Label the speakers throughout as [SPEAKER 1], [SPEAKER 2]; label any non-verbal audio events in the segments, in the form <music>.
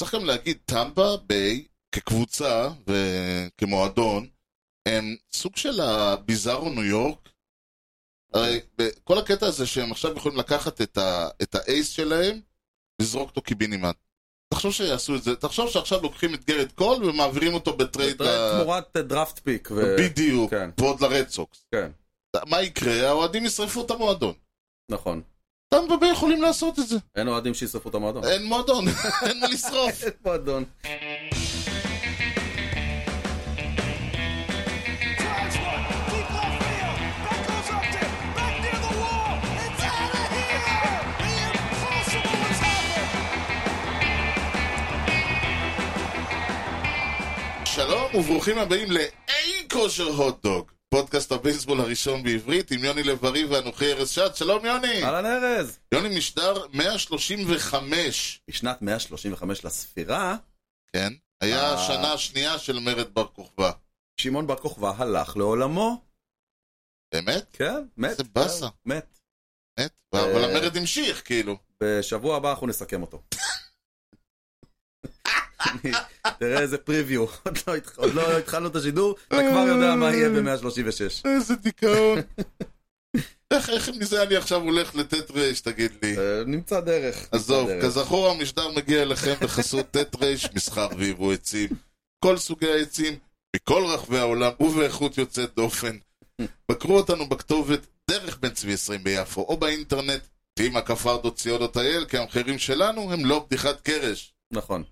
[SPEAKER 1] צריך גם להגיד, טמפה ביי, כקבוצה וכמועדון, הם סוג של הביזארו ניו יורק. הרי ב- כל הקטע הזה שהם עכשיו יכולים לקחת את, ה, את האייס שלהם, לזרוק אותו קיבינימט. תחשוב שיעשו את זה, תחשוב שעכשיו לוקחים את גרד קול ומעבירים אותו בטרייד ל...
[SPEAKER 2] תמורת דראפט פיק. ו-
[SPEAKER 1] בדיוק,
[SPEAKER 2] כן.
[SPEAKER 1] ועוד לרד סוקס.
[SPEAKER 2] כן,
[SPEAKER 1] מה יקרה? האוהדים ישרפו את המועדון.
[SPEAKER 2] נכון.
[SPEAKER 1] טמפה ביי יכולים לעשות את זה.
[SPEAKER 2] אין אוהדים שישרפו את המועדון.
[SPEAKER 1] אין מועדון, <laughs> אין מה לשרוף.
[SPEAKER 2] אין מועדון.
[SPEAKER 3] Drives one, deep left field. That goes up to back near the wall. It's out of here. The impossible has happened.
[SPEAKER 1] שלום וברוכים הבאים לאי כושר הוטדוג, פודקאסט הבייסבול הראשון בעברית עם יוני לב-ארי ואנוכי ארז שעד, שלום יוני!
[SPEAKER 2] אהלן ארז.
[SPEAKER 1] יוני משדר 135,
[SPEAKER 2] בשנת 135 לספירה,
[SPEAKER 1] כן? היה
[SPEAKER 2] אה.
[SPEAKER 1] השנה השנייה של מרד בר כוכבא.
[SPEAKER 2] שמעון בר כוכבא הלך לעולמו.
[SPEAKER 1] באמת?
[SPEAKER 2] כן, מת.
[SPEAKER 1] איזה באסה.
[SPEAKER 2] כן, מת.
[SPEAKER 1] באמת? אבל
[SPEAKER 2] אה.
[SPEAKER 1] המרד המשיך, כאילו.
[SPEAKER 2] בשבוע הבא אנחנו נסכם אותו. אני- תראה איזה פריוויו, עוד לא התח- עוד לא התחלנו את השידור, אתה כבר יודע מה יהיה ב-136.
[SPEAKER 1] איזה
[SPEAKER 2] <laughs>
[SPEAKER 1] דיכאון. איך, איך מזה אני עכשיו הולך לט' ר', תגיד לי?
[SPEAKER 2] אה, נמצא דרך.
[SPEAKER 1] עזוב,
[SPEAKER 2] נמצא דרך.
[SPEAKER 1] כזכור המשדר מגיע אליכם בחסות
[SPEAKER 2] <laughs>
[SPEAKER 1] ט' ר' מסחר ויבוא עצים. כל סוגי העצים, מכל רחבי העולם ובאיכות יוצאת דופן. בקרו אותנו בכתובת דרך בן צבי 20 ביפו או באינטרנט, תהימה כפרדו ציודו טייל, כי המחירים שלנו הם לא בדיחת קרש.
[SPEAKER 2] נכון.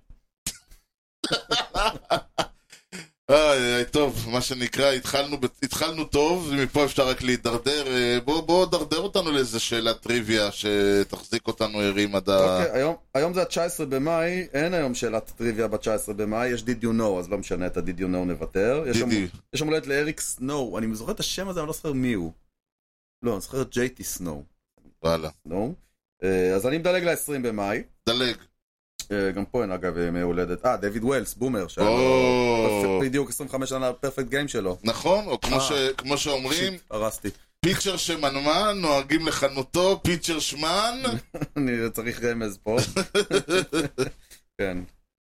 [SPEAKER 1] איי, איי, טוב, מה שנקרא, התחלנו, ב- התחלנו טוב, ומפה אפשר רק להידרדר. אה, בוא, בוא, דרדר אותנו לאיזה שאלת טריוויה שתחזיק אותנו ערים עד ה...
[SPEAKER 2] אוקיי, היום- היום זה ה-19 במאי, אין היום שאלת טריוויה ב-19 במאי, יש did you know, אז לא משנה את ה-did you know נוותר. יש
[SPEAKER 1] Did
[SPEAKER 2] יום-
[SPEAKER 1] you?
[SPEAKER 2] יש יום הולדת לאריק סנואו, אני זוכר את השם הזה, אני לא זוכר מי הוא. לא, אני זוכר את ג'יי.טי סנואו.
[SPEAKER 1] וואלה.
[SPEAKER 2] סנואו. אה, אז אני מדלג ל-20 במאי,
[SPEAKER 1] דלג.
[SPEAKER 2] אה, גם פה אין אגב ימי הולדת. אה, דיוויד ווילס, בומר, שהיה
[SPEAKER 1] או.
[SPEAKER 2] לו בדיוק 25 שנה הפרפקט גיים שלו.
[SPEAKER 1] נכון, או כמו,
[SPEAKER 2] אה.
[SPEAKER 1] ש, כמו שאומרים,
[SPEAKER 2] שיט, הרסתי. <laughs>
[SPEAKER 1] פיצ'ר שמנמן, נוהגים לכנותו, פיצ'ר שמן,
[SPEAKER 2] אני צריך רמז
[SPEAKER 1] <laughs>
[SPEAKER 2] פה. כן,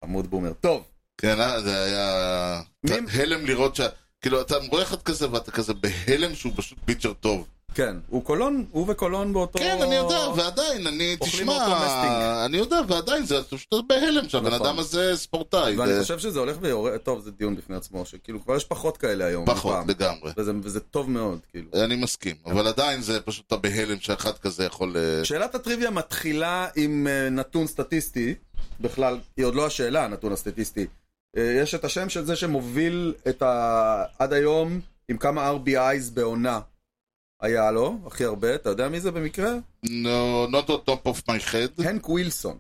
[SPEAKER 2] עמוד בומר. טוב,
[SPEAKER 1] כן, אה, זה היה
[SPEAKER 2] מי-
[SPEAKER 1] הלם לראות ש... כאילו, אתה רואה אחד כזה ואתה כזה בהלם שהוא פשוט פיצ'ר טוב.
[SPEAKER 2] כן, הוא קולון, הוא וקולון באותו...
[SPEAKER 1] כן, אני יודע, ועדיין, אני,
[SPEAKER 2] אוכלים
[SPEAKER 1] תשמע,
[SPEAKER 2] אותו מסטינג.
[SPEAKER 1] אני יודע, ועדיין, זה פשוט בהלם שהבן
[SPEAKER 2] נכון.
[SPEAKER 1] אדם הזה ספורטאי,
[SPEAKER 2] ואני
[SPEAKER 1] זה
[SPEAKER 2] כאילו, חושב שזה הולך ויורד, טוב, זה דיון בפני עצמו, שכאילו כבר יש פחות כאלה היום.
[SPEAKER 1] פחות אה,
[SPEAKER 2] מפעם.
[SPEAKER 1] לגמרי.
[SPEAKER 2] וזה, וזה טוב מאוד, כאילו.
[SPEAKER 1] אני מסכים, אבל עדיין זה פשוט הבהלם שאחד כזה יכול... אה,
[SPEAKER 2] שאלת הטריוויה מתחילה עם אה, נתון סטטיסטי, בכלל, היא עוד לא השאלה, הנתון הסטטיסטי. אה, יש את השם של זה שמוביל את ה... עד היום, עם כמה RBIs בעונה היה לו, הכי הרבה, אתה יודע מי זה במקרה?
[SPEAKER 1] No, not on top of my head.
[SPEAKER 2] הנק ווילסון.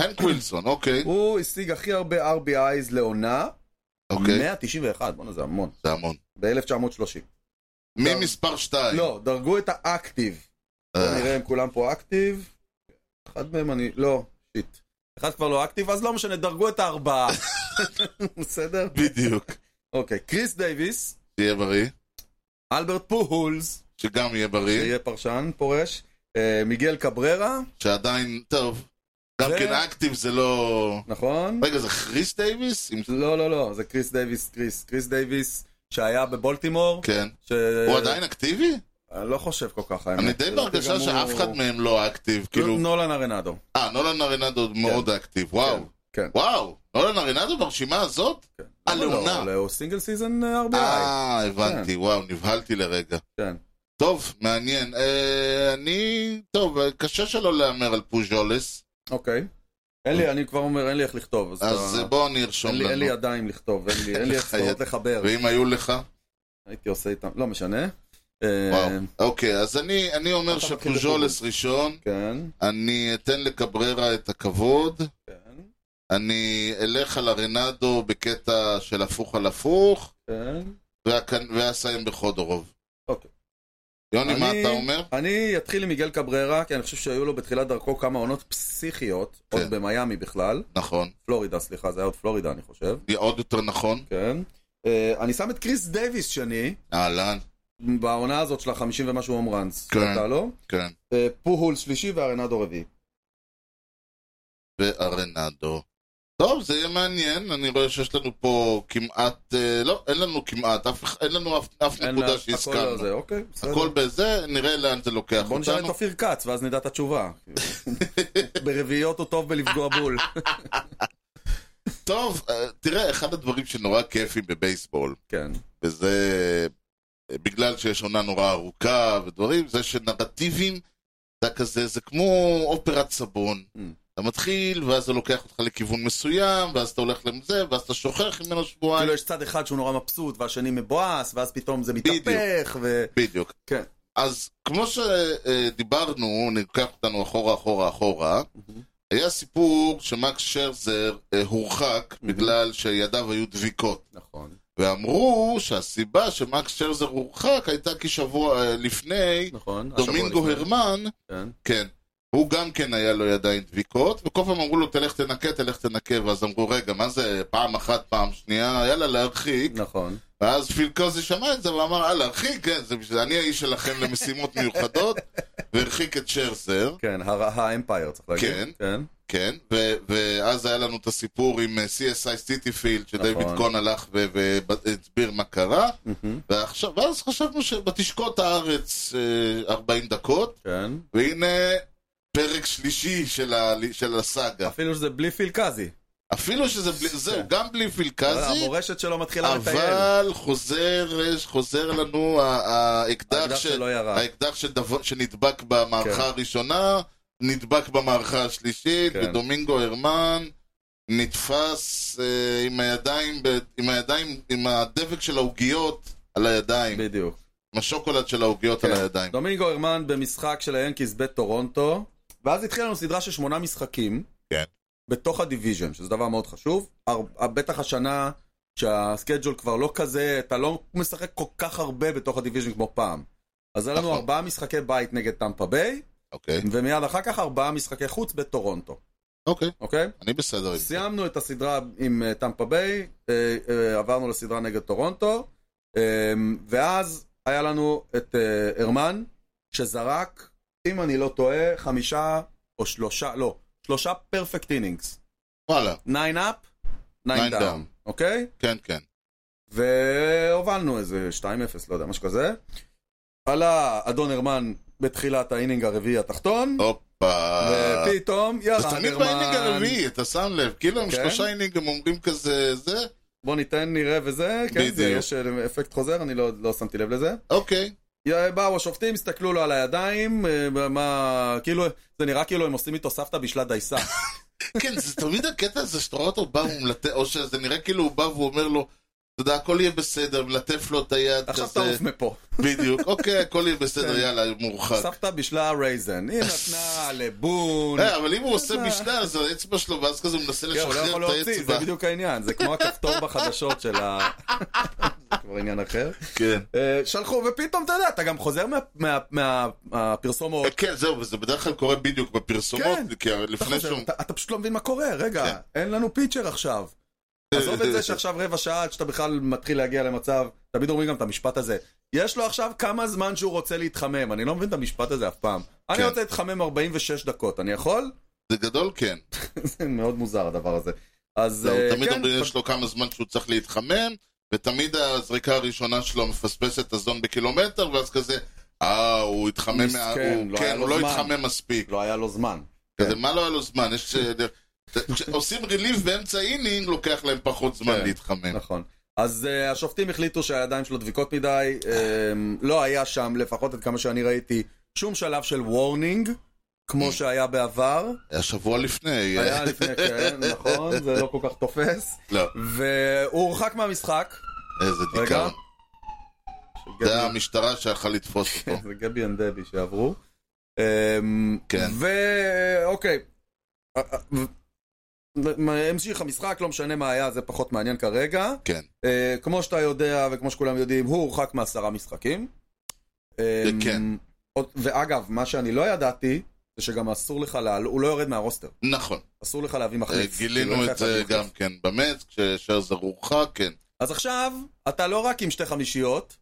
[SPEAKER 1] הנק ווילסון, אוקיי,
[SPEAKER 2] כן. הוא השיג הכי הרבה RBIs לעונה,
[SPEAKER 1] אוקיי,
[SPEAKER 2] 191, בואנה זה המון,
[SPEAKER 1] זה המון.
[SPEAKER 2] ב-1930.
[SPEAKER 1] מי
[SPEAKER 2] טוב.
[SPEAKER 1] מספר שתיים?
[SPEAKER 2] לא, דרגו את האקטיב. בוא
[SPEAKER 1] אה,
[SPEAKER 2] נראה אם כולם פה אקטיב. אחד מהם אני... לא, שיט. אחד כבר לא אקטיב, אז לא משנה, דרגו את הארבעה. <laughs> בסדר?
[SPEAKER 1] בדיוק.
[SPEAKER 2] אוקיי, קריס דייוויס,
[SPEAKER 1] שיהיה בריא,
[SPEAKER 2] אלברט פוהולס,
[SPEAKER 1] שגם יהיה בריא,
[SPEAKER 2] שיהיה פרשן פורש, אה, מיגל קבררה,
[SPEAKER 1] שעדיין, טוב, גם
[SPEAKER 2] זה-
[SPEAKER 1] כן אקטיב זה לא...
[SPEAKER 2] נכון?
[SPEAKER 1] רגע, זה כריס דייוויס? עם-
[SPEAKER 2] לא, לא, לא, זה קריס דייוויס, קריס. קריס דייוויס שהיה בבולטימור,
[SPEAKER 1] כן.
[SPEAKER 2] ש...
[SPEAKER 1] הוא עדיין אקטיבי?
[SPEAKER 2] אה, אני לא חושב כל כך, האמת.
[SPEAKER 1] אני די
[SPEAKER 2] לדעתי
[SPEAKER 1] בהרגשה
[SPEAKER 2] גם הוא-
[SPEAKER 1] שאף אחד מהם לא אקטיב, כאילו...
[SPEAKER 2] נולן ארנדו.
[SPEAKER 1] אה, נולן ארנדו מאוד אקטיב, וואו.
[SPEAKER 2] כן.
[SPEAKER 1] וואו, נולן ארנדו ברשימה הזאת?
[SPEAKER 2] כן.
[SPEAKER 1] אה,
[SPEAKER 2] לא,
[SPEAKER 1] לעונה.
[SPEAKER 2] לא, הוא סינגל סיזן ארבעה.
[SPEAKER 1] אה, הבנתי, וואו, נבהלתי לרגע.
[SPEAKER 2] כן.
[SPEAKER 1] טוב, מעניין. אה, אני... טוב, קשה שלא להמר על פוז'ולס,
[SPEAKER 2] אוקיי. אין לי, אני כבר אומר, אין לי איך לכתוב. אז
[SPEAKER 1] אז
[SPEAKER 2] אתה-
[SPEAKER 1] אה, בוא אני ארשום
[SPEAKER 2] אין לי- אין לי
[SPEAKER 1] לנו.
[SPEAKER 2] ידיים לכתוב, אין לי-
[SPEAKER 1] <laughs>
[SPEAKER 2] אין לי
[SPEAKER 1] חיית.
[SPEAKER 2] אפשרות לחבר.
[SPEAKER 1] ואם היו לך?
[SPEAKER 2] הייתי עושה איתם, לא משנה. אה,
[SPEAKER 1] וואו. אוקיי, אז אני- אני אומר
[SPEAKER 2] אתה מתחיל
[SPEAKER 1] שפוז'ולס ראשון.
[SPEAKER 2] כן,
[SPEAKER 1] אני אתן לקבררה את הכבוד,
[SPEAKER 2] כן,
[SPEAKER 1] אני אלך על הרנדו בקטע של הפוך על הפוך,
[SPEAKER 2] כן.
[SPEAKER 1] והכ- ואסיים בחודורוב.
[SPEAKER 2] אוקיי.
[SPEAKER 1] יוני, מה
[SPEAKER 2] אני-
[SPEAKER 1] אתה אומר?
[SPEAKER 2] אני אתחיל עם מיגל קבררה, כי אני חושב שהיו לו בתחילת דרכו כמה עונות פסיכיות, עוד
[SPEAKER 1] כן.
[SPEAKER 2] במיאמי בכלל.
[SPEAKER 1] נכון.
[SPEAKER 2] פלורידה, סליחה, זה היה עוד פלורידה, אני חושב.
[SPEAKER 1] זה עוד יותר נכון?
[SPEAKER 2] כן. אה, אני שם את קריס דייוויס שני,
[SPEAKER 1] אהלן,
[SPEAKER 2] בעונה הזאת של ה-50 ומשהו הום ראנס.
[SPEAKER 1] כן.
[SPEAKER 2] הייתה לו.
[SPEAKER 1] כן.
[SPEAKER 2] אה, פוהול שלישי וארנדו רביעי.
[SPEAKER 1] והרנדו. טוב, זה יהיה מעניין, אני רואה שיש לנו פה כמעט, אה, לא, אין לנו כמעט, אף, אח- אין לנו אף, אף
[SPEAKER 2] אין
[SPEAKER 1] נקודה
[SPEAKER 2] לה- הכל
[SPEAKER 1] שהסכמנו.
[SPEAKER 2] לא זה, אוקיי, בסדר.
[SPEAKER 1] הכל בזה, נראה לאן זה לוקח
[SPEAKER 2] בוא נשאל את אופיר כץ, ואז נדע
[SPEAKER 1] <laughs>
[SPEAKER 2] את התשובה. ברביעיות הוא טוב בלפגוע בול.
[SPEAKER 1] טוב, אה, תראה, אחד הדברים שנורא כיפים בבייסבול,
[SPEAKER 2] כן.
[SPEAKER 1] וזה אה, בגלל שיש עונה נורא ארוכה ודברים, זה שנרטיבים, אתה כזה, זה כמו אופרת סבון.
[SPEAKER 2] Mm.
[SPEAKER 1] אתה מתחיל, ואז זה לוקח אותך לכיוון מסוים, ואז אתה הולך לזה, ואז אתה שוכח ממנו שבועיים.
[SPEAKER 2] כאילו יש צד אחד שהוא נורא מבסוט, והשני מבואס, ואז פתאום זה מתהפך, ו...
[SPEAKER 1] בדיוק.
[SPEAKER 2] כן.
[SPEAKER 1] אז כמו שדיברנו, ניקח אותנו אחורה, אחורה, אחורה, היה סיפור שמקס שרזר אה, הורחק בגלל שידיו היו דביקות.
[SPEAKER 2] נכון,
[SPEAKER 1] ואמרו שהסיבה שמקס שרזר הורחק הייתה כי שבוע אה, לפני,
[SPEAKER 2] נכון.
[SPEAKER 1] דומינגו
[SPEAKER 2] השבוע לפני.
[SPEAKER 1] הרמן,
[SPEAKER 2] כן.
[SPEAKER 1] כן, הוא גם כן היה לו ידיים דביקות, וכל פעם אמרו לו תלך תנקה, תלך תנקה, ואז אמרו רגע, מה זה פעם אחת, פעם שנייה, יאללה להרחיק,
[SPEAKER 2] נכון.
[SPEAKER 1] ואז פיל קוזי שמע את זה ואמר, אה להרחיק, כן, זה בשביל, אני האיש שלכם למשימות
[SPEAKER 2] <laughs>
[SPEAKER 1] מיוחדות, והרחיק את שרזר,
[SPEAKER 2] כן, הר- האמפייר צריך להגיד.
[SPEAKER 1] כן.
[SPEAKER 2] כן.
[SPEAKER 1] כן, ו- ואז היה לנו את הסיפור עם אה, CSI סיטיפילד, שדייוויד
[SPEAKER 2] נכון.
[SPEAKER 1] קון הלך ו- והסביר מה קרה.
[SPEAKER 2] מהמם.
[SPEAKER 1] ועכשיו, ואז חשבנו שבתשקוט הארץ אה, 40 דקות,
[SPEAKER 2] כן.
[SPEAKER 1] והנה פרק שלישי של, ה, של הסאגה.
[SPEAKER 2] אפילו שזה בלי פילקזי.
[SPEAKER 1] אפילו שזה בלי, זהו, גם בלי פילקזי,
[SPEAKER 2] המורשת שלו מתחילה לטייל.
[SPEAKER 1] אבל חוזר, אה, חוזר לנו ה- האקדח
[SPEAKER 2] האקדח לא
[SPEAKER 1] ש-
[SPEAKER 2] שלא ירה.
[SPEAKER 1] האקדח שדב- שנדבק במערכה
[SPEAKER 2] כן.
[SPEAKER 1] הראשונה, נדבק במערכה השלישית,
[SPEAKER 2] כן.
[SPEAKER 1] ודומינגו הרמן נתפס אה, עם הידיים, ב- עם הידיים, עם הדבק של העוגיות על הידיים.
[SPEAKER 2] בדיוק.
[SPEAKER 1] עם השוקולד של העוגיות
[SPEAKER 2] כן.
[SPEAKER 1] על הידיים.
[SPEAKER 2] דומינגו הרמן במשחק של היאנקיז בטורונטו, ואז התחילה לנו סדרה של שמונה משחקים.
[SPEAKER 1] כן.
[SPEAKER 2] בתוך הדיוויז'ן, שזה דבר מאוד חשוב. הר- בטח השנה שהסקייג'ול כבר לא כזה, אתה לא משחק כל כך הרבה בתוך הדיוויז'ן כמו פעם. אז היה לנו
[SPEAKER 1] נכון.
[SPEAKER 2] ארבעה משחקי בית נגד טמפה ביי,
[SPEAKER 1] אוקיי,
[SPEAKER 2] ומיד אחר כך ארבעה משחקי חוץ בטורונטו,
[SPEAKER 1] אוקיי,
[SPEAKER 2] אוקיי?
[SPEAKER 1] אני בסדר עם זה.
[SPEAKER 2] סיימנו את הסדרה עם אה, טמפה ביי, אה, אה, עברנו לסדרה נגד טורונטו, אה, ואז היה לנו את אה, הרמן, שזרק, אם אני לא טועה, חמישה או שלושה, לא, שלושה פרפקט אינינגס.
[SPEAKER 1] וואלה,
[SPEAKER 2] 9 up, 9
[SPEAKER 1] Nine
[SPEAKER 2] down,
[SPEAKER 1] down.
[SPEAKER 2] אוקיי?
[SPEAKER 1] כן, כן.
[SPEAKER 2] והובלנו איזה 2-0, לא יודע, משהו כזה. עלה אדון הרמן בתחילת האינינג הרביעי התחתון,
[SPEAKER 1] הופה.
[SPEAKER 2] ופתאום ירד
[SPEAKER 1] זה
[SPEAKER 2] הרמן.
[SPEAKER 1] תמיד באינינג הרביעי, אתה שם לב, כאילו הם
[SPEAKER 2] כן.
[SPEAKER 1] שלושה אינינג הם אומרים כזה, זה,
[SPEAKER 2] בוא ניתן, נראה וזה, כן, זה,
[SPEAKER 1] בדיוק.
[SPEAKER 2] יש אה, אפקט חוזר, אני לא, לא שמתי לב לזה.
[SPEAKER 1] אוקיי,
[SPEAKER 2] יא, באו השופטים, הסתכלו לו על הידיים, אה, מה, כאילו, זה נראה כאילו הם עושים איתו סבתא
[SPEAKER 1] <laughs>
[SPEAKER 2] בשלת דייסה.
[SPEAKER 1] כן, זה תמיד הקטע הזה שאתה רואה אותו בא ומלטף, או שזה נראה כאילו הוא בא והוא אומר לו, אתה יודע, הכל יהיה בסדר, מלטף לו את היד
[SPEAKER 2] עכשיו
[SPEAKER 1] כזה,
[SPEAKER 2] תעוף מפה.
[SPEAKER 1] בדיוק, אוקיי, הכל יהיה בסדר,
[SPEAKER 2] כן.
[SPEAKER 1] יאללה, מורחק.
[SPEAKER 2] סבתא בשלה רייזן, היא נתנה לבון.
[SPEAKER 1] אה, אבל אם הוא עושה
[SPEAKER 2] מה?
[SPEAKER 1] משנה, אז האצבע שלו, ואז כזה הוא מנסה
[SPEAKER 2] כן, הוא לא יכול
[SPEAKER 1] לשחרר את
[SPEAKER 2] להוציא, זה
[SPEAKER 1] האצבע.
[SPEAKER 2] בדיוק העניין, זה כמו הכפתור <laughs> בחדשות של ה... <laughs> זה כבר עניין אחר.
[SPEAKER 1] כן.
[SPEAKER 2] אה, שלחו, ופתאום, אתה יודע, אתה גם חוזר מה- מה- מה- מהפרסומות.
[SPEAKER 1] כן, זהו, וזה בדרך כלל קורה בדיוק בפרסומות,
[SPEAKER 2] כן.
[SPEAKER 1] כי
[SPEAKER 2] אתה
[SPEAKER 1] לפני
[SPEAKER 2] חוזר,
[SPEAKER 1] שהוא... כן.
[SPEAKER 2] אתה- אתה פשוט לא מבין מה קורה, רגע, אין לנו פיצ'ר עכשיו.
[SPEAKER 1] אה,
[SPEAKER 2] עזוב את זה שעכשיו רבע שעה עד שאתה בכלל מתחיל להגיע למצב, תמיד אומרים גם את המשפט הזה. יש לו עכשיו כמה זמן שהוא רוצה להתחמם, אני לא מבין את המשפט הזה אף פעם. אני
[SPEAKER 1] כן.
[SPEAKER 2] רוצה להתחמם 46 דקות, אני יכול? <laughs>
[SPEAKER 1] זה גדול, כן.
[SPEAKER 2] זה מאוד מוזר הדבר הזה. אז
[SPEAKER 1] זהו,
[SPEAKER 2] אה,
[SPEAKER 1] תמיד
[SPEAKER 2] כן,
[SPEAKER 1] אומרים, יש לו כמה זמן שהוא צריך להתחמם, ותמיד הזריקה הראשונה שלו מפספסת את הזון בקילומטר, ואז כזה, אה, הוא התחמם,
[SPEAKER 2] מסכן,
[SPEAKER 1] מה-
[SPEAKER 2] לא
[SPEAKER 1] הוא-
[SPEAKER 2] היה
[SPEAKER 1] כן,
[SPEAKER 2] לו
[SPEAKER 1] הוא לא
[SPEAKER 2] זמן.
[SPEAKER 1] התחמם מספיק.
[SPEAKER 2] לא היה לו זמן.
[SPEAKER 1] כזה,
[SPEAKER 2] כן.
[SPEAKER 1] מה לא היה לו זמן? יש... אה, כשעושים ריליף באמצע אינינג, לוקח להם פחות זמן
[SPEAKER 2] כן.
[SPEAKER 1] להתחמם.
[SPEAKER 2] נכון. אז uh, השופטים החליטו שהידיים שלו דביקות מדי, um, לא היה שם, לפחות עד כמה שאני ראיתי, שום שלב של וורנינג,
[SPEAKER 1] אה.
[SPEAKER 2] כמו שהיה בעבר.
[SPEAKER 1] היה שבוע לפני. אה,
[SPEAKER 2] היה
[SPEAKER 1] <laughs>
[SPEAKER 2] לפני, כן, נכון, זה לא כל כך תופס.
[SPEAKER 1] לא,
[SPEAKER 2] והוא הורחק מהמשחק.
[SPEAKER 1] איזה
[SPEAKER 2] רגע.
[SPEAKER 1] דיכאון. זה
[SPEAKER 2] גבי-
[SPEAKER 1] המשטרה שיכלה לתפוס אותו.
[SPEAKER 2] זה גבי אנד דבי שעברו. אמ,
[SPEAKER 1] כן.
[SPEAKER 2] ואוקיי. אה, אה, ו- מה- המשיך המשחק, לא משנה מה היה, זה פחות מעניין כרגע.
[SPEAKER 1] כן.
[SPEAKER 2] אה, כמו שאתה יודע וכמו שכולם יודעים, הוא הורחק מעשרה משחקים. אה,
[SPEAKER 1] כן.
[SPEAKER 2] עוד- ואגב, מה שאני לא ידעתי, זה שגם אסור לך, לה- הוא לא יורד מהרוסטר.
[SPEAKER 1] נכון.
[SPEAKER 2] אסור לך להביא
[SPEAKER 1] אה,
[SPEAKER 2] מחליף. <laughs> כאילו, אין
[SPEAKER 1] גילינו
[SPEAKER 2] לך
[SPEAKER 1] את זה
[SPEAKER 2] אחד
[SPEAKER 1] גם
[SPEAKER 2] מחליף.
[SPEAKER 1] כן במץ, כששרזר הורחק, כן.
[SPEAKER 2] אז עכשיו, אתה לא רק עם שתי חמישיות,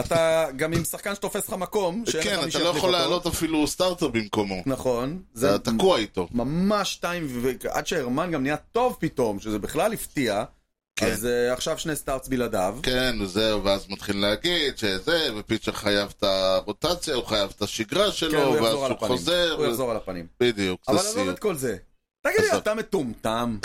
[SPEAKER 2] אתה גם עם שחקן שתופס לך מקום, שאין
[SPEAKER 1] כן,
[SPEAKER 2] לך מי
[SPEAKER 1] אתה לא
[SPEAKER 2] שיחליף
[SPEAKER 1] יכול
[SPEAKER 2] אותו.
[SPEAKER 1] להעלות אפילו סטארטר במקומו.
[SPEAKER 2] נכון. זה
[SPEAKER 1] אתה תקוע איתו.
[SPEAKER 2] ממש שתיים, ועד שהרמן גם נהיה טוב פתאום, שזה בכלל הפתיע.
[SPEAKER 1] כן.
[SPEAKER 2] אז אה, עכשיו שני סטארטס בלעדיו.
[SPEAKER 1] כן, וזהו, ואז מתחיל להגיד שזה, ופיצ'ר חייב את הרוטציה, הוא חייב את השגרה
[SPEAKER 2] כן,
[SPEAKER 1] שלו,
[SPEAKER 2] הוא
[SPEAKER 1] לא, ואז
[SPEAKER 2] יחזור על
[SPEAKER 1] הוא
[SPEAKER 2] הפנים.
[SPEAKER 1] חוזר.
[SPEAKER 2] הוא
[SPEAKER 1] ו-
[SPEAKER 2] יחזור על הפנים.
[SPEAKER 1] בדיוק,
[SPEAKER 2] אבל
[SPEAKER 1] זה
[SPEAKER 2] עזוב
[SPEAKER 1] סיוט.
[SPEAKER 2] את כל זה. תגיד לי,
[SPEAKER 1] עזוב.
[SPEAKER 2] אתה מטומטם.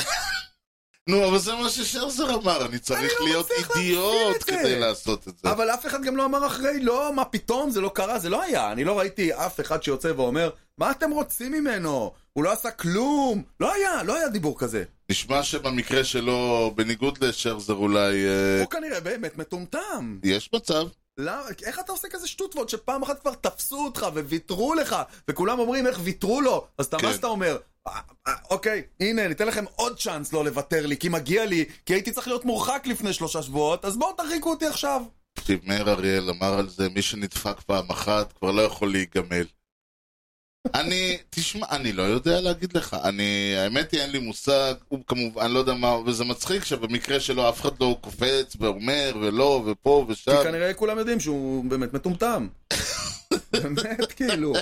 [SPEAKER 1] נו, אבל זה מה ששרזר אמר, אני צריך
[SPEAKER 2] לא
[SPEAKER 1] להיות
[SPEAKER 2] מצליח להבין את
[SPEAKER 1] אידיוט
[SPEAKER 2] זה.
[SPEAKER 1] כדי לעשות את <laughs> זה.
[SPEAKER 2] אבל אף אחד גם לא אמר אחרי, לא, מה פתאום, זה לא קרה, זה לא היה. אני לא ראיתי אף אחד שיוצא ואומר, מה אתם רוצים ממנו? הוא לא עשה כלום. לא היה, לא היה דיבור כזה.
[SPEAKER 1] נשמע שבמקרה שלו, בניגוד לשרזר אולי, אה,
[SPEAKER 2] הוא כנראה באמת מטומטם.
[SPEAKER 1] יש מצב.
[SPEAKER 2] למה, איך אתה עושה כזה שטות ועוד שפעם אחת כבר תפסו אותך וויתרו לך, וכולם אומרים איך ויתרו לו, אז אתה, מה
[SPEAKER 1] כן.
[SPEAKER 2] שאתה אומר, "אה, אה, אוקיי, הנה, ניתן לכם עוד צ'אנס לא לוותר לי, כי מגיע לי, כי הייתי צריך להיות מורחק לפני שלושה שבועות, אז בואו תרחיקו אותי עכשיו.
[SPEAKER 1] תקשיב, מאיר אריאל אמר על זה, מי שנדפק פעם אחת כבר לא יכול להיגמל. אני, תשמע, אני לא יודע להגיד לך. אני, האמת היא, אין לי מושג, הוא כמובן, אני לא יודע מה, וזה מצחיק שבמקרה שלו אף אחד לא קופץ ואומר, ולא, ופה
[SPEAKER 2] כי
[SPEAKER 1] ושם.
[SPEAKER 2] כנראה כולם יודעים שהוא באמת מטומטם. באמת, כאילו.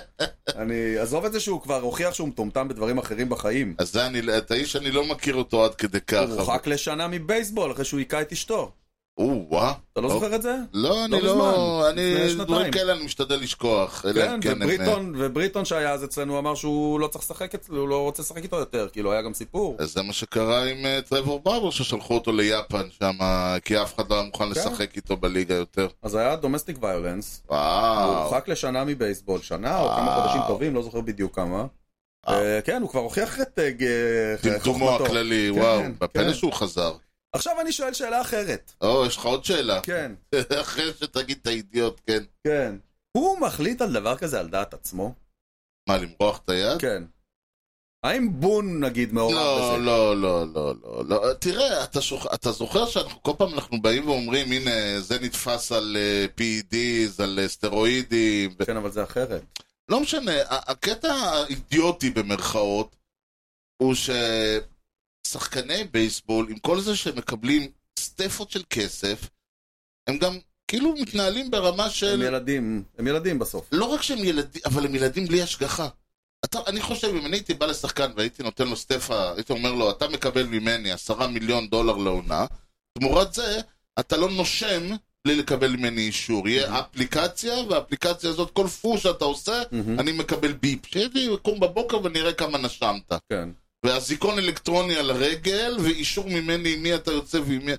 [SPEAKER 2] אני, עזוב את זה שהוא כבר הוכיח שהוא מטומטם בדברים אחרים בחיים.
[SPEAKER 1] אז זה אני, את האיש אני לא מכיר אותו עד כדי
[SPEAKER 2] הוא
[SPEAKER 1] ככה.
[SPEAKER 2] הורחק לשנה מבייסבול אחרי שהוא היכה את אשתו.
[SPEAKER 1] או, וואו.
[SPEAKER 2] אתה לא זוכר את זה?
[SPEAKER 1] לא, אני
[SPEAKER 2] מזמן,
[SPEAKER 1] לא,
[SPEAKER 2] לפני
[SPEAKER 1] אני,
[SPEAKER 2] שנתיים.
[SPEAKER 1] דברים כאלה אני משתדל לשכוח. אלא אם הם,
[SPEAKER 2] כן, ובריטון, ובריטון שהיה אז אצלנו אמר שהוא לא צריך לשחק אצלו, הוא לא רוצה לשחק איתו יותר, כאילו היה גם סיפור.
[SPEAKER 1] אה, אז זה מה שקרה עם אה, טרוור ברבר, ששלחו אותו ליפן שם, כי אף אחד לא היה מוכן
[SPEAKER 2] כן.
[SPEAKER 1] לשחק איתו בליגה יותר.
[SPEAKER 2] אז היה דומסטיק ויולנס, הוא
[SPEAKER 1] וואו.
[SPEAKER 2] הורחק לשנה מבייסבול, שנה או
[SPEAKER 1] וואו.
[SPEAKER 2] כמה חודשים טובים, לא זוכר בדיוק כמה.
[SPEAKER 1] וואו.
[SPEAKER 2] אה, כן, הוא כבר הוכיח את אה, ג-
[SPEAKER 1] טמטומו
[SPEAKER 2] חוכמתו.
[SPEAKER 1] הכללי,
[SPEAKER 2] כן,
[SPEAKER 1] וואו,
[SPEAKER 2] כן.
[SPEAKER 1] בפלא שהוא חזר.
[SPEAKER 2] עכשיו אני שואל שאלה אחרת.
[SPEAKER 1] או, יש לך עוד שאלה. <laughs>
[SPEAKER 2] כן,
[SPEAKER 1] אחרי שתגיד את האידיוט, כן.
[SPEAKER 2] כן. הוא מחליט על דבר כזה על דעת עצמו?
[SPEAKER 1] מה, למרוח את היד?
[SPEAKER 2] כן. האם בון, נגיד, מעורב
[SPEAKER 1] לא,
[SPEAKER 2] בזה?
[SPEAKER 1] לא, לא, לא, לא, לא. תראה, אתה, שוכ... אתה זוכר שאנחנו כל פעם אנחנו באים ואומרים, הנה, זה נתפס על uh, PEDs, על uh, סטרואידים. ו...
[SPEAKER 2] כן, אבל זה אחרת.
[SPEAKER 1] לא משנה, ה- הקטע האידיוטי במרכאות, הוא ששחקני בייסבול, עם כל זה שהם מקבלים סטפות של כסף, הם גם כאילו מתנהלים ברמה
[SPEAKER 2] הם
[SPEAKER 1] של...
[SPEAKER 2] ילדים, הם ילדים בסוף.
[SPEAKER 1] לא רק שהם ילדים, אבל הם ילדים בלי השגחה. אתה, אני חושב, אם אני הייתי בא לשחקן והייתי נותן לו סטפה, הייתי אומר לו, אתה מקבל ממני עשרה מיליון דולר לעונה, תמורת זה, אתה לא נושם בלי לקבל ממני אישור. יהיה אפליקציה, והאפליקציה הזאת, כל פו שאתה עושה,
[SPEAKER 2] מהמם.
[SPEAKER 1] אני מקבל ביפ. שיהיה יקום בבוקר ונראה כמה נשמת.
[SPEAKER 2] כן.
[SPEAKER 1] ואזיקון אלקטרוני על הרגל, ואישור ממני עם מי אתה יוצא ועם מי...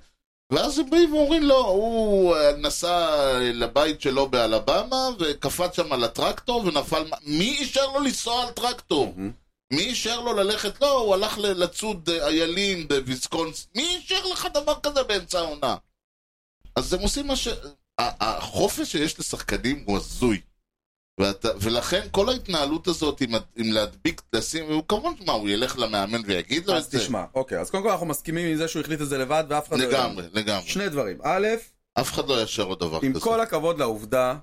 [SPEAKER 1] ואז הם באים ואומרים לו, הוא אה, נסע לבית שלו באלבמה, וקפץ שם על הטרקטור, ונפל... מ- מי אישר לו לנסוע על טרקטור?
[SPEAKER 2] מהמם.
[SPEAKER 1] מי אישר לו ללכת? לא, הוא הלך ל- לצוד אה, איילים בוויסקונסין. מי אישר לך דבר כזה באמצע העונה? אז הם עושים מה ש... ה- החופש שיש לשחקנים הוא הזוי. ואתה, ולכן כל ההתנהלות הזאת עם, ה- עם להדביק, לשים, הוא כמובן, מה, הוא ילך למאמן ויגיד לו את
[SPEAKER 2] אז
[SPEAKER 1] לא זה?
[SPEAKER 2] תשמע, אוקיי, אז קודם כל אנחנו מסכימים עם זה שהוא החליט את זה לבד ואף אחד לא... יודע.
[SPEAKER 1] לגמרי, לגמרי.
[SPEAKER 2] שני דברים. א',
[SPEAKER 1] אף אחד לא יאשר עוד דבר
[SPEAKER 2] עם
[SPEAKER 1] כזה.
[SPEAKER 2] כל הכבוד לעובדה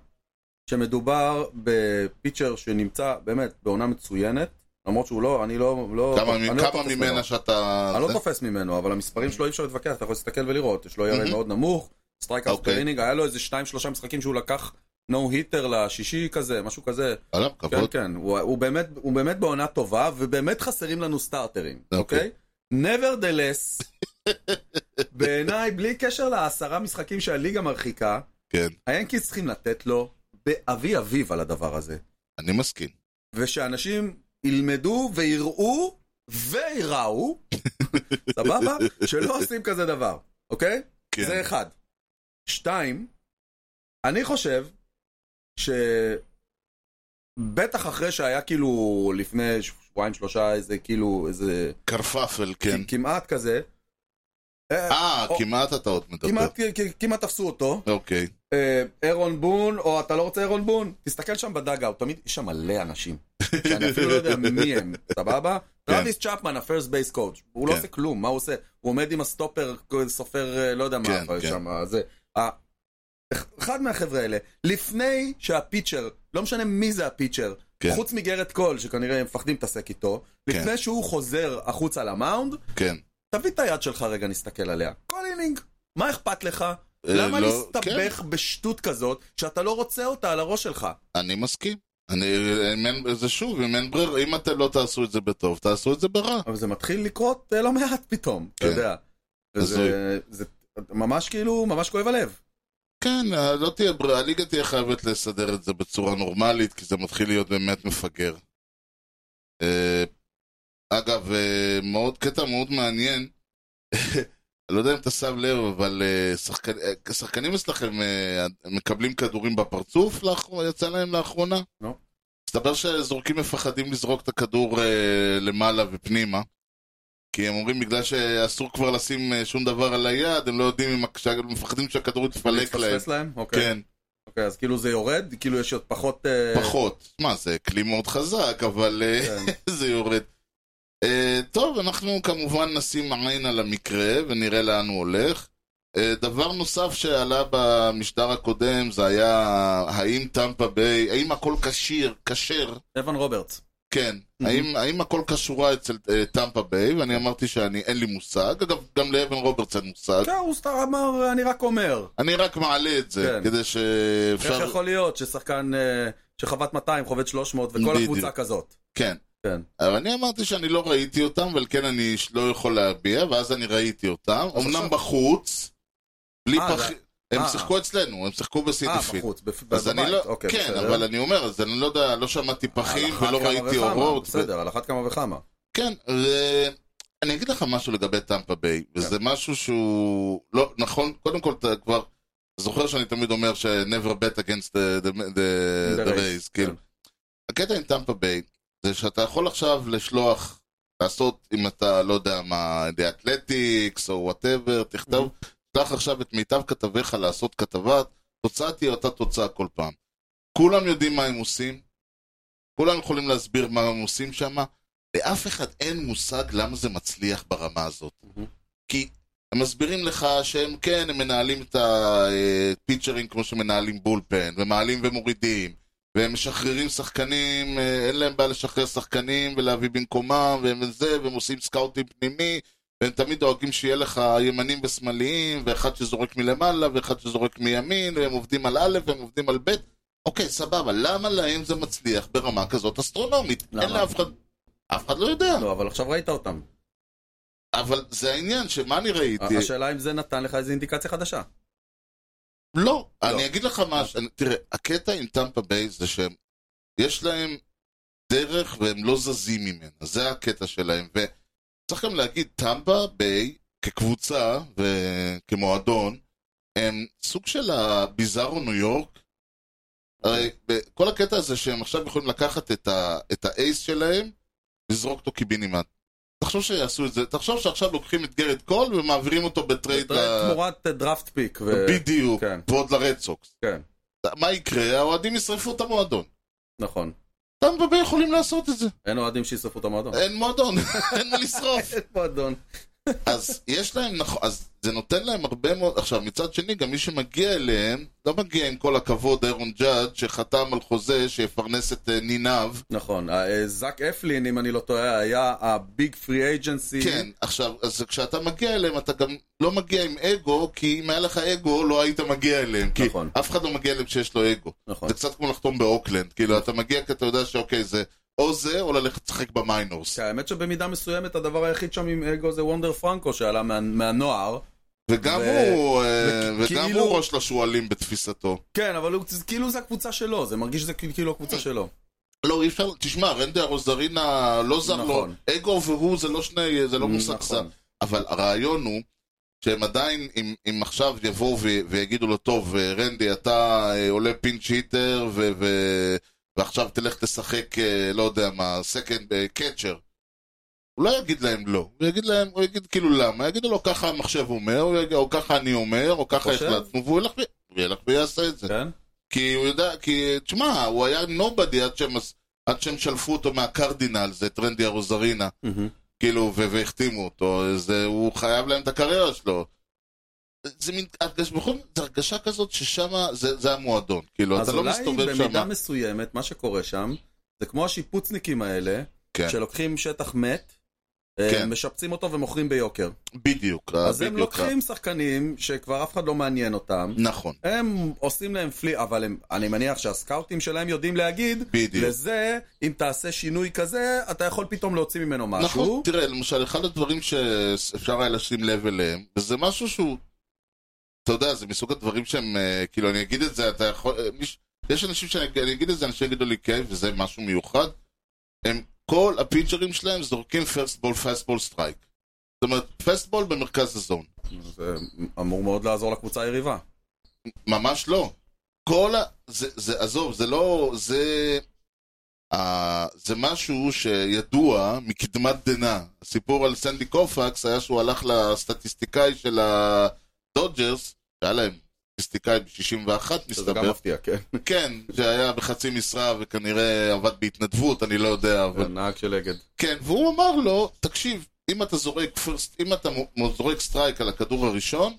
[SPEAKER 2] שמדובר בפיצ'ר שנמצא באמת בעונה מצוינת, למרות שהוא לא, אני לא... לא
[SPEAKER 1] כמה,
[SPEAKER 2] אני
[SPEAKER 1] מ-
[SPEAKER 2] לא
[SPEAKER 1] כמה
[SPEAKER 2] תופס
[SPEAKER 1] ממנה
[SPEAKER 2] ממנו.
[SPEAKER 1] שאתה...
[SPEAKER 2] אני לא
[SPEAKER 1] זה?
[SPEAKER 2] תופס ממנו, אבל המספרים שלו אי אפשר להתווכח, אתה יכול להסתכל ולראות, יש לו ירי
[SPEAKER 1] Mhm.
[SPEAKER 2] מאוד נמוך, סטרייק אאוט
[SPEAKER 1] אוקיי.
[SPEAKER 2] פר אינינג, היה לו איזה שניים שלושה משחקים שהוא לקח נו היטר לשישי כזה, משהו כזה.
[SPEAKER 1] וואלה,
[SPEAKER 2] כן,
[SPEAKER 1] כבוד.
[SPEAKER 2] כן, הוא, הוא, באמת, הוא באמת בעונה טובה, ובאמת חסרים לנו סטארטרים,
[SPEAKER 1] אוקיי.
[SPEAKER 2] אוקיי? nevertheless, <laughs> בעיניי, בלי קשר לעשרה משחקים שהליגה מרחיקה,
[SPEAKER 1] כן,
[SPEAKER 2] היאנקיז צריכים לתת לו באבי אביו על הדבר הזה.
[SPEAKER 1] אני מסכים.
[SPEAKER 2] ושאנשים ילמדו ויראו וייראו, <laughs> סבבה? שלא עושים כזה דבר, אוקיי?
[SPEAKER 1] כן.
[SPEAKER 2] זה אחד. שתיים, אני חושב שבטח אחרי שהיה כאילו לפני שבועיים שלושה איזה כאילו איזה
[SPEAKER 1] קרפפל, כן.
[SPEAKER 2] כמעט כזה, אה,
[SPEAKER 1] אה,
[SPEAKER 2] או-
[SPEAKER 1] כמעט אתה עוד מדבר.
[SPEAKER 2] כמעט, כ- כמעט תפסו אותו,
[SPEAKER 1] אוקיי.
[SPEAKER 2] אה, אירון בון, או אתה לא רוצה אירון בון, תסתכל שם בדאגאוט, תמיד יש שם מלא אנשים, שאני אפילו לא
[SPEAKER 1] <laughs>
[SPEAKER 2] יודע מי הם, סבבה?
[SPEAKER 1] כן.
[SPEAKER 2] טרוויס צ'פמן, הפרסט בייס קואוץ', הוא לא
[SPEAKER 1] כן.
[SPEAKER 2] עושה כלום, מה הוא עושה? הוא עומד עם הסטופר, סופר, אה, לא יודע מה,
[SPEAKER 1] כן,
[SPEAKER 2] אבל
[SPEAKER 1] כן.
[SPEAKER 2] שם, זה. ה- אחד מהחבר'ה האלה, לפני שהפיצ'ר, לא משנה מי זה הפיצ'ר,
[SPEAKER 1] כן.
[SPEAKER 2] חוץ מגרד קול, שכנראה הם מפחדים להתעסק איתו,
[SPEAKER 1] כן.
[SPEAKER 2] לפני שהוא חוזר החוצה למאונד,
[SPEAKER 1] כן.
[SPEAKER 2] תביא את היד שלך רגע, נסתכל עליה. כל אינינג. מה אכפת לך?
[SPEAKER 1] אה,
[SPEAKER 2] למה
[SPEAKER 1] לא-
[SPEAKER 2] להסתבך בשטות כזאת, שאתה לא רוצה אותה על הראש שלך?
[SPEAKER 1] כן, אני מסכים. אני, אם אין- זה שוב, אם אין ברירה, אם אתם לא תעשו את זה בטוב, תעשו את זה ברע.
[SPEAKER 2] אבל זה מתחיל לקרות אה, לא מעט פתאום, אתה
[SPEAKER 1] כן.
[SPEAKER 2] יודע. וזה זה ממש כאילו, ממש כואב הלב.
[SPEAKER 1] כן, אה, לא תהיה ברירה, הליגה תהיה חייבת לסדר את זה בצורה נורמלית, כי זה מתחיל להיות באמת מפגר. אה, אגב, אה, מאוד, קטע מאוד מעניין, <laughs> אני לא יודע אם אתה שם לב, אבל אה, שחקן, אה, שחקנים אצלכם אה, מקבלים כדורים בפרצוף, לאח- יצא להם לאחרונה?
[SPEAKER 2] לא.
[SPEAKER 1] מסתבר שזורקים מפחדים לזרוק את הכדור אה, למעלה ופנימה. כי הם אומרים בגלל שאסור כבר לשים אה, שום דבר על היד, הם לא יודעים אם, הכ- הם מפחדים שהכדור יתפלק להם.
[SPEAKER 2] להתפספס להם? אוקיי.
[SPEAKER 1] כן,
[SPEAKER 2] אוקיי, אז כאילו זה יורד, כאילו יש עוד פחות... אה,
[SPEAKER 1] פחות. מה, זה כלי מאוד חזק, אבל אה, <laughs>
[SPEAKER 2] כן.
[SPEAKER 1] זה יורד. אה, טוב, אנחנו כמובן נשים עין על המקרה ונראה לאן הוא הולך. אה, דבר נוסף שעלה במשדר הקודם זה היה האם טמפה ביי, האם הכל כשיר, כשר,
[SPEAKER 2] אבן רוברטס.
[SPEAKER 1] כן,
[SPEAKER 2] Mhm.
[SPEAKER 1] האם, האם הכל כשורה אצל אה, טמפה ביי, ואני אמרתי שאני אין לי מושג, אגב, גם לאבן רוברטס אין מושג.
[SPEAKER 2] כן, הוא סתם אמר, אני רק אומר.
[SPEAKER 1] אני רק מעלה את זה,
[SPEAKER 2] כן.
[SPEAKER 1] כדי
[SPEAKER 2] איך
[SPEAKER 1] שאפשר...
[SPEAKER 2] יכול להיות ששחקן אה, שחבט 200 חובט 300 וכל
[SPEAKER 1] בדיוק.
[SPEAKER 2] הקבוצה כזאת?
[SPEAKER 1] כן.
[SPEAKER 2] כן.
[SPEAKER 1] אבל אני אמרתי שאני לא ראיתי אותם, ועל כן אני ש- לא יכול להביע, ואז אני ראיתי אותם. אמנם
[SPEAKER 2] עכשיו-
[SPEAKER 1] בחוץ, בלי
[SPEAKER 2] אה,
[SPEAKER 1] פח...
[SPEAKER 2] זה-
[SPEAKER 1] הם
[SPEAKER 2] אה.
[SPEAKER 1] שיחקו אצלנו, הם שיחקו
[SPEAKER 2] אה,
[SPEAKER 1] בסיטיפיל.
[SPEAKER 2] בחוץ, בפ-
[SPEAKER 1] אז אני
[SPEAKER 2] בבית.
[SPEAKER 1] לא...
[SPEAKER 2] אוקיי,
[SPEAKER 1] כן,
[SPEAKER 2] בסדר.
[SPEAKER 1] אבל אני אומר, אז אני לא יודע, לא שמעתי פחים
[SPEAKER 2] על אחת
[SPEAKER 1] ולא
[SPEAKER 2] כמה
[SPEAKER 1] ראיתי
[SPEAKER 2] וכמה,
[SPEAKER 1] אורות. ו-
[SPEAKER 2] בסדר, על אחת כמה וכמה.
[SPEAKER 1] כן, ו- אני אגיד לך משהו לגבי טמפה ביי,
[SPEAKER 2] כן.
[SPEAKER 1] וזה משהו שהוא... לא, נכון, קודם כל אתה כבר... זוכר שאני תמיד אומר ש- never bet against the, the, the,
[SPEAKER 2] The
[SPEAKER 1] the
[SPEAKER 2] race,
[SPEAKER 1] race, כאילו.
[SPEAKER 2] כן.
[SPEAKER 1] הקטע עם טמפה ביי, זה שאתה יכול עכשיו לשלוח, לעשות, אם אתה, לא יודע מה, די אתלטיקס או וואטאבר, תכתב, תשלח עכשיו את מיטב כתביך לעשות כתבה, התוצאה תהיה אותה תוצאה כל פעם. כולם יודעים מה הם עושים, כולם יכולים להסביר מה הם עושים שם, לאף אחד אין מושג למה זה מצליח ברמה הזאת.
[SPEAKER 2] Mhm.
[SPEAKER 1] כי הם מסבירים לך שהם כן, הם מנהלים את הפיצ'רינג כמו שמנהלים בולפן, ומעלים ומורידים, והם משחררים שחקנים, אה, אין להם בעיה לשחרר שחקנים ולהביא במקומם, והם זה, והם עושים סקאוטים פנימי, והם תמיד דואגים שיהיה לך ימנים ושמאליים, ואחד שזורק מלמעלה, ואחד שזורק מימין, והם עובדים על א', והם עובדים על ב'. אוקיי, סבבה, למה להם זה מצליח ברמה כזאת אסטרונומית?
[SPEAKER 2] למה?
[SPEAKER 1] אין לאף אחד... אף אחד לא יודע.
[SPEAKER 2] לא, אבל עכשיו ראית אותם.
[SPEAKER 1] אבל זה העניין, שמה אני ראיתי?
[SPEAKER 2] ה- השאלה אם זה נתן לך איזו אינדיקציה חדשה.
[SPEAKER 1] לא,
[SPEAKER 2] לא.
[SPEAKER 1] אני אגיד לך משהו. אני- תראה, הקטע עם טמפה ביי זה שהם, יש להם דרך והם לא זזים ממנה. זה הקטע שלהם. וצריך גם להגיד, טמפה ביי, כקבוצה וכמועדון, הם סוג של הביזארו ניו יורק. הרי ב- כל הקטע הזה שהם עכשיו יכולים לקחת את, ה, את האייס שלהם, לזרוק אותו קיבינימט. תחשוב שיעשו את זה, תחשוב שעכשיו לוקחים את גרד קול ומעבירים אותו בטרייד ל-
[SPEAKER 2] תמורת אה, דראפט פיק. ו-
[SPEAKER 1] בדיוק,
[SPEAKER 2] כן.
[SPEAKER 1] ועוד לרד סוקס.
[SPEAKER 2] כן,
[SPEAKER 1] מה יקרה? האוהדים ישרפו את המועדון.
[SPEAKER 2] נכון.
[SPEAKER 1] טמפה ביי יכולים לעשות את זה.
[SPEAKER 2] אין אוהדים שישרפו את המועדון.
[SPEAKER 1] אין מועדון, <laughs> אין מה לשרוף.
[SPEAKER 2] אין מועדון.
[SPEAKER 1] אז יש להם, נכון, אז זה נותן להם הרבה מאוד... עכשיו, מצד שני, גם מי שמגיע אליהם, לא מגיע עם כל הכבוד אירון ג'אד, שחתם על חוזה שיפרנס את אה, ניניו.
[SPEAKER 2] נכון. ה- אה, זאק אפלין, אם אני לא טועה, היה הביג פרי אייג'נסי.
[SPEAKER 1] כן, עכשיו, אז כשאתה מגיע אליהם, אתה גם לא מגיע עם אגו, כי אם היה לך אגו, לא היית מגיע אליהם. כי
[SPEAKER 2] נכון.
[SPEAKER 1] אף אחד לא מגיע אליהם שיש לו אגו.
[SPEAKER 2] נכון.
[SPEAKER 1] זה קצת כמו לחתום באוקלנד, כאילו אתה מגיע כי אתה יודע שאוקיי זה או זה או ללכת לשחק במיינורס.
[SPEAKER 2] האמת שבמידה מסוימת הדבר היחיד שם עם אגו זה וונדר פרנקו שעלה מה- מהנוער.
[SPEAKER 1] וגם
[SPEAKER 2] ו-
[SPEAKER 1] הוא אה, וגם
[SPEAKER 2] וכאילו-
[SPEAKER 1] הוא ראש לשועלים בתפיסתו.
[SPEAKER 2] כן, אבל הוא- זה- כאילו זה הקבוצה שלו, זה מרגיש שזה כאילו
[SPEAKER 1] אה,
[SPEAKER 2] הקבוצה שלו.
[SPEAKER 1] לא, אי אפשר, תשמע, רנדה רוזרינה לא זר לו,
[SPEAKER 2] נכון.
[SPEAKER 1] אגו והוא זה לא שני, זה לא מושג
[SPEAKER 2] נכון.
[SPEAKER 1] זר. אבל הרעיון הוא שהם עדיין, אם, אם עכשיו יבואו ו- ויגידו לו, טוב, אה, רנדי, אתה אה, עולה פינץ' היטר, ו- ו- ועכשיו תלך לשחק, אה, לא יודע מה, סקנד קצ'ר. הוא לא יגיד להם לא, הוא יגיד להם, הוא יגיד כאילו למה, יגידו לו ככה המחשב אומר, הוא יגיד, או ככה אני אומר, או ככה
[SPEAKER 2] חושב?
[SPEAKER 1] החלטנו, והוא ילך, ו- הוא ילך ויעשה את זה. לא,
[SPEAKER 2] כן?
[SPEAKER 1] כי הוא יודע, כי תשמע, הוא היה נובדי עד שהם, עד שהם שלפו אותו מהקרדינלס, את רנדי הרוזרינה.
[SPEAKER 2] מהמם.
[SPEAKER 1] כאילו, ו- והחתימו אותו, זה, הוא חייב להם את הקריירה שלו. זה מין, הרגש, בכל זאת, זה הרגשה כזאת ששם, זה, זה המועדון. כאילו,
[SPEAKER 2] אז
[SPEAKER 1] אתה לא
[SPEAKER 2] אולי
[SPEAKER 1] מסתובב
[SPEAKER 2] במידה
[SPEAKER 1] שם.
[SPEAKER 2] מסוימת, מה שקורה שם, זה כמו השיפוצניקים האלה,
[SPEAKER 1] כן.
[SPEAKER 2] שלוקחים שטח מת, אה,
[SPEAKER 1] כן.
[SPEAKER 2] משפצים אותו ומוכרים ביוקר.
[SPEAKER 1] בדיוק.
[SPEAKER 2] אז הם
[SPEAKER 1] בדיוק, לא
[SPEAKER 2] לוקחים שחקנים שכבר אף אחד לא מעניין אותם,
[SPEAKER 1] נכון.
[SPEAKER 2] הם עושים להם פלי, אבל הם, אני מניח שהסקאוטים שלהם יודעים להגיד,
[SPEAKER 1] בדיוק.
[SPEAKER 2] לזה, אם תעשה שינוי כזה, אתה יכול פתאום להוציא ממנו משהו.
[SPEAKER 1] נכון, תראה, למשל, אחד הדברים שאפשר היה לשים לב אליהם, וזה משהו שהוא, אתה יודע, זה מסוג הדברים שהם, אה, כאילו, אני אגיד את זה, אתה יכול, אה, מיש, יש אנשים שאני אני אגיד את זה, אנשים יגידו לי, כן, וזה משהו מיוחד, הם, כל הפינצ'רים שלהם זורקים פרסט בול, פסט בול, סטרייק. זאת אומרת, פסט בול במרכז הזון.
[SPEAKER 2] זה אמור מאוד לעזור לקבוצה היריבה.
[SPEAKER 1] ממש לא. כל ה... זה, זה, עזוב, זה לא... זה... ה... זה משהו שידוע מקדמת דנא. הסיפור על סנדי קופקס היה שהוא הלך לסטטיסטיקאי של הדודג'רס, שהיה להם סטטיסטיקאי ב-61
[SPEAKER 2] שזה גם
[SPEAKER 1] מסתבר,
[SPEAKER 2] מפתיע, כן.
[SPEAKER 1] כן, שהיה בחצי משרה וכנראה עבד בהתנדבות, אני לא יודע, אבל
[SPEAKER 2] נהג של אגד.
[SPEAKER 1] כן, והוא אמר לו, תקשיב, אם אתה זורק פרסט, אם אתה מ- זורק סטרייק על הכדור הראשון,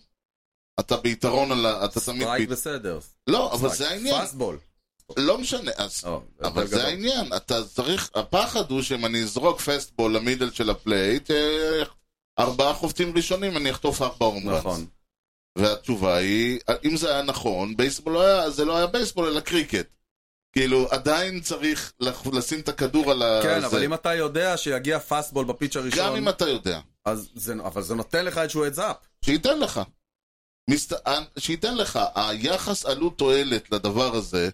[SPEAKER 1] אתה ביתרון על ה... אתה תמיד...
[SPEAKER 2] סטרייק
[SPEAKER 1] ב-
[SPEAKER 2] בסדר.
[SPEAKER 1] לא, אבל זה העניין.
[SPEAKER 2] פסטבול.
[SPEAKER 1] לא משנה, אז,
[SPEAKER 2] או,
[SPEAKER 1] אבל
[SPEAKER 2] הבדל
[SPEAKER 1] זה
[SPEAKER 2] גדול.
[SPEAKER 1] העניין, אתה צריך, הפחד הוא שאם אני אזרוק פסטבול למידל של הפלייט, אה, ארבעה חובטים ראשונים אני אחטוף ארבע הומרנס.
[SPEAKER 2] נכון.
[SPEAKER 1] והתשובה היא, אם זה היה נכון, בייסבול לא היה, זה לא היה בייסבול אלא קריקט. כאילו, עדיין צריך לח- לשים את הכדור על ה...
[SPEAKER 2] כן,
[SPEAKER 1] זה.
[SPEAKER 2] אבל אם אתה יודע שיגיע פסטבול בפיץ'
[SPEAKER 1] גם
[SPEAKER 2] הראשון,
[SPEAKER 1] אם אתה יודע,
[SPEAKER 2] אז זה- אבל זה נותן לך איזשהו אדזאפ.
[SPEAKER 1] שייתן לך. מסת... ה- שייתן לך, היחס עלות תועלת לדבר הזה,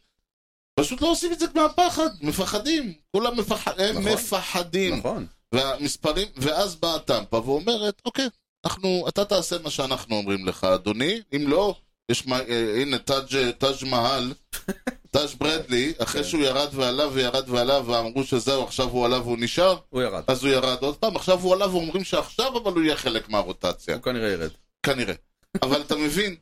[SPEAKER 1] פשוט לא עושים את זה מהפחד, מפחדים. כולם מפח... הם
[SPEAKER 2] נכון.
[SPEAKER 1] מפחדים.
[SPEAKER 2] נכון.
[SPEAKER 1] והמספרים, ואז באה טמפה ואומרת, אוקיי, אנחנו, אתה תעשה מה שאנחנו אומרים לך, אדוני, אם לא, יש מה, אה, הנה תאג' תאג'
[SPEAKER 2] <laughs>
[SPEAKER 1] מהל, תאג' ברדלי, אחרי
[SPEAKER 2] כן.
[SPEAKER 1] שהוא ירד ועלה וירד ועלה, ואמרו שזהו, עכשיו הוא עלה והוא נשאר,
[SPEAKER 2] הוא ירד.
[SPEAKER 1] אז הוא ירד עוד פעם, עכשיו הוא עלה ואומרים שעכשיו, אבל הוא יהיה חלק מהרוטציה,
[SPEAKER 2] הוא כנראה ירד.
[SPEAKER 1] כנראה. אבל אתה מבין,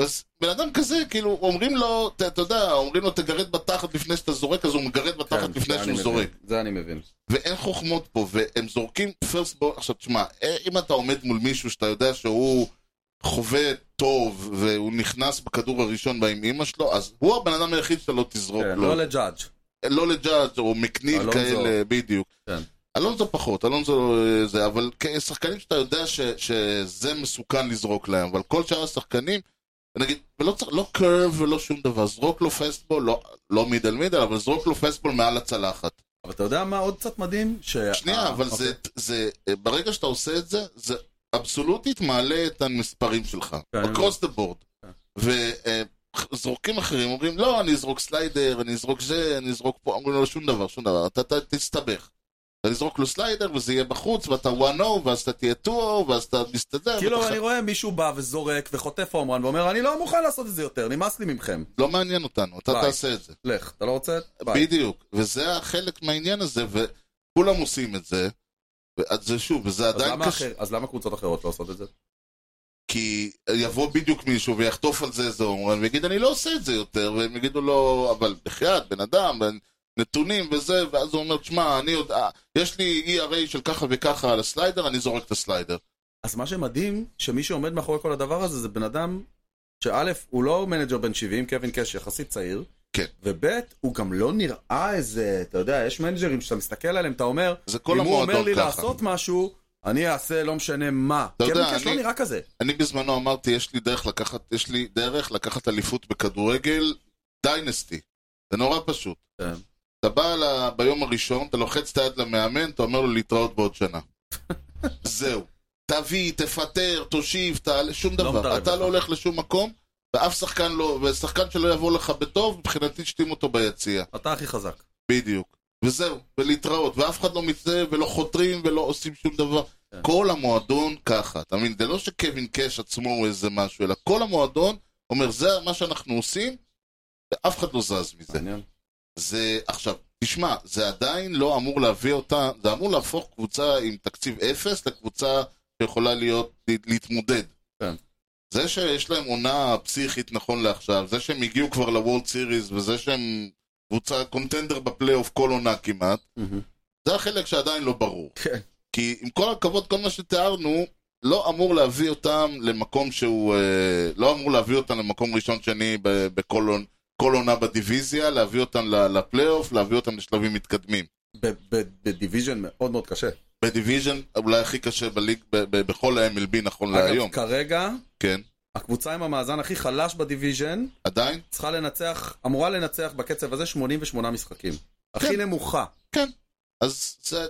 [SPEAKER 1] אז בן אדם כזה, כאילו, אומרים לו, אתה אתה יודע, אומרים לו, תגרד בתחת לפני שאתה זורק, אז הוא מגרד בתחת
[SPEAKER 2] כן,
[SPEAKER 1] לפני
[SPEAKER 2] זה אני
[SPEAKER 1] שהוא
[SPEAKER 2] מבין.
[SPEAKER 1] זורק.
[SPEAKER 2] זה אני מבין.
[SPEAKER 1] ואין חוכמות פה, והם זורקים פרסט בול. עכשיו תשמע, אה, אם אתה עומד מול מישהו שאתה יודע שהוא חווה טוב, והוא נכנס בכדור הראשון בה עם אימא שלו, אז הוא הבן אדם היחיד שאתה לא תזרוק
[SPEAKER 2] כן,
[SPEAKER 1] לו.
[SPEAKER 2] לא לג'אדג'.
[SPEAKER 1] לא לג'אדג' או מקניל
[SPEAKER 2] אלונזו.
[SPEAKER 1] כאלה, בדיוק.
[SPEAKER 2] כן.
[SPEAKER 1] אלונזו פחות, אלונזו אה, זה, אבל כ- שחקנים שאתה יודע ש, שזה מסוכן לזרוק להם, אבל כל שאר השחקנים, נגיד, ולא צריך, לא קרב ולא שום דבר, זרוק לו פסטבול, לא, לא מידל מידל, אבל זרוק לו פסטבול מעל הצלחת.
[SPEAKER 2] אבל אתה יודע מה עוד קצת מדהים? ש-
[SPEAKER 1] שנייה,
[SPEAKER 2] אה,
[SPEAKER 1] אבל
[SPEAKER 2] אוקיי.
[SPEAKER 1] זה, זה, אה, ברגע שאתה עושה את זה, זה אבסולוטית מעלה את המספרים שלך.
[SPEAKER 2] כן, אני
[SPEAKER 1] across the board.
[SPEAKER 2] כן.
[SPEAKER 1] וזורקים אחרים אומרים, לא, אני אזרוק סליידר, אני אזרוק זה, אני אזרוק פה, אומרים לו, שום דבר, שום דבר, אתה אתה תסתבך. אתה תזרוק לו סליידר וזה יהיה בחוץ, ואתה 1-0, ואז אתה תהיה 2-0, ואז אתה מסתדר.
[SPEAKER 2] כאילו
[SPEAKER 1] ואתה
[SPEAKER 2] אני
[SPEAKER 1] ח-
[SPEAKER 2] רואה מישהו בא וזורק וחוטף הומרן ואומר אני לא מוכן לעשות את זה יותר, נמאס לי מכם.
[SPEAKER 1] לא מעניין אותנו, אתה
[SPEAKER 2] ביי.
[SPEAKER 1] תעשה את זה.
[SPEAKER 2] לך, אתה לא רוצה? ביי.
[SPEAKER 1] בדיוק. וזה החלק מהעניין הזה, וכולם עושים את זה. ואז זה שוב, וזה
[SPEAKER 2] אז
[SPEAKER 1] עדיין
[SPEAKER 2] למה
[SPEAKER 1] קשה.
[SPEAKER 2] אחר- אז למה קבוצות אחרות לא עושות את זה?
[SPEAKER 1] כי יבוא בדיוק מישהו ויחטוף על זה איזה הומרן ויגיד אני לא עושה את זה יותר והם יגידו לו אבל בחייאת בן אדם נתונים וזה ואז הוא אומר תשמע אני יודע יש לי ERA של ככה וככה על הסליידר אני זורק את הסליידר
[SPEAKER 2] אז מה שמדהים, שמי שעומד מאחורי כל הדבר הזה זה בן אדם שא', הוא לא מנג'ר בן 70, קווין קאש יחסית צעיר.
[SPEAKER 1] כן.
[SPEAKER 2] וב', הוא גם לא נראה איזה, אתה יודע, יש מנג'רים שאתה מסתכל עליהם, אתה אומר,
[SPEAKER 1] זה כל
[SPEAKER 2] אם הוא
[SPEAKER 1] המועדון
[SPEAKER 2] אומר לי
[SPEAKER 1] ככה
[SPEAKER 2] לעשות משהו, אני אעשה לא משנה מה.
[SPEAKER 1] אתה יודע,
[SPEAKER 2] קווין קאש לא
[SPEAKER 1] אני-
[SPEAKER 2] נראה כזה.
[SPEAKER 1] אני בזמנו אמרתי יש לי דרך לקחת יש לי דרך לקחת אליפות בכדורגל דיינסטי זה נורא פשוט
[SPEAKER 2] כן.
[SPEAKER 1] אתה בא ל... ביום הראשון, אתה לוחץ את היד למאמן, אתה אומר לו להתראות בעוד
[SPEAKER 2] <laughs>
[SPEAKER 1] שנה. זהו. תביא, תפטר, תושיב, תעלה, שום
[SPEAKER 2] לא
[SPEAKER 1] דבר.
[SPEAKER 2] מתערב
[SPEAKER 1] אתה
[SPEAKER 2] לך.
[SPEAKER 1] לא הולך לשום מקום, ואף שחקן לא, ושחקן שלא יבוא לך בטוב, מבחינתי תשתים אותו ביציע.
[SPEAKER 2] אתה הכי חזק.
[SPEAKER 1] בדיוק. וזהו, ולהתראות. ואף אחד לא מתזה, ולא חותרים, ולא עושים שום דבר.
[SPEAKER 2] כן.
[SPEAKER 1] כל המועדון ככה, אתה מבין? זה לא שקווין קאש עצמו הוא איזה משהו, אלא כל המועדון אומר, זה מה שאנחנו עושים, ואף אחד לא זז מזה.
[SPEAKER 2] מעניין.
[SPEAKER 1] זה, עכשיו, תשמע, זה עדיין לא אמור להביא אותה, זה אמור להפוך קבוצה עם תקציב אפס לקבוצה שיכולה להיות, להתמודד.
[SPEAKER 2] כן.
[SPEAKER 1] זה שיש להם עונה פסיכית נכון לעכשיו, זה שהם הגיעו כבר לוולד סיריס, וזה שהם קבוצה קונטנדר בפלייאוף כל עונה כמעט, זה החלק שעדיין לא ברור.
[SPEAKER 2] כן.
[SPEAKER 1] כי עם כל הכבוד, כל מה שתיארנו, לא אמור להביא אותם למקום שהוא... אה, לא אמור להביא אותם למקום ראשון שני ב- בכל עונ- כל עונה בדיוויזיה, להביא אותם ל- לפלייאוף, להביא אותם לשלבים מתקדמים.
[SPEAKER 2] ב- ב- בדיוויז'ן מאוד מאוד קשה.
[SPEAKER 1] בדיוויז'ן, אולי הכי קשה בליג, ב- ב- בכל ה-MLB נכון
[SPEAKER 2] אגב,
[SPEAKER 1] להיום.
[SPEAKER 2] כרגע,
[SPEAKER 1] כן.
[SPEAKER 2] הקבוצה עם המאזן הכי חלש בדיוויז'ן,
[SPEAKER 1] עדיין?
[SPEAKER 2] צריכה לנצח, אמורה לנצח בקצב הזה 88 משחקים. הכי
[SPEAKER 1] כן.
[SPEAKER 2] נמוכה.
[SPEAKER 1] כן. אז זה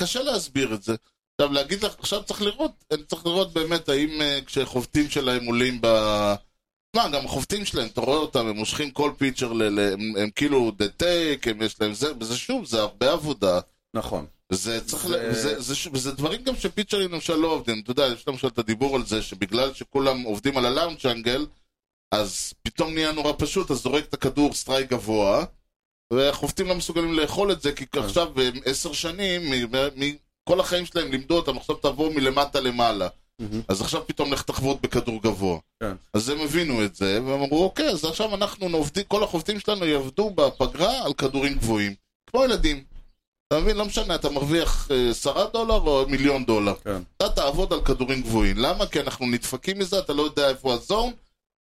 [SPEAKER 1] קשה להסביר את זה. עכשיו להגיד לך, עכשיו צריך לראות, אני צריך לראות באמת האם אה, כשחובטים שלהם עולים ב... מה, גם החובטים שלהם, אתה רואה אותם, הם מושכים כל פיצ'ר, ל... ל... הם, הם כאילו דה טייק, הם יש להם זה, וזה שוב, זה הרבה עבודה.
[SPEAKER 2] נכון.
[SPEAKER 1] זה צריך,
[SPEAKER 2] זה-
[SPEAKER 1] זה... זה, זה, ש- זה דברים גם שפיצ'רים למשל לא עובדים, אתה יודע, יש למשל את הדיבור על זה שבגלל שכולם עובדים על הלאונג' אנגל, אז פתאום נהיה נורא פשוט, אז זורק את הכדור סטרייק גבוה, והחובטים לא מסוגלים לאכול את זה, כי עכשיו הם עשר שנים, מ- מ- מ- כל החיים שלהם לימדו אותם, עכשיו תעבור מלמטה למעלה.
[SPEAKER 2] מהמם.
[SPEAKER 1] אז עכשיו פתאום לך תחבוט בכדור גבוה.
[SPEAKER 2] כן.
[SPEAKER 1] אז הם הבינו את זה, והם אמרו, אוקיי, אז עכשיו אנחנו עובדים, כל החובטים שלנו יעבדו בפגרה על כדורים גבוהים. כמו ילדים. אתה מבין? לא משנה, אתה מרוויח אה, 10 דולר או מיליון דולר.
[SPEAKER 2] כן.
[SPEAKER 1] אתה תעבוד על כדורים גבוהים. למה? כי אנחנו נדפקים מזה, אתה לא יודע איפה הזון,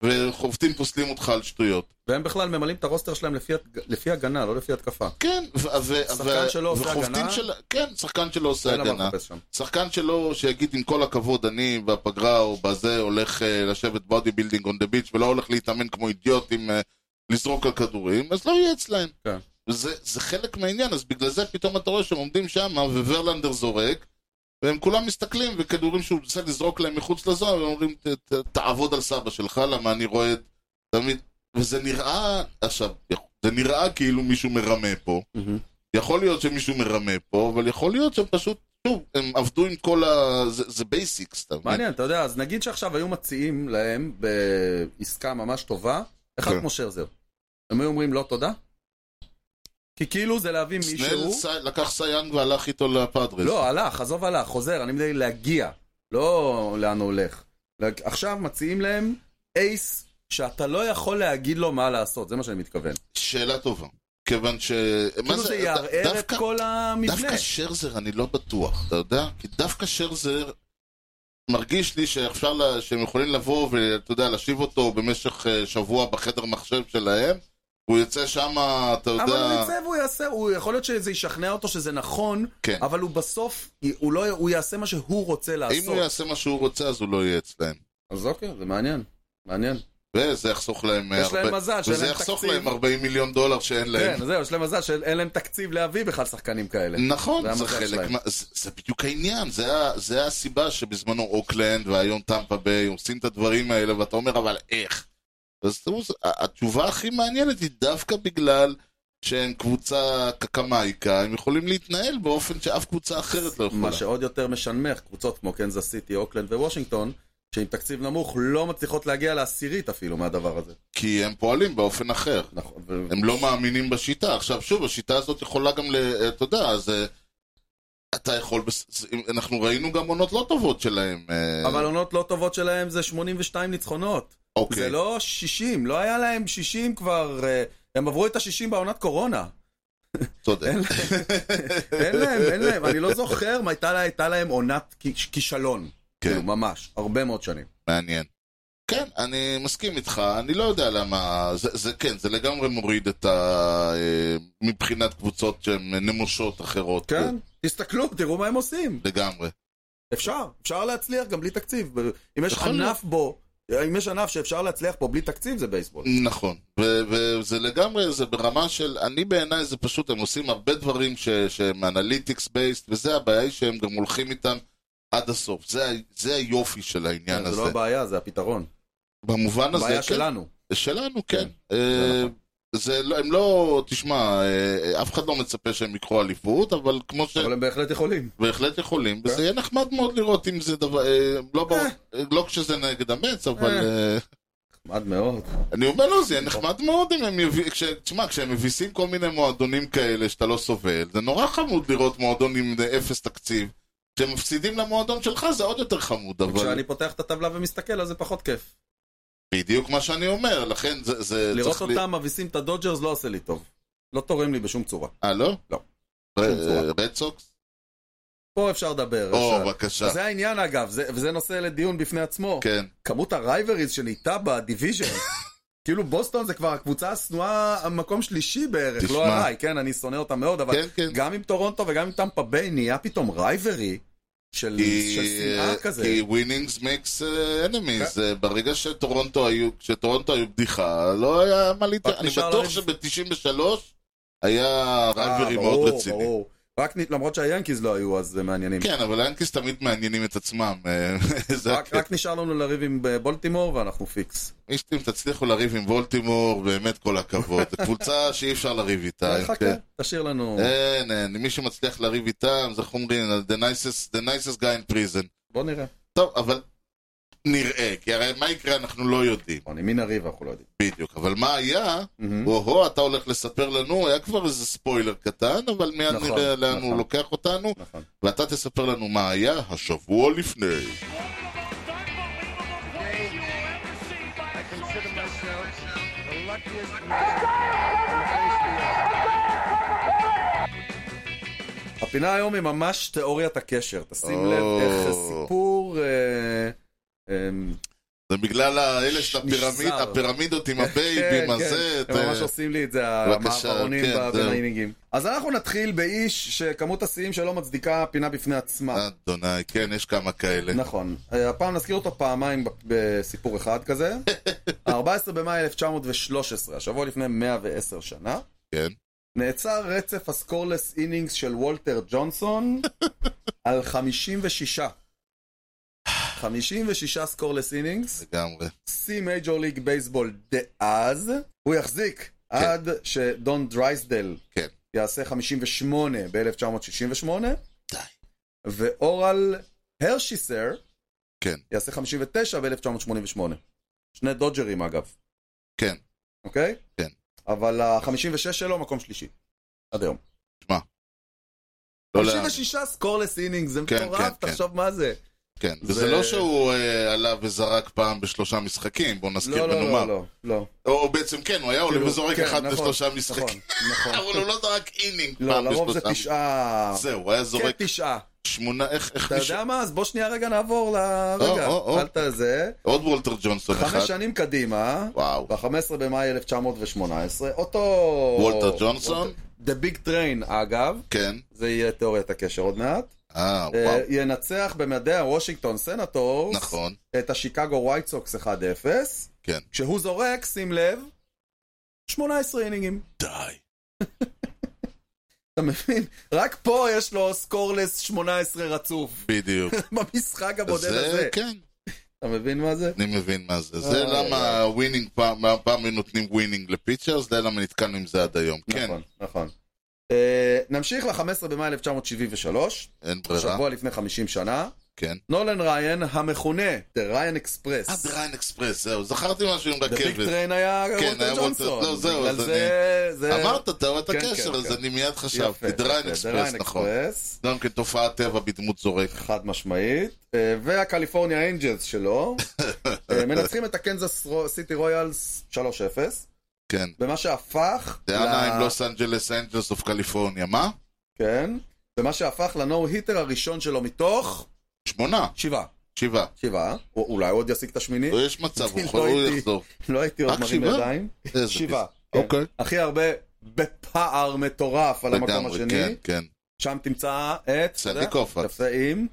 [SPEAKER 1] וחובטים פוסלים אותך על שטויות.
[SPEAKER 2] והם בכלל ממלאים את הרוסטר שלהם לפי, הת- לפי הגנה, לא לפי התקפה.
[SPEAKER 1] כן, ו- ו-
[SPEAKER 2] שחקן
[SPEAKER 1] ו-
[SPEAKER 2] שלא עושה
[SPEAKER 1] וחובטים
[SPEAKER 2] הגנה?
[SPEAKER 1] של... כן, שחקן שלא עושה
[SPEAKER 2] אין לה מה
[SPEAKER 1] הגנה.
[SPEAKER 2] לחפש שם.
[SPEAKER 1] שחקן שלו, שיגיד עם כל הכבוד, אני בפגרה או בזה הולך אה, לשבת בודי בילדינג און דה ביץ' ולא הולך להתאמן כמו אידיוט עם אה, לזרוק על כדורים, אז לא יהיה אצלהם.
[SPEAKER 2] כן.
[SPEAKER 1] זה, זה חלק מהעניין, אז בגלל זה פתאום אתה רואה שהם עומדים שם וורלנדר זורק, והם כולם מסתכלים, וכדורים שהוא מנסה לזרוק להם מחוץ לזוהר, והם אומרים, "ת- ת- תעבוד על סבא שלך, למה אני רואה את... תמיד... וזה נראה, עכשיו, זה נראה כאילו מישהו מרמה פה.
[SPEAKER 2] מהמם.
[SPEAKER 1] יכול להיות שמישהו מרמה פה, אבל יכול להיות שהם פשוט, שוב, הם עבדו עם כל ה... זה, זה בייסיקס, אתה מבין?
[SPEAKER 2] מעניין, אתה יודע, אז נגיד שעכשיו היו מציעים להם בעסקה ממש טובה, אחד
[SPEAKER 1] כן.
[SPEAKER 2] כמו שרזר. הם היו אומרים לא תודה? כי כאילו זה להביא
[SPEAKER 1] סנל
[SPEAKER 2] מישהו...
[SPEAKER 1] סי- לקח סייאנג והלך איתו לפאדרס.
[SPEAKER 2] לא, הלך, עזוב הלך, חוזר, אני מדי להגיע. לא לאן הוא הולך. לג- עכשיו מציעים להם אייס שאתה לא יכול להגיד לו מה לעשות, זה מה שאני מתכוון.
[SPEAKER 1] שאלה טובה. כיוון ש... מה
[SPEAKER 2] כאילו זה
[SPEAKER 1] ד-
[SPEAKER 2] יערער את
[SPEAKER 1] דווקא-
[SPEAKER 2] כל המבנה.
[SPEAKER 1] דווקא שרזר אני לא בטוח, אתה יודע? כי דווקא שרזר מרגיש לי שאפשר, לה, שהם יכולים לבוא ואתה יודע, להשיב אותו במשך אה, שבוע בחדר מחשב שלהם, והוא יצא שם, אתה יודע...
[SPEAKER 2] אבל הוא יצא והוא יעשה, הוא יכול להיות שזה ישכנע אותו שזה נכון,
[SPEAKER 1] כן.
[SPEAKER 2] אבל הוא בסוף, הוא לא, הוא יעשה מה שהוא רוצה
[SPEAKER 1] אם הוא
[SPEAKER 2] לעשות.
[SPEAKER 1] יעשה מה שהוא רוצה, אז הוא לא יהיה אצלהם.
[SPEAKER 2] אז אוקיי, זה מעניין. מעניין.
[SPEAKER 1] וזה יחסוך להם... אה,
[SPEAKER 2] יש להם
[SPEAKER 1] הרבה-
[SPEAKER 2] מזל שאין
[SPEAKER 1] וזה
[SPEAKER 2] להם
[SPEAKER 1] יחסוך
[SPEAKER 2] תקציב.
[SPEAKER 1] להם 40 מיליון דולר שאין להם.
[SPEAKER 2] כן, זהו, יש להם מזל שאין להם תקציב להביא בכלל שחקנים כאלה. זה
[SPEAKER 1] נכון, זה
[SPEAKER 2] המזל
[SPEAKER 1] חלק
[SPEAKER 2] שלהם.
[SPEAKER 1] מה... זה זה בדיוק העניין, זה ה- זה הסיבה שבזמנו אוקלנד והיום טמפה ביי עושים את הדברים האלה, ואתה אומר, אבל איך? אז תראו, זה- ה- התשובה הכי מעניינת היא דווקא בגל שהם קבוצה קקמייקה, הם יכולים להתנהל באופן שאף קבוצה אחרת לא יכולה.
[SPEAKER 2] מה שעוד יותר משנמך, קבוצות כמו קנזס סיטי, אוקלנד ווושינגטון, שעם תקציב נמוך לא מצליחות להגיע לעשירית אפילו מהדבר הזה.
[SPEAKER 1] כי הם פועלים באופן אחר.
[SPEAKER 2] נכון. ו-
[SPEAKER 1] הם לא מאמינים בשיטה. עכשיו, שוב, השיטה הזאת יכולה גם ל... אתה יודע, זה... אתה יכול... בס- זה- אנחנו ראינו גם עונות לא טובות שלהם. אה,
[SPEAKER 2] אבל עונות לא טובות שלהם זה 82 ניצחונות.
[SPEAKER 1] אוקיי.
[SPEAKER 2] זה לא 60, לא היה להם 60 כבר, אה, הם עברו את ה-60 בעונת קורונה.
[SPEAKER 1] צודק.
[SPEAKER 2] אין אין להם, אין להם, אני לא זוכר מה הייתה לה- הייתה להם עונת כ- כישלון.
[SPEAKER 1] כן.
[SPEAKER 2] כאילו, ממש, הרבה מאוד שנים.
[SPEAKER 1] <laughs> מעניין. כן, אני מסכים איתך, אני לא יודע למה, זה, זה כן, זה לגמרי מוריד את ה... אה, מבחינת קבוצות שהן נמושות אחרות.
[SPEAKER 2] כן, תסתכלו, תראו מה הם עושים.
[SPEAKER 1] לגמרי.
[SPEAKER 2] אפשר, אפשר להצליח גם בלי תקציב. ב- אם יש
[SPEAKER 1] יכול
[SPEAKER 2] ענף בו, אם יש ענף שאפשר להצליח בו בלי תקציב זה בייסבול.
[SPEAKER 1] נכון, ו- וזה לגמרי, זה ברמה של, אני בעיניי זה פשוט, הם עושים הרבה דברים ש- שהם אנליטיקס בייסט, וזה הבעיה היא שהם גם הולכים איתם עד הסוף. זה, ה- זה היופי של העניין
[SPEAKER 2] זה
[SPEAKER 1] הזה.
[SPEAKER 2] לא הבעיה, זה הפתרון.
[SPEAKER 1] במובן הזה,
[SPEAKER 2] הבעיה
[SPEAKER 1] כן,
[SPEAKER 2] שלנו.
[SPEAKER 1] שלנו, כן.
[SPEAKER 2] זה
[SPEAKER 1] אה,
[SPEAKER 2] נכון.
[SPEAKER 1] זה לא, הם לא, תשמע, אה, אף אחד לא מצפה שהם ייקחו אליפות, אבל כמו ש...
[SPEAKER 2] אבל הם בהחלט יכולים.
[SPEAKER 1] בהחלט יכולים,
[SPEAKER 2] כן.
[SPEAKER 1] וזה יהיה נחמד מאוד לראות אם זה דבר, אה, לא ברור- אה, לא כשזה נגד המץ, אבל אה,
[SPEAKER 2] נחמד מאוד.
[SPEAKER 1] אני אומר לו, זה יהיה נחמד מאוד אם הם יביאו, תשמע, כשהם מביסים כל מיני מועדונים כאלה שאתה לא סובל, זה נורא חמוד לראות מועדון עם אה, אפס תקציב. כשמפסידים למועדון שלך זה עוד יותר חמוד, אבל
[SPEAKER 2] כשאני פותח את הטבלה ומסתכל אז זה פחות כיף.
[SPEAKER 1] בדיוק מה שאני אומר, לכן זה- זה
[SPEAKER 2] לראות
[SPEAKER 1] צריך לי-
[SPEAKER 2] אותם מביסים את הדודג'רס לא עושה לי טוב. לא תורם לי בשום צורה.
[SPEAKER 1] אה, לא?
[SPEAKER 2] לא.
[SPEAKER 1] ר-
[SPEAKER 2] שום צורה. לא,
[SPEAKER 1] אה, רד סוקס?
[SPEAKER 2] פה אפשר לדבר.
[SPEAKER 1] או,
[SPEAKER 2] אפשר.
[SPEAKER 1] בבקשה.
[SPEAKER 2] זה העניין אגב, זה- וזה נושא לדיון בפני עצמו.
[SPEAKER 1] כן. <laughs>
[SPEAKER 2] כמות הרייבריז שנהייתה בדיוויז'ן. כאילו בוסטון זה כבר הקבוצה השנואה, המקום שלישי בערך,
[SPEAKER 1] תשמע.
[SPEAKER 2] לא עליי, כן, אני שונא אותה מאוד, אבל
[SPEAKER 1] כן, כן.
[SPEAKER 2] גם עם טורונטו וגם עם טמפה ביי נהיה פתאום רייברי של
[SPEAKER 1] כי-
[SPEAKER 2] של שנאה כזה. כן.
[SPEAKER 1] כי ווינינגס מקס אנימיז. ברגע שטורונטו היו, כשטורונטו היו בדיחה, לא היה מה להתאר.
[SPEAKER 2] רק
[SPEAKER 1] אני
[SPEAKER 2] נשאר
[SPEAKER 1] בטוח
[SPEAKER 2] להם-
[SPEAKER 1] שב-93 היה
[SPEAKER 2] אה,
[SPEAKER 1] רייברי
[SPEAKER 2] ברור,
[SPEAKER 1] מאוד רציני.
[SPEAKER 2] ברור. רק נ- למרות שהיאנקיז לא היו אז אה, מעניינים.
[SPEAKER 1] כן, אבל האנקיס תמיד מעניינים את עצמם. אה, <laughs> זה כן.
[SPEAKER 2] רק
[SPEAKER 1] הקטע.
[SPEAKER 2] רק נשאר לנו לריב עם אה, בולטימור ואנחנו פיקס.
[SPEAKER 1] איש, אם תצליחו לריב עם וולטימור, באמת כל
[SPEAKER 2] <laughs>
[SPEAKER 1] הכבוד. זו קבוצה שאי אפשר לריב איתה.
[SPEAKER 2] אה,
[SPEAKER 1] כן.
[SPEAKER 2] חכה, תשאיר לנו,
[SPEAKER 1] אין, אין, מי שמצליח לריב איתם, זה חומרים, the nicest, the nicest guy in prison.
[SPEAKER 2] בוא נראה.
[SPEAKER 1] טוב, אבל נראה, כי הרי מה יקרה אנחנו לא יודעים,
[SPEAKER 2] נכון, עם מי נריב אנחנו לא יודעים.
[SPEAKER 1] בדיוק. אבל מה היה,
[SPEAKER 2] מהמם.
[SPEAKER 1] או-הו, אתה הולך לספר לנו, היה כבר איזה ספוילר קטן, אבל מיד
[SPEAKER 2] נכון,
[SPEAKER 1] נראה לאן הוא
[SPEAKER 2] נכון.
[SPEAKER 1] לוקח אותנו,
[SPEAKER 2] נכון.
[SPEAKER 1] ואתה תספר לנו מה היה השבוע לפני.
[SPEAKER 4] I consider myself the luckiest man.
[SPEAKER 2] הפינה היום היא ממש תיאוריית הקשר. תשים
[SPEAKER 1] או.
[SPEAKER 2] לב איך הסיפור... אה, אה,
[SPEAKER 1] זה בגלל האלה של הפירמיד,
[SPEAKER 2] נשזר.
[SPEAKER 1] הפירמידות עם
[SPEAKER 2] כן,
[SPEAKER 1] הבייבים הזה.
[SPEAKER 2] כן, הם ממש
[SPEAKER 1] אתה-
[SPEAKER 2] עושים לי את זה,
[SPEAKER 1] אה, בבקשה,
[SPEAKER 2] המעברונים
[SPEAKER 1] כן, זהו.
[SPEAKER 2] ב- בין האינינגים. אז אנחנו נתחיל באיש שכמות השיאים שלו מצדיקה פינה בפני עצמה.
[SPEAKER 1] אדוני, כן, יש כמה כאלה.
[SPEAKER 2] נכון. אה, הפעם נזכיר אותו פעמיים ב- בסיפור
[SPEAKER 1] <laughs>
[SPEAKER 2] אחד כזה. ה-14 במאי 1913, השבוע לפני 110 שנה.
[SPEAKER 1] כן.
[SPEAKER 2] נעצר רצף הסקורלס אינינגס של וולטר
[SPEAKER 1] <laughs>
[SPEAKER 2] ג'ונסון על 56. 56 סקורלס אינינגס,
[SPEAKER 1] לגמרי.
[SPEAKER 2] שיא מייג'ור ליג בייסבול דאז, הוא יחזיק עד שדון דרייסדל
[SPEAKER 1] כן.
[SPEAKER 2] יעשה 58 ב-1968,
[SPEAKER 1] די.
[SPEAKER 2] ואורל הרשיסר
[SPEAKER 1] כן.
[SPEAKER 2] יעשה 59 ב-1988. שני דודג'רים אגב,
[SPEAKER 1] כן.
[SPEAKER 2] אוקיי?
[SPEAKER 1] כן.
[SPEAKER 2] אבל ה-56 שלו מקום שלישי, עד היום.
[SPEAKER 1] לא להאמין.
[SPEAKER 2] 56 סקורלס אינינגס, זה
[SPEAKER 1] כן,
[SPEAKER 2] מטורף,
[SPEAKER 1] כן, כן.
[SPEAKER 2] תחשוב מה זה.
[SPEAKER 1] כן. וזה
[SPEAKER 2] זה-
[SPEAKER 1] לא שהוא אה, עלה וזרק פעם בשלושה משחקים, בוא נזכיר
[SPEAKER 2] לא, לא,
[SPEAKER 1] ונאמר.
[SPEAKER 2] לא, לא, לא.
[SPEAKER 1] או או בעצם כן, הוא היה עולה
[SPEAKER 2] כאילו,
[SPEAKER 1] וזורק
[SPEAKER 2] כן,
[SPEAKER 1] אחד
[SPEAKER 2] נכון,
[SPEAKER 1] בשלושה משחקים. <laughs>
[SPEAKER 2] נכון,
[SPEAKER 1] אבל
[SPEAKER 2] נכון.
[SPEAKER 1] הוא לא זרק אינינג
[SPEAKER 2] לא,
[SPEAKER 1] פעם
[SPEAKER 2] לרוב זה
[SPEAKER 1] בשלושה משחקים.
[SPEAKER 2] תשעה.
[SPEAKER 1] זהו, הוא היה
[SPEAKER 2] כן,
[SPEAKER 1] זורק
[SPEAKER 2] תשעה.
[SPEAKER 1] שמונה, איך, איך
[SPEAKER 2] אתה יודע מה? אז בוא שנייה רגע נעבור ל... רגע,
[SPEAKER 1] או, או.
[SPEAKER 2] אל תזה.
[SPEAKER 1] עוד וולטר ג'ונסון
[SPEAKER 2] חמש
[SPEAKER 1] אחד.
[SPEAKER 2] שנים אה, קדימה,
[SPEAKER 1] וואו.
[SPEAKER 2] ב-15 במאי 1918, אותו...
[SPEAKER 1] וולטר ג'ונסון?
[SPEAKER 2] The Big Train, אגב,
[SPEAKER 1] כן.
[SPEAKER 2] זה יהיה תיאוריית הקשר עוד מעט.
[SPEAKER 1] אה, וואו.
[SPEAKER 2] אה, ינצח במדעי הוושינגטון סנטורס
[SPEAKER 1] נכון.
[SPEAKER 2] את השיקגו ווייט סוקס 1-0.
[SPEAKER 1] כן.
[SPEAKER 2] כשהוא זורק, שים לב, 18 אינינגים.
[SPEAKER 1] די.
[SPEAKER 2] אתה מבין? רק פה יש לו סקורלס 18 רצוף. <laughs>
[SPEAKER 1] בדיוק.
[SPEAKER 2] במשחק הבודד הזה. אה,
[SPEAKER 1] זה, כן.
[SPEAKER 2] אתה מבין מה זה?
[SPEAKER 1] אני מבין מה זה. זה
[SPEAKER 2] איי,
[SPEAKER 1] למה
[SPEAKER 2] איי.
[SPEAKER 1] הווינינג פעם, פעם היו נותנים ווינינג לפיצ'ר, זה למה נתקענו עם זה עד היום. כן,
[SPEAKER 2] נכון, נכון. אה, נמשיך ל-15 במאי 1973,
[SPEAKER 1] אין ברירה.
[SPEAKER 2] שבוע לפני 50 שנה. <laughs>
[SPEAKER 1] כן.
[SPEAKER 2] נולן ריין, המכונה, The Ryan
[SPEAKER 1] אה,
[SPEAKER 2] Express.
[SPEAKER 1] זה ריין אקספרס, זהו, זכרתי משהו עם
[SPEAKER 2] The Big
[SPEAKER 1] רכבת.
[SPEAKER 2] Train היה
[SPEAKER 1] כן,
[SPEAKER 2] וולטר
[SPEAKER 1] היה
[SPEAKER 2] ג'ונסון.
[SPEAKER 1] וולטר- לא, זהו,
[SPEAKER 2] בגלל
[SPEAKER 1] אז
[SPEAKER 2] זה... זה-
[SPEAKER 1] אמרת, אתה רואה את
[SPEAKER 2] כן,
[SPEAKER 1] הקשר,
[SPEAKER 2] כן,
[SPEAKER 1] אז
[SPEAKER 2] כן.
[SPEAKER 1] אני מיד
[SPEAKER 2] יפה,
[SPEAKER 1] חשבתי, דריין
[SPEAKER 2] יפה, The
[SPEAKER 1] אקספרס,
[SPEAKER 2] Ryan
[SPEAKER 1] נכון.
[SPEAKER 2] Express,
[SPEAKER 1] גם כן תופעת טבע בדמות זורק.
[SPEAKER 2] חד משמעית. אה, והקליפורניה אנג'לס
[SPEAKER 1] <laughs>
[SPEAKER 2] שלו, אה, מנצחים את הקנזס רו- סיטי רויאלס 3-0,
[SPEAKER 1] כן.
[SPEAKER 2] במה שהפך...
[SPEAKER 1] דהנה
[SPEAKER 2] ל-
[SPEAKER 1] עם לוס אנג'לס, אנג'לס אוף קליפורניה, מה?
[SPEAKER 2] כן, ומה שהפך לנו היטר הראשון שלו מתוך
[SPEAKER 1] שמונה,
[SPEAKER 2] שבעה.
[SPEAKER 1] שבעה.
[SPEAKER 2] שבעה, או- אולי הוא עוד ישיג את השמיני,
[SPEAKER 1] יש מצב, הוא
[SPEAKER 2] אה, לא
[SPEAKER 1] יכול- הוא
[SPEAKER 2] הייתי.
[SPEAKER 1] יחזור.
[SPEAKER 2] לא הייתי עוד
[SPEAKER 1] אה, רק
[SPEAKER 2] מרים
[SPEAKER 1] שבעה?
[SPEAKER 2] ידיים.
[SPEAKER 1] איזה
[SPEAKER 2] שבעה.
[SPEAKER 1] גזע.
[SPEAKER 2] כן.
[SPEAKER 1] אוקיי.
[SPEAKER 2] הכי הרבה בפער מטורף על המקום
[SPEAKER 1] לגמרי, כן,
[SPEAKER 2] השני,
[SPEAKER 1] כן.
[SPEAKER 2] שם תמצא את
[SPEAKER 1] סנדי קופקס,
[SPEAKER 2] תפסאים,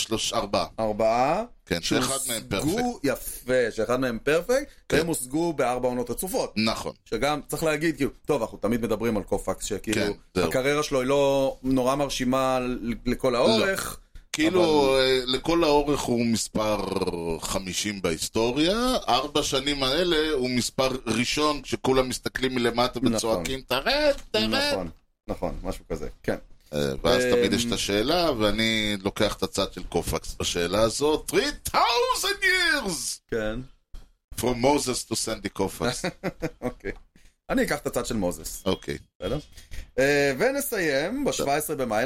[SPEAKER 1] שלוש, ארבעה.
[SPEAKER 2] ארבעה,
[SPEAKER 1] כן, שאחד מהם פרפקט.
[SPEAKER 2] שהושגו, יפה, שאחד מהם פרפקט,
[SPEAKER 1] כן.
[SPEAKER 2] והם הושגו בארבע עונות רצופות.
[SPEAKER 1] נכון.
[SPEAKER 2] שגם, צריך להגיד, כאילו, טוב, אנחנו תמיד מדברים על קופקס, שכאילו,
[SPEAKER 1] כן, זהו. לא.
[SPEAKER 2] הקריירה שלו היא לא נורא מרשימה ל- לכל האורך.
[SPEAKER 1] כאילו, אה, לכל האורך הוא מספר 50 בהיסטוריה, ארבע שנים האלה הוא מספר ראשון, כשכולם מסתכלים מלמטה
[SPEAKER 2] נכון.
[SPEAKER 1] וצועקים, תרד, תרד.
[SPEAKER 2] נכון, נכון, משהו כזה, כן.
[SPEAKER 1] אה, ואז
[SPEAKER 2] אמ,
[SPEAKER 1] תמיד יש את השאלה, ואני לוקח את הצד של קופקס בשאלה הזאת, 3,000 years!
[SPEAKER 2] כן.
[SPEAKER 1] From Moses to Sandy קופקס.
[SPEAKER 2] <laughs> אוקיי. אני אקח את הצד של מוזס,
[SPEAKER 1] אוקיי.
[SPEAKER 2] בסדר? אה, ונסיים ב-17 במאי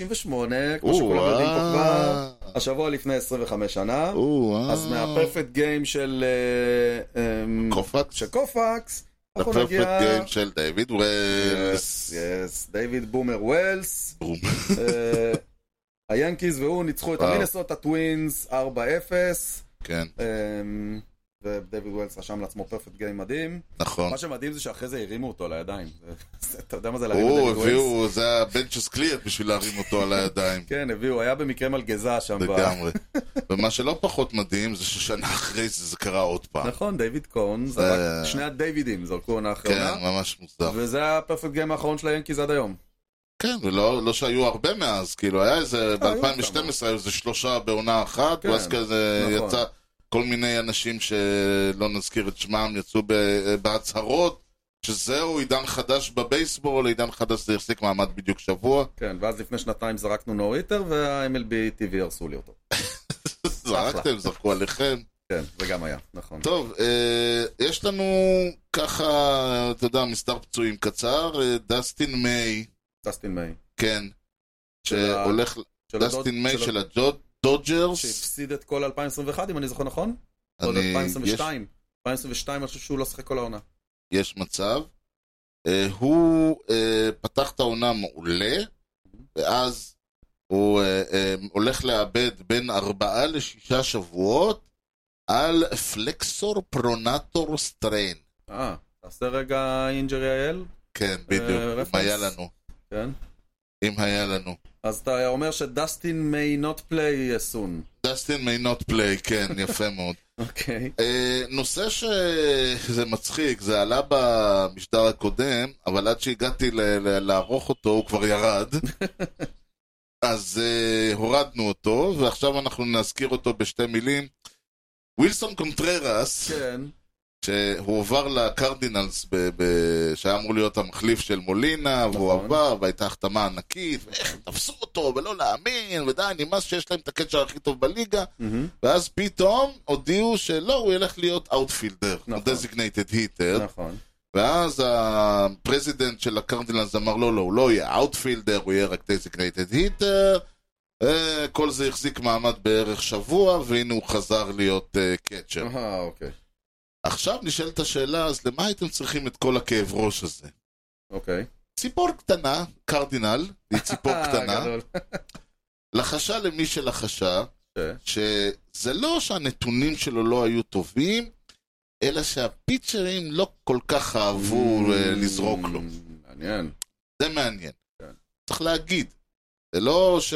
[SPEAKER 2] 1998, כמו שכולם
[SPEAKER 1] או-אה.
[SPEAKER 2] יודעים פה כבר, השבוע לפני 25 שנה,
[SPEAKER 1] או-אה.
[SPEAKER 2] אז מהפרפקט גיים של אה, אמ,
[SPEAKER 1] קופקס?
[SPEAKER 2] של קופקס, אנחנו
[SPEAKER 1] הפרפקט
[SPEAKER 2] נגיע...
[SPEAKER 1] גיים של דיוויד
[SPEAKER 2] יס,
[SPEAKER 1] ווילס.
[SPEAKER 2] יס, דיוויד בומר ווילס.
[SPEAKER 1] בום.
[SPEAKER 2] אה, <laughs> היאנקיז והוא ניצחו את
[SPEAKER 1] וואו.
[SPEAKER 2] המינסוטה טווינס 4-0.
[SPEAKER 1] <laughs> כן.
[SPEAKER 2] אמ, ודייוויד ווילס רשם לעצמו פרפקט גיים מדהים.
[SPEAKER 1] נכון.
[SPEAKER 2] מה שמדהים זה שאחרי זה הרימו אותו לידיים. <laughs> זה- אתה יודע מה זה להרים את
[SPEAKER 1] הוא
[SPEAKER 2] דייוויד ווילס?
[SPEAKER 1] הביאו, זה הבנצ'ס קליאט בשביל להרים אותו על הידיים.
[SPEAKER 2] <laughs> כן, הביאו, היה במקרה מלגזה שם. ב-
[SPEAKER 1] לגמרי. ומה שלא פחות מדהים זה ששנה אחרי זה זה קרה עוד פעם.
[SPEAKER 2] נכון, דיוויד קון, זרק-
[SPEAKER 1] אה.
[SPEAKER 2] שני הדיווידים זרקו עונה
[SPEAKER 1] כן,
[SPEAKER 2] אחרונה,
[SPEAKER 1] ממש מוזר.
[SPEAKER 2] וזה הפרפקט גיים האחרון של היאנקיז עד היום.
[SPEAKER 1] כן, ולא לא שהיו הרבה מאז, כאילו, היה איזה,
[SPEAKER 2] היו
[SPEAKER 1] ב-2012 היו איזה שלושה בעונה אחת,
[SPEAKER 2] אה, לא כן,
[SPEAKER 1] ואז כזה
[SPEAKER 2] נכון.
[SPEAKER 1] יצא כל מיני אנשים שלא נזכיר את שמם, יצאו ב- אה, בהצהרות, שזהו עידן חדש בבייסבול, עידן חדש זה החזיק מעמד בדיוק
[SPEAKER 2] <laughs>
[SPEAKER 1] שבוע.
[SPEAKER 2] כן, ואז לפני שנתיים זרקנו נו היטר, וה-MLB TV הרסו לי אותו.
[SPEAKER 1] זרקתם, זרקו עליכם.
[SPEAKER 2] כן, זה גם היה, נכון.
[SPEAKER 1] טוב, אה, יש לנו ככה, אתה יודע, מסדר פצועים קצר, אה, דסטין מיי,
[SPEAKER 2] דסטין מיי.
[SPEAKER 1] כן,
[SPEAKER 2] של ה-
[SPEAKER 1] שהולך,
[SPEAKER 2] של הדוד-
[SPEAKER 1] דסטין מיי של הדודג'רס,
[SPEAKER 2] שהפסיד את כל 2021, אם אני זוכר נכון? או
[SPEAKER 1] אני- יש-
[SPEAKER 2] 2022. 2022, אני חושב שהוא לא שיחק כל העונה.
[SPEAKER 1] יש מצב. אה, הוא אה, פתח את העונה מעולה, ואז הוא אה, אה, הולך לאבד בין ארבעה לשישה שבועות על פלקסור פרונטור סטריין.
[SPEAKER 2] אה, תעשה רגע אינג'רי אייל,
[SPEAKER 1] כן, בדיוק, אם
[SPEAKER 2] רפרנס.
[SPEAKER 1] היה לנו.
[SPEAKER 2] כן?
[SPEAKER 1] אם היה לנו.
[SPEAKER 2] אז אתה אומר שדסטין may not play soon.
[SPEAKER 1] דסטין may not play, כן, יפה מאוד.
[SPEAKER 2] אוקיי.
[SPEAKER 1] אה, נושא שזה מצחיק, זה עלה במשדר הקודם, אבל עד שהגעתי ל- ל- לערוך אותו הוא כבר ירד. אז אה, הורדנו אותו, ועכשיו אנחנו נזכיר אותו בשתי מילים. ווילסון קונטררס,
[SPEAKER 2] כן.
[SPEAKER 1] שהוא עבר לקרדינלס, ב- ב- שהיה אמור להיות המחליף של מולינה, והוא
[SPEAKER 2] נכון.
[SPEAKER 1] עבר, והייתה החתמה ענקית, ואיך הם תפסו אותו, ולא להאמין, ודי, נמאס שיש להם את הקצ'ר הכי טוב בליגה.
[SPEAKER 2] מהמם.
[SPEAKER 1] ואז פתאום הודיעו שלא, הוא ילך להיות אאוטפילדר,
[SPEAKER 2] נכון.
[SPEAKER 1] נכון. דזיגנייטד היטר, נכון.
[SPEAKER 2] נכון.
[SPEAKER 1] ואז הפרזידנט של הקרדינלס אמר לו, לא, הוא לא יהיה אאוטפילדר, הוא יהיה רק דזיגנייטד היטר. כל זה החזיק מעמד בערך שבוע, והנה הוא חזר להיות קצ'ר. Uh,
[SPEAKER 2] אה, אוקיי.
[SPEAKER 1] עכשיו נשאלת השאלה, אז למה הייתם צריכים את כל הכאב ראש הזה?
[SPEAKER 2] אוקיי.
[SPEAKER 1] ציפור קטנה, קרדינל, היא ציפור
[SPEAKER 2] אה,
[SPEAKER 1] קטנה,
[SPEAKER 2] גדול.
[SPEAKER 1] לחשה למי שלחשה,
[SPEAKER 2] ש-
[SPEAKER 1] שזה לא שהנתונים שלו לא היו טובים, אלא שהפיצ'רים לא כל כך אהבו אה, לזרוק לו.
[SPEAKER 2] Mm, מעניין.
[SPEAKER 1] זה מעניין.
[SPEAKER 2] כן.
[SPEAKER 1] צריך להגיד. זה לא ש...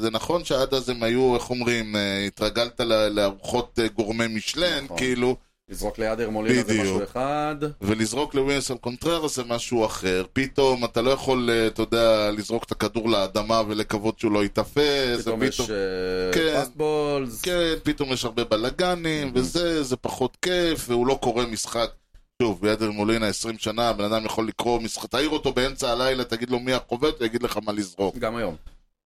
[SPEAKER 1] זה נכון שעד אז הם היו, איך אומרים, אה, התרגלת ל- לארוחות אה, גורמי משלן,
[SPEAKER 2] נכון.
[SPEAKER 1] כאילו,
[SPEAKER 2] לזרוק ליד הרמולינה זה
[SPEAKER 1] בדיוק.
[SPEAKER 2] משהו אחד.
[SPEAKER 1] ולזרוק לווינסל קונטררס זה משהו אחר. פתאום אתה לא יכול, אה, אתה יודע, לזרוק את הכדור לאדמה ולקוות שהוא לא ייתפס,
[SPEAKER 2] פתאום יש אה,
[SPEAKER 1] ופתאום... כן.
[SPEAKER 2] פסטבולס.
[SPEAKER 1] כן, פתאום יש הרבה בלאגנים, וזה, זה פחות כיף, והוא לא קורא משחק. שוב, בידר מולינה 20 שנה, הבן אדם יכול לקרוא משחק, תעיר אותו באמצע הלילה, תגיד לו מי החובט, הוא יגיד לך מה לזרוק.
[SPEAKER 2] גם היום.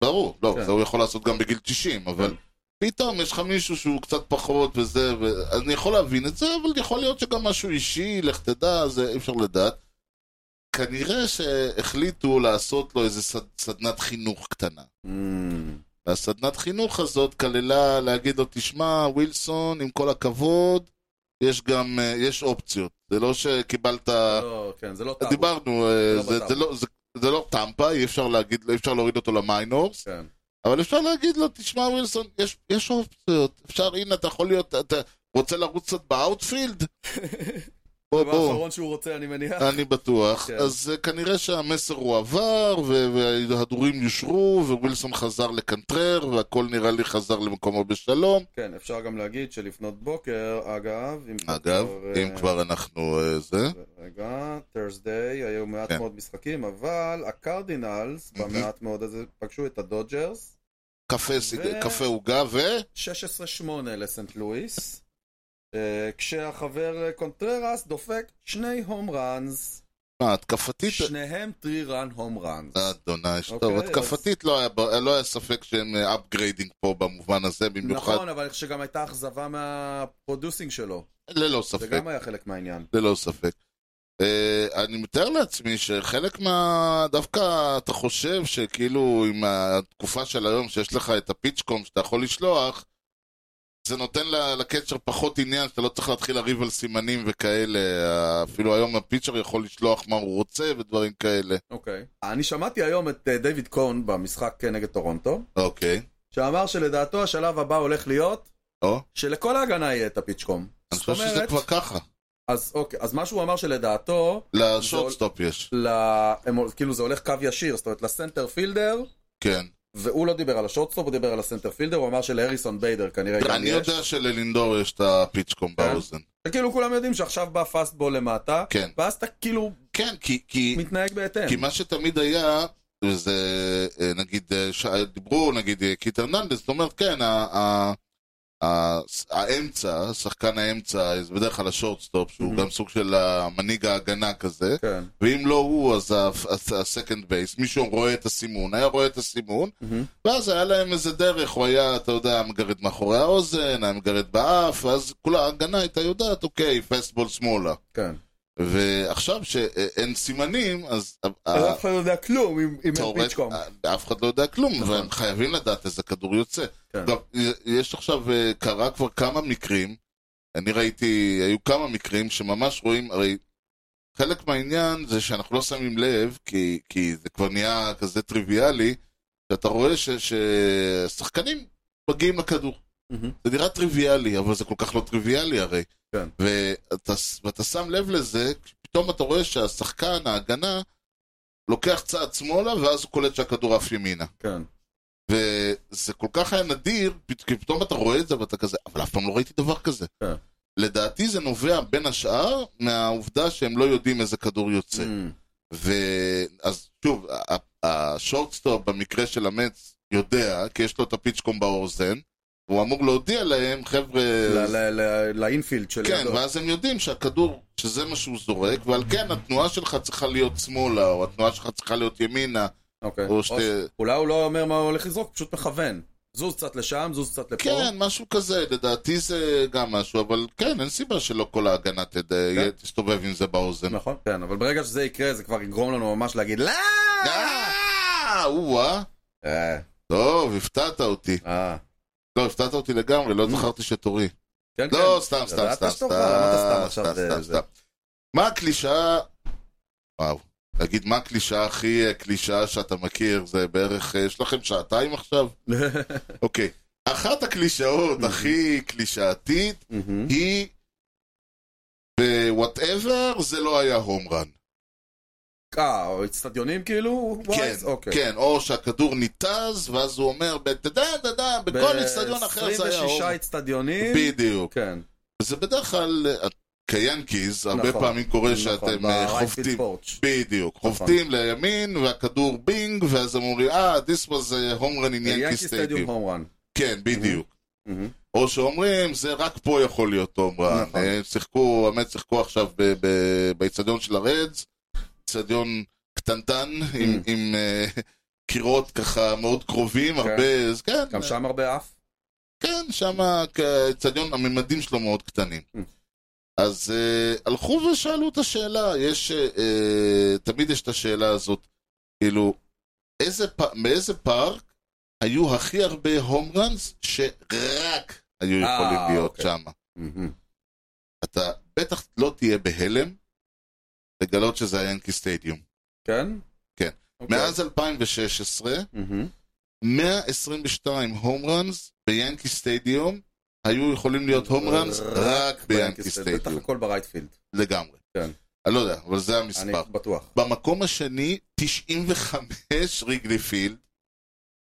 [SPEAKER 1] ברור, לא,
[SPEAKER 2] כן.
[SPEAKER 1] זה הוא יכול לעשות גם בגיל 90, אבל פתאום יש לך מישהו שהוא קצת פחות וזה, ו- אז אני יכול להבין את זה, אבל יכול להיות שגם משהו אישי, לך תדע, זה אי אפשר לדעת. כנראה שהחליטו לעשות לו איזה סד- סדנת חינוך קטנה.
[SPEAKER 2] אמ,
[SPEAKER 1] והסדנת חינוך הזאת כללה להגיד לו, תשמע, ווילסון, עם כל הכבוד, יש גם, אה, יש אופציות. זה לא שקיבלת...
[SPEAKER 2] לא, כן, זה לא טאבו.
[SPEAKER 1] דיברנו, אה,
[SPEAKER 2] לא
[SPEAKER 1] זה,
[SPEAKER 2] בטאבו.
[SPEAKER 1] זה, לא, זה, זה לא טמפה, אי אפשר, להגיד, אי אפשר להוריד אותו למיינורס,
[SPEAKER 2] כן.
[SPEAKER 1] אבל אפשר להגיד לו, תשמע, ווילסון, יש, יש אופציות. אפשר, הנה, אתה יכול להיות, אתה רוצה לרוץ קצת באאוטפילד?
[SPEAKER 2] <laughs>
[SPEAKER 1] בוא,
[SPEAKER 2] הדבר
[SPEAKER 1] בוא.
[SPEAKER 2] האחרון שהוא רוצה, אני מניח.
[SPEAKER 1] אני בטוח.
[SPEAKER 2] כן.
[SPEAKER 1] אז אה, כנראה שהמסר הועבר, ו- וההדורים יושרו, ווילסון חזר לקנטרר, והכל נראה לי חזר למקומו בשלום.
[SPEAKER 2] כן, אפשר גם להגיד שלפנות בוקר, אגב, אם
[SPEAKER 1] אגב, אם
[SPEAKER 2] אה,
[SPEAKER 1] כבר אנחנו אה, זה,
[SPEAKER 2] רגע, Thursday, היו מעט
[SPEAKER 1] כן. Mm-hmm.
[SPEAKER 2] מאוד משחקים, אבל הקרדינלס,
[SPEAKER 1] מהמם.
[SPEAKER 2] במעט מאוד הזה, פגשו את הדודג'רס,
[SPEAKER 1] קפה סיג-
[SPEAKER 2] ו-
[SPEAKER 1] קפה עוגה, ו...
[SPEAKER 2] 16-8 לסנט לואיס, אה, כשהחבר אה, קונטררס דופק שני הום ראנס,
[SPEAKER 1] מה, התקפתית...
[SPEAKER 2] שניהם טרי רן הום ראנס.
[SPEAKER 1] אה, אדוני,
[SPEAKER 2] אוקיי,
[SPEAKER 1] טוב, התקפתית לא היה ב- לא היה ספק שהם אפגריידינג פה במובן הזה, במיוחד,
[SPEAKER 2] נכון, אבל שגם הייתה אכזבה מהפרודוסינג שלו,
[SPEAKER 1] ללא
[SPEAKER 2] זה
[SPEAKER 1] ספק,
[SPEAKER 2] גם היה חלק מהעניין.
[SPEAKER 1] ללא לא ספק. אה, אני מתאר לעצמי שחלק מה... דווקא אתה חושב שכאילו עם התקופה של היום שיש לך את הפיצ'קום שאתה יכול לשלוח, זה נותן ל- לקצ'ר פחות עניין, שאתה לא צריך להתחיל לריב על סימנים וכאלה. אפילו היום הפיצ'ר יכול לשלוח מה הוא רוצה ודברים כאלה.
[SPEAKER 2] אוקיי. אני שמעתי היום את אה, דיוויד קון במשחק אה, נגד טורונטו,
[SPEAKER 1] אוקיי.
[SPEAKER 2] שאמר שלדעתו השלב הבא הולך להיות
[SPEAKER 1] או,
[SPEAKER 2] שלכל ההגנה יהיה את הפיצ'קום.
[SPEAKER 1] אני חושב שזה
[SPEAKER 2] אומרת-
[SPEAKER 1] כבר ככה.
[SPEAKER 2] אז אוקיי, אז מה שהוא אמר שלדעתו,
[SPEAKER 1] לשורטסטופ יש,
[SPEAKER 2] ל... הם, כאילו זה הולך קו ישיר, זאת אומרת לסנטר פילדר,
[SPEAKER 1] כן.
[SPEAKER 2] והוא לא דיבר על השורטסטופ, הוא דיבר על הסנטר פילדר, הוא אמר שלהריסון ביידר כנראה גם
[SPEAKER 1] אני
[SPEAKER 2] יש.
[SPEAKER 1] יודע שללינדור יש את הפיצ'קום
[SPEAKER 2] כן.
[SPEAKER 1] באוזן.
[SPEAKER 2] וכאילו כולם יודעים שעכשיו בא פאסטבול למטה,
[SPEAKER 1] כן.
[SPEAKER 2] ואז אתה כאילו
[SPEAKER 1] כן, כי- כי
[SPEAKER 2] מתנהג בהתאם.
[SPEAKER 1] כי מה שתמיד היה, זה אה, נגיד, אה, ש- דיברו נגיד אה, קיט הרננדס, זאת אומרת, כן, ה- ה- ה- האמצע, שחקן האמצע, זה בדרך כלל השורטסטופ, שהוא
[SPEAKER 2] Mhm.
[SPEAKER 1] גם סוג של המנהיג ההגנה כזה,
[SPEAKER 2] כן.
[SPEAKER 1] ואם לא הוא, אז הסקנד בייס, מישהו רואה את הסימון, היה רואה את הסימון,
[SPEAKER 2] מהמם.
[SPEAKER 1] ואז היה להם איזה דרך, הוא היה, אתה יודע, מגרד מאחורי האוזן, היה מגרד באף, ואז כל ההגנה הייתה יודעת, אוקיי, פסטבול שמאלה.
[SPEAKER 2] כן.
[SPEAKER 1] אה, ועכשיו שאין סימנים, אז...
[SPEAKER 2] אז אף אחד לא יודע כלום אם אם אין
[SPEAKER 1] תאורט-
[SPEAKER 2] פיצ'קום.
[SPEAKER 1] אף אחד לא יודע כלום,
[SPEAKER 2] נכון.
[SPEAKER 1] והם חייבים לדעת איזה כדור יוצא.
[SPEAKER 2] כן.
[SPEAKER 1] גם, יש עכשיו, אה, קרה כבר כמה מקרים, אני ראיתי, היו כמה מקרים שממש רואים, הרי חלק מהעניין זה שאנחנו לא שמים לב, כי, כי זה כבר נהיה כזה טריוויאלי, שאתה רואה ש- ששחקנים מגיעים לכדור.
[SPEAKER 2] מהמם.
[SPEAKER 1] זה נראה טריוויאלי, אבל זה כל כך לא טריוויאלי הרי.
[SPEAKER 2] כן.
[SPEAKER 1] ואתה, ואתה שם לב לזה, פתאום אתה רואה שהשחקן, ההגנה, לוקח צעד שמאלה, ואז הוא קולט שהכדור עף ימינה.
[SPEAKER 2] כן.
[SPEAKER 1] וזה כל כך היה נדיר, פת- כי פתאום אתה רואה את זה ואתה כזה, אבל אף פעם לא ראיתי דבר כזה.
[SPEAKER 2] כן.
[SPEAKER 1] לדעתי זה נובע בין השאר מהעובדה שהם לא יודעים איזה כדור יוצא.
[SPEAKER 2] מהמם.
[SPEAKER 1] ואז שוב, ה- ה- השורטסטופ במקרה של המץ יודע, כי יש לו את הפיצ'קום באוזן, הוא אמור להודיע להם, חבר'ה...
[SPEAKER 2] ל- ל- ל- לאינפילד של
[SPEAKER 1] אה, כן, ואז הם יודעים שהכדור, שזה מה שהוא זורק, ועל כן התנועה שלך צריכה להיות שמאלה, או התנועה שלך צריכה להיות ימינה,
[SPEAKER 2] אוקיי.
[SPEAKER 1] כן, או שתי...
[SPEAKER 2] אולי הוא לא אומר מה הוא הולך לזרוק, פשוט מכוון. זוז קצת לשם, זוז קצת לפה.
[SPEAKER 1] כן, משהו כזה, לדעתי זה גם משהו, אבל כן, אין סיבה שלא כל ההגנה תד...
[SPEAKER 2] כן.
[SPEAKER 1] תסתובב עם זה באוזן.
[SPEAKER 2] נכון. כן, אבל ברגע שזה יקרה, זה כבר יגרום לנו ממש להגיד, לא!
[SPEAKER 1] אה, או-אה.
[SPEAKER 2] אה,
[SPEAKER 1] טוב, הפתעת אותי.
[SPEAKER 2] אה.
[SPEAKER 1] לא, הפתעת אותי לגמרי, לא זכרתי שתורי.
[SPEAKER 2] כן, כן.
[SPEAKER 1] לא, סתם, סתם,
[SPEAKER 2] ידעת
[SPEAKER 1] סתם,
[SPEAKER 2] שאתה כבר, למה אתה אה, סתם
[SPEAKER 1] סתם,
[SPEAKER 2] עכשיו
[SPEAKER 1] סתם,
[SPEAKER 2] זה-
[SPEAKER 1] סתם,
[SPEAKER 2] זה?
[SPEAKER 1] סתם. מה הקלישאה... וואו. תגיד, מה הקלישאה הכי אה, קלישאה שאתה מכיר? זה בערך, אה, יש לכם שעתיים עכשיו? אוקיי. אחת הקלישאות
[SPEAKER 2] Mm-hmm.
[SPEAKER 1] הכי קלישאתית
[SPEAKER 2] <laughs> מהמם.
[SPEAKER 1] היא בוואטאבר זה לא היה הום רן.
[SPEAKER 2] אה, או אצטדיונים כאילו?
[SPEAKER 1] כן,
[SPEAKER 2] וואי, אוקיי.
[SPEAKER 1] כן, או שהכדור ניתז, ואז הוא אומר, "בדדה, דדה, בכל אצטדיון אחר זה היה הום
[SPEAKER 2] ב-26
[SPEAKER 1] רן.
[SPEAKER 2] אצטדיונים.
[SPEAKER 1] בדיוק.
[SPEAKER 2] כן.
[SPEAKER 1] זה בדרך כלל, אה, כיאנקיז, הרבה
[SPEAKER 2] נכון,
[SPEAKER 1] פעמים קורה
[SPEAKER 2] נכון,
[SPEAKER 1] שאתם אה,
[SPEAKER 2] ב-right field
[SPEAKER 1] חובטים.
[SPEAKER 2] porch.
[SPEAKER 1] בדיוק,
[SPEAKER 2] נכון.
[SPEAKER 1] חובטים לימין, והכדור בינג, ואז הם אומרים, אה, this was a home run in Yankee
[SPEAKER 2] יאנקי סטדיום
[SPEAKER 1] stadium.
[SPEAKER 2] הום רן.
[SPEAKER 1] כן, בדיוק.
[SPEAKER 2] Mm-hmm.
[SPEAKER 1] או שאומרים, זה רק פה יכול להיות הום רן.
[SPEAKER 2] נכון.
[SPEAKER 1] הם שיחקו, האמת שיחקו עכשיו ב- ב- באיצטדיון של הרדס, איצטדיון קטנטן, עם-
[SPEAKER 2] Mm.
[SPEAKER 1] עם אה, קירות ככה מאוד קרובים, הרבה, אז כן,
[SPEAKER 2] גם שם הרבה אף.
[SPEAKER 1] כן, שם האיצטדיון, הממדים שלו מאוד קטנים.
[SPEAKER 2] Mm.
[SPEAKER 1] אז אה, הלכו ושאלו את השאלה, יש, אה, אה, תמיד יש את השאלה הזאת, כאילו, איזה פ... מאיזה פארק היו הכי הרבה הום ראנס שרק היו
[SPEAKER 2] אה,
[SPEAKER 1] יכולים להיות
[SPEAKER 2] אוקיי.
[SPEAKER 1] שם?
[SPEAKER 2] מהמם.
[SPEAKER 1] אתה בטח לא תהיה בהלם לגלות שזה היאנקי סטדיום.
[SPEAKER 2] כן?
[SPEAKER 1] כן.
[SPEAKER 2] אוקיי.
[SPEAKER 1] מאז 2016,
[SPEAKER 2] מהמם.
[SPEAKER 1] 122 הום ראנס ביאנקי סטדיום היו יכולים להיות הום ראנס רק ביאנקי
[SPEAKER 2] בטח
[SPEAKER 1] סטדיום,
[SPEAKER 2] הכל ברייטפילד.
[SPEAKER 1] לגמרי.
[SPEAKER 2] כן.
[SPEAKER 1] אני לא יודע, אבל זה
[SPEAKER 2] אני
[SPEAKER 1] המספר.
[SPEAKER 2] בטוח.
[SPEAKER 1] במקום השני, 95 <laughs> ריגלי פילד,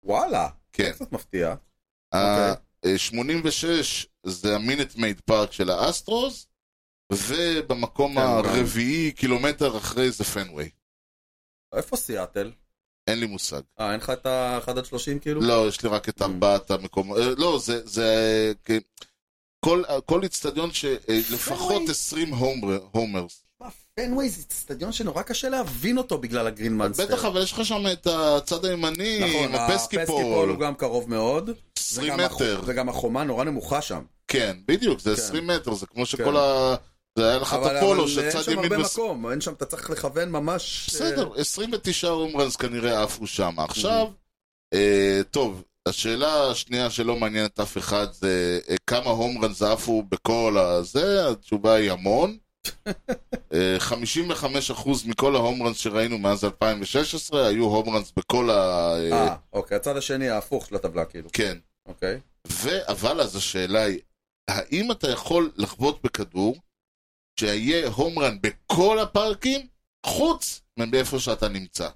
[SPEAKER 2] וואלה.
[SPEAKER 1] כן.
[SPEAKER 2] קצת מפתיע.
[SPEAKER 1] ה- 86 זה המינט מייד פארק של האסטרוס, ובמקום
[SPEAKER 2] כן,
[SPEAKER 1] הרביעי, קילומטר אחרי זה פנוויי.
[SPEAKER 2] איפה סיאטל?
[SPEAKER 1] אין לי מושג.
[SPEAKER 2] אה, אין לך את האחד עד שלושים כאילו?
[SPEAKER 1] לא, יש לי רק את ארבעת המקומות. אה, לא, זה... זה אה, כ- כל- כל איצטדיון שלפחות
[SPEAKER 2] פנוויי.
[SPEAKER 1] 20 הומר- הומרס.
[SPEAKER 2] מה, פנוויי זה אצטדיון שנורא קשה להבין אותו בגלל הגרין מאנסטר.
[SPEAKER 1] בטח, אבל יש לך שם את הצד הימני, עם
[SPEAKER 2] כן. נכון,
[SPEAKER 1] הפסקיפול,
[SPEAKER 2] הוא גם קרוב מאוד.
[SPEAKER 1] 20
[SPEAKER 2] וגם הח-
[SPEAKER 1] מטר.
[SPEAKER 2] וגם החומה נורא נמוכה שם.
[SPEAKER 1] כן, בדיוק, זה
[SPEAKER 2] כן.
[SPEAKER 1] 20 מטר, זה כמו
[SPEAKER 2] כן.
[SPEAKER 1] שכל ה... זה היה לך את
[SPEAKER 2] אבל
[SPEAKER 1] הפולו,
[SPEAKER 2] אבל אין
[SPEAKER 1] שצד
[SPEAKER 2] שם
[SPEAKER 1] ימין
[SPEAKER 2] הרבה
[SPEAKER 1] וס...
[SPEAKER 2] מקום, אין שם, אתה צריך לכוון ממש... אה,
[SPEAKER 1] בסדר, 29 הומרנס כנראה עפו שם. עכשיו, אה, טוב, השאלה השנייה שלא מעניינת אף אחד זה אה, כמה הומרנס עפו בכל הזה, התשובה היא המון. אה, 55% מכל ההומרנס שראינו מאז 2016 היו הומרנס בכל ה...
[SPEAKER 2] אה,
[SPEAKER 1] אה,
[SPEAKER 2] אה, אוקיי, הצד השני ההפוך של הטבלה כאילו.
[SPEAKER 1] כן.
[SPEAKER 2] אוקיי.
[SPEAKER 1] ו- אבל אז השאלה היא, האם אתה יכול לחבוט בכדור שיהיה הום רן בכל הפארקים, חוץ מאיפה שאתה נמצא?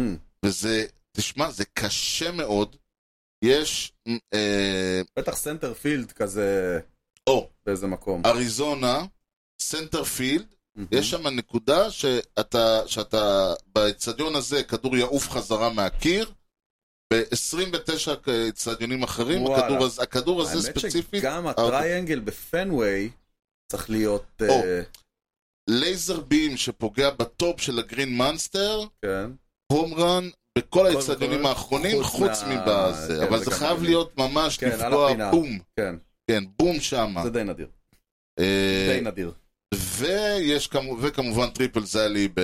[SPEAKER 2] Hmm.
[SPEAKER 1] וזה, תשמע, זה קשה מאוד. יש, מ, אה,
[SPEAKER 2] בטח סנטר פילד כזה
[SPEAKER 1] או,
[SPEAKER 2] באיזה מקום.
[SPEAKER 1] אריזונה, סנטרפילד,
[SPEAKER 2] מהמם.
[SPEAKER 1] אה, יש שם נקודה שאתה, שאתה באצטדיון הזה, כדור יעוף חזרה מהקיר, ב-29 אצטדיונים אחרים,
[SPEAKER 2] וואלה.
[SPEAKER 1] הכדור, הזה- הכדור הזה ספציפית,
[SPEAKER 2] האמת שגם הטרייאנגל בפנוויי צריך להיות...
[SPEAKER 1] אה, או.
[SPEAKER 2] אה,
[SPEAKER 1] לייזר בים שפוגע בטופ של הגרין מאנסטר,
[SPEAKER 2] כן.
[SPEAKER 1] הום רן, בכל
[SPEAKER 2] כל-
[SPEAKER 1] האצטדיונים
[SPEAKER 2] כל-
[SPEAKER 1] האחרונים,
[SPEAKER 2] חוץ
[SPEAKER 1] חוץ
[SPEAKER 2] מה-
[SPEAKER 1] מבזה,
[SPEAKER 2] כן,
[SPEAKER 1] אבל
[SPEAKER 2] זה
[SPEAKER 1] זה
[SPEAKER 2] גם
[SPEAKER 1] חייב
[SPEAKER 2] מעניין.
[SPEAKER 1] להיות ממש
[SPEAKER 2] כן, על
[SPEAKER 1] לפגוע
[SPEAKER 2] הפינה.
[SPEAKER 1] בום,
[SPEAKER 2] כן,
[SPEAKER 1] כן, בום שמה.
[SPEAKER 2] זה די נדיר.
[SPEAKER 1] אה,
[SPEAKER 2] די נדיר.
[SPEAKER 1] ויש כמו, וכמובן טריפל זלי ב,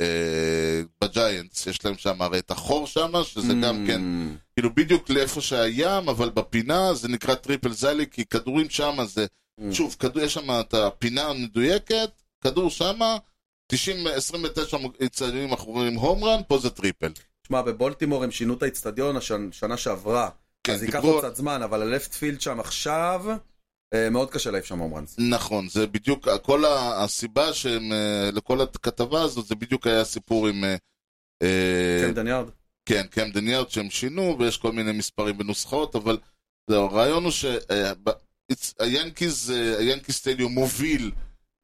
[SPEAKER 1] אה, בג'יינטס, יש להם שם הרי את החור שם, שזה גם כן,
[SPEAKER 2] Mm,
[SPEAKER 1] כאילו בדיוק לאיפה שהים, אבל בפינה זה נקרא טריפל זלי, כי כדורים שם זה,
[SPEAKER 2] Mm.
[SPEAKER 1] שוב, כדור, יש שם את הפינה המדויקת, כדור שם, 90, 29 צעדים אחרונים הום רן, פה זה טריפל.
[SPEAKER 2] תשמע, בבולטימור הם שינו את האיצטדיון השנ- שנה שעברה.
[SPEAKER 1] כן,
[SPEAKER 2] אז ייקח
[SPEAKER 1] דיברו-
[SPEAKER 2] עוד קצת זמן, אבל הלפט פילד שם עכשיו, אה, מאוד קשה להעיף שם הומרנס.
[SPEAKER 1] נכון, זה בדיוק, כל ה- הסיבה שהם, אה, לכל הכתבה הזאת, זה בדיק היה סיפור עם... אה, אה,
[SPEAKER 2] כן, דניארד?
[SPEAKER 1] כן, קמדן יארד שהם שינו, ויש כל מיני מספרים ונוסחאות, אבל זהו, הרעיון הוא שהיאנקיז, היאנקיז סטדיום מוביל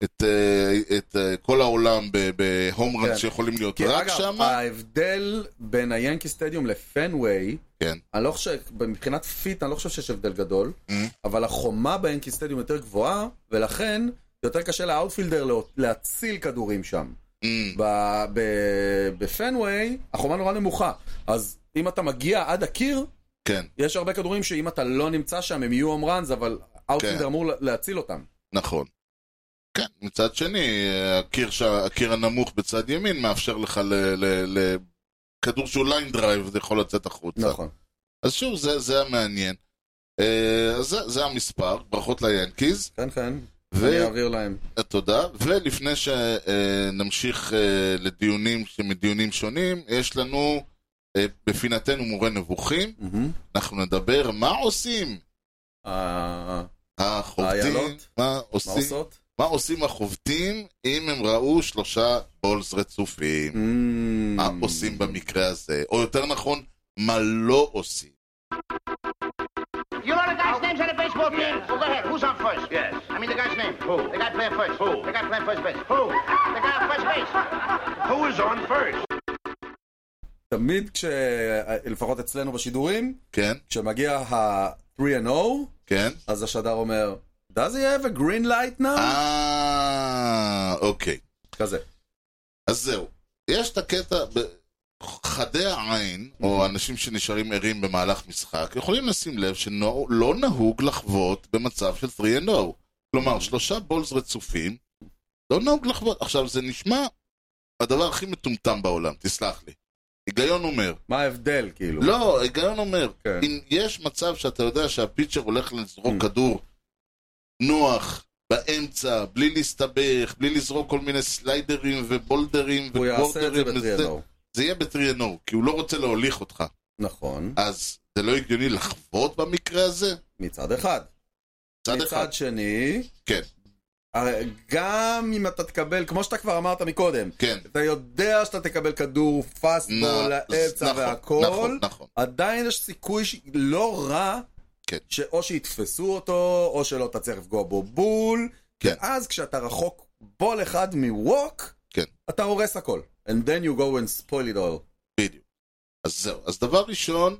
[SPEAKER 1] את, אה, את אה, כל העולם בהום
[SPEAKER 2] כן.
[SPEAKER 1] רנס שיכולים להיות
[SPEAKER 2] כי
[SPEAKER 1] רק
[SPEAKER 2] אגב,
[SPEAKER 1] שם.
[SPEAKER 2] ההבדל בין היאנקי סטדיום לפנוויי,
[SPEAKER 1] כן.
[SPEAKER 2] אני לא חושב, מבחינת פיט אני לא חושב שיש הבדל גדול,
[SPEAKER 1] Mm.
[SPEAKER 2] אבל החומה ביאנקי סטדיום יותר גבוהה, ולכן יותר קשה לאאוטפילדר לה- להציל כדורים שם.
[SPEAKER 1] Mm,
[SPEAKER 2] ב- ב- בפנוויי החומה נורא נמוכה, אז אם אתה מגיע עד הקיר,
[SPEAKER 1] כן,
[SPEAKER 2] יש הרבה כדורים שאם אתה לא נמצא שם הם יהיו הום ראנס, אבל
[SPEAKER 1] כן.
[SPEAKER 2] האוטפילדר אמור לה- להציל אותם.
[SPEAKER 1] נכון. כן, מצד שני, אה, הקיר, ש... הקיר הנמוך בצד ימין מאפשר לך ל... ל... ל... כדור שהוא ליין דרייב, זה יכול לצאת החוצה.
[SPEAKER 2] נכון.
[SPEAKER 1] אז שוב, זה, זה המעניין. אה, אז זה, זה המספר, ברכות ליאנקיז.
[SPEAKER 2] כן, כן,
[SPEAKER 1] ו-
[SPEAKER 2] אני אעביר להם.
[SPEAKER 1] תודה, ולפני שנמשיך אה, לדיונים שמדיונים שונים, יש לנו אה, בפינתנו מורה נבוכים,
[SPEAKER 2] מהמם.
[SPEAKER 1] אנחנו נדבר מה עושים
[SPEAKER 2] אה,
[SPEAKER 1] החובטים,
[SPEAKER 2] האיילות?
[SPEAKER 1] מה
[SPEAKER 2] מה
[SPEAKER 1] עושים,
[SPEAKER 2] עושות?
[SPEAKER 1] מה עושים החובטים אם הם ראו שלושה בולס
[SPEAKER 2] Mm.
[SPEAKER 1] רצופים, מה עושים במקרה הזה, או יותר נכון, מה לא עושים.
[SPEAKER 5] You know the guy's names on the baseball team? Well, go ahead. Who's on first? Yes. I mean the guy's name. Who? The guy playing first. Who? The guy playing first base. Who? The guy on first base. Who is on first?
[SPEAKER 2] תמיד כש... לפחות אצלנו בשידורים,
[SPEAKER 1] כן,
[SPEAKER 2] כשמגיע ה-3 and 0,
[SPEAKER 1] כן.
[SPEAKER 2] אז השדר אומר, does he have a green light now?
[SPEAKER 1] אה, אוקיי.
[SPEAKER 2] כזה.
[SPEAKER 1] אז זהו, יש את הקטע, ב- חדי העין, או אנשים שנשארים ערים במהלך משחק, יכולים לשים לב שלא נהוג לחוות במצב של 3 and 0. כלומר, שלושה בולס רצופים, לא נהוג לחוות. עכשיו, זה נשמע הדבר הכי מטומטם בעולם, תסלח לי. היגיון אומר,
[SPEAKER 2] מה ההבדל, כאילו?
[SPEAKER 1] לא, היגיון אומר,
[SPEAKER 2] כן.
[SPEAKER 1] אם יש מצב שאתה יודע שהפיצ'ר הולך לזרוק
[SPEAKER 2] Mm.
[SPEAKER 1] כדור נוח, באמצע, בלי להסתבך, בלי לזרוק כל מיני סליידרים ובולדרים
[SPEAKER 2] הוא יעשה את זה
[SPEAKER 1] וקוורדרים,
[SPEAKER 2] ב-3
[SPEAKER 1] וזה-
[SPEAKER 2] and oh. 0.
[SPEAKER 1] זה יהיה בטריאנור, כי הוא לא רוצה להוליך אותך.
[SPEAKER 2] נכון,
[SPEAKER 1] אז זה לא הגיוני לחוות במקרה הזה?
[SPEAKER 2] מצד אחד.
[SPEAKER 1] מצד אחד,
[SPEAKER 2] מצד שני,
[SPEAKER 1] כן,
[SPEAKER 2] הרי גם אם אתה תקבל, כמו שאתה כבר אמרת מקודם,
[SPEAKER 1] כן.
[SPEAKER 2] אתה יודע שאתה תקבל כדור פסטבול
[SPEAKER 1] נ-
[SPEAKER 2] לאמצע
[SPEAKER 1] נכון,
[SPEAKER 2] והכל,
[SPEAKER 1] נכון, נכון.
[SPEAKER 2] עדיין יש סיכוי ש- לא רע,
[SPEAKER 1] כן.
[SPEAKER 2] שאו שיתפסו אותו, או שלא תצליח לפגוע בו בול,
[SPEAKER 1] כן.
[SPEAKER 2] אז כשאתה רחוק בול אחד מווק,
[SPEAKER 1] כן.
[SPEAKER 2] אתה הורס הכל. And then you go and spoil it all.
[SPEAKER 1] בדיוק. אז זהו. אז דבר ראשון,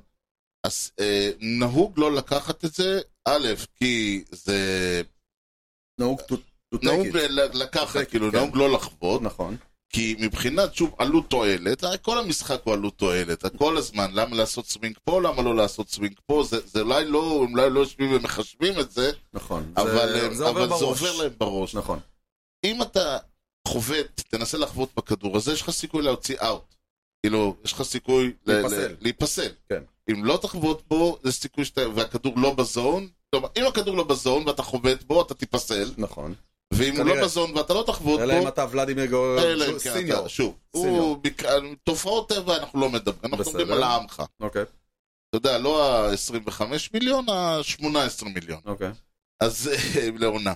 [SPEAKER 1] אז, אה, נהוג לא לקחת את זה, א', כי זה
[SPEAKER 2] נהוג to, to
[SPEAKER 1] נהוג אה,
[SPEAKER 2] take it.
[SPEAKER 1] ל- לקחת,
[SPEAKER 2] take it,
[SPEAKER 1] כאילו
[SPEAKER 2] כן.
[SPEAKER 1] נהוג לא לחוות,
[SPEAKER 2] נכון.
[SPEAKER 1] כי מבחינת שוב עלות תועלת, הרי כל המשחק הוא עלות תועלת, כל הזמן, למה לעשות סווינג פה, למה לא לעשות סווינג פה, זה זה אולי לא, הם אולי לא יושבים ומחשבים את זה,
[SPEAKER 2] נכון.
[SPEAKER 1] אבל הם-
[SPEAKER 2] עובר
[SPEAKER 1] אבל זה
[SPEAKER 2] בראש.
[SPEAKER 1] עובר להם בראש.
[SPEAKER 2] נכון.
[SPEAKER 1] אם אתה חובט, תנסה לחבוט בכדור הזה, יש לך סיכוי להוציא אאוט. כאילו, יש לך סיכוי ל-
[SPEAKER 2] להיפסל.
[SPEAKER 1] ל- להיפסל.
[SPEAKER 2] כן.
[SPEAKER 1] אם לא תחבוט בו, זה סיכוי שאתה, והכדור לא בזון, כלומר, אם הכדור לא בזון ואתה חובט בו, אתה תיפסל,
[SPEAKER 2] נכון.
[SPEAKER 1] ואם הוא
[SPEAKER 2] כנראה.
[SPEAKER 1] לא בזון ואתה לא תחבוט
[SPEAKER 2] אלא אם
[SPEAKER 1] בו,
[SPEAKER 2] אתה ולדימיר גורר
[SPEAKER 1] אלא אם כן,
[SPEAKER 2] לא, סיניור.
[SPEAKER 1] אתה- שוב,
[SPEAKER 2] סיניור.
[SPEAKER 1] הוא בקר- תופעות טבע אנחנו לא מדברים, אנחנו
[SPEAKER 2] בסדר.
[SPEAKER 1] מדברים על העמך.
[SPEAKER 2] אוקיי,
[SPEAKER 1] אתה יודע, לא ה-25 מיליון, ה-18 מיליון.
[SPEAKER 2] אוקיי.
[SPEAKER 1] אז <laughs> אה, לעונה.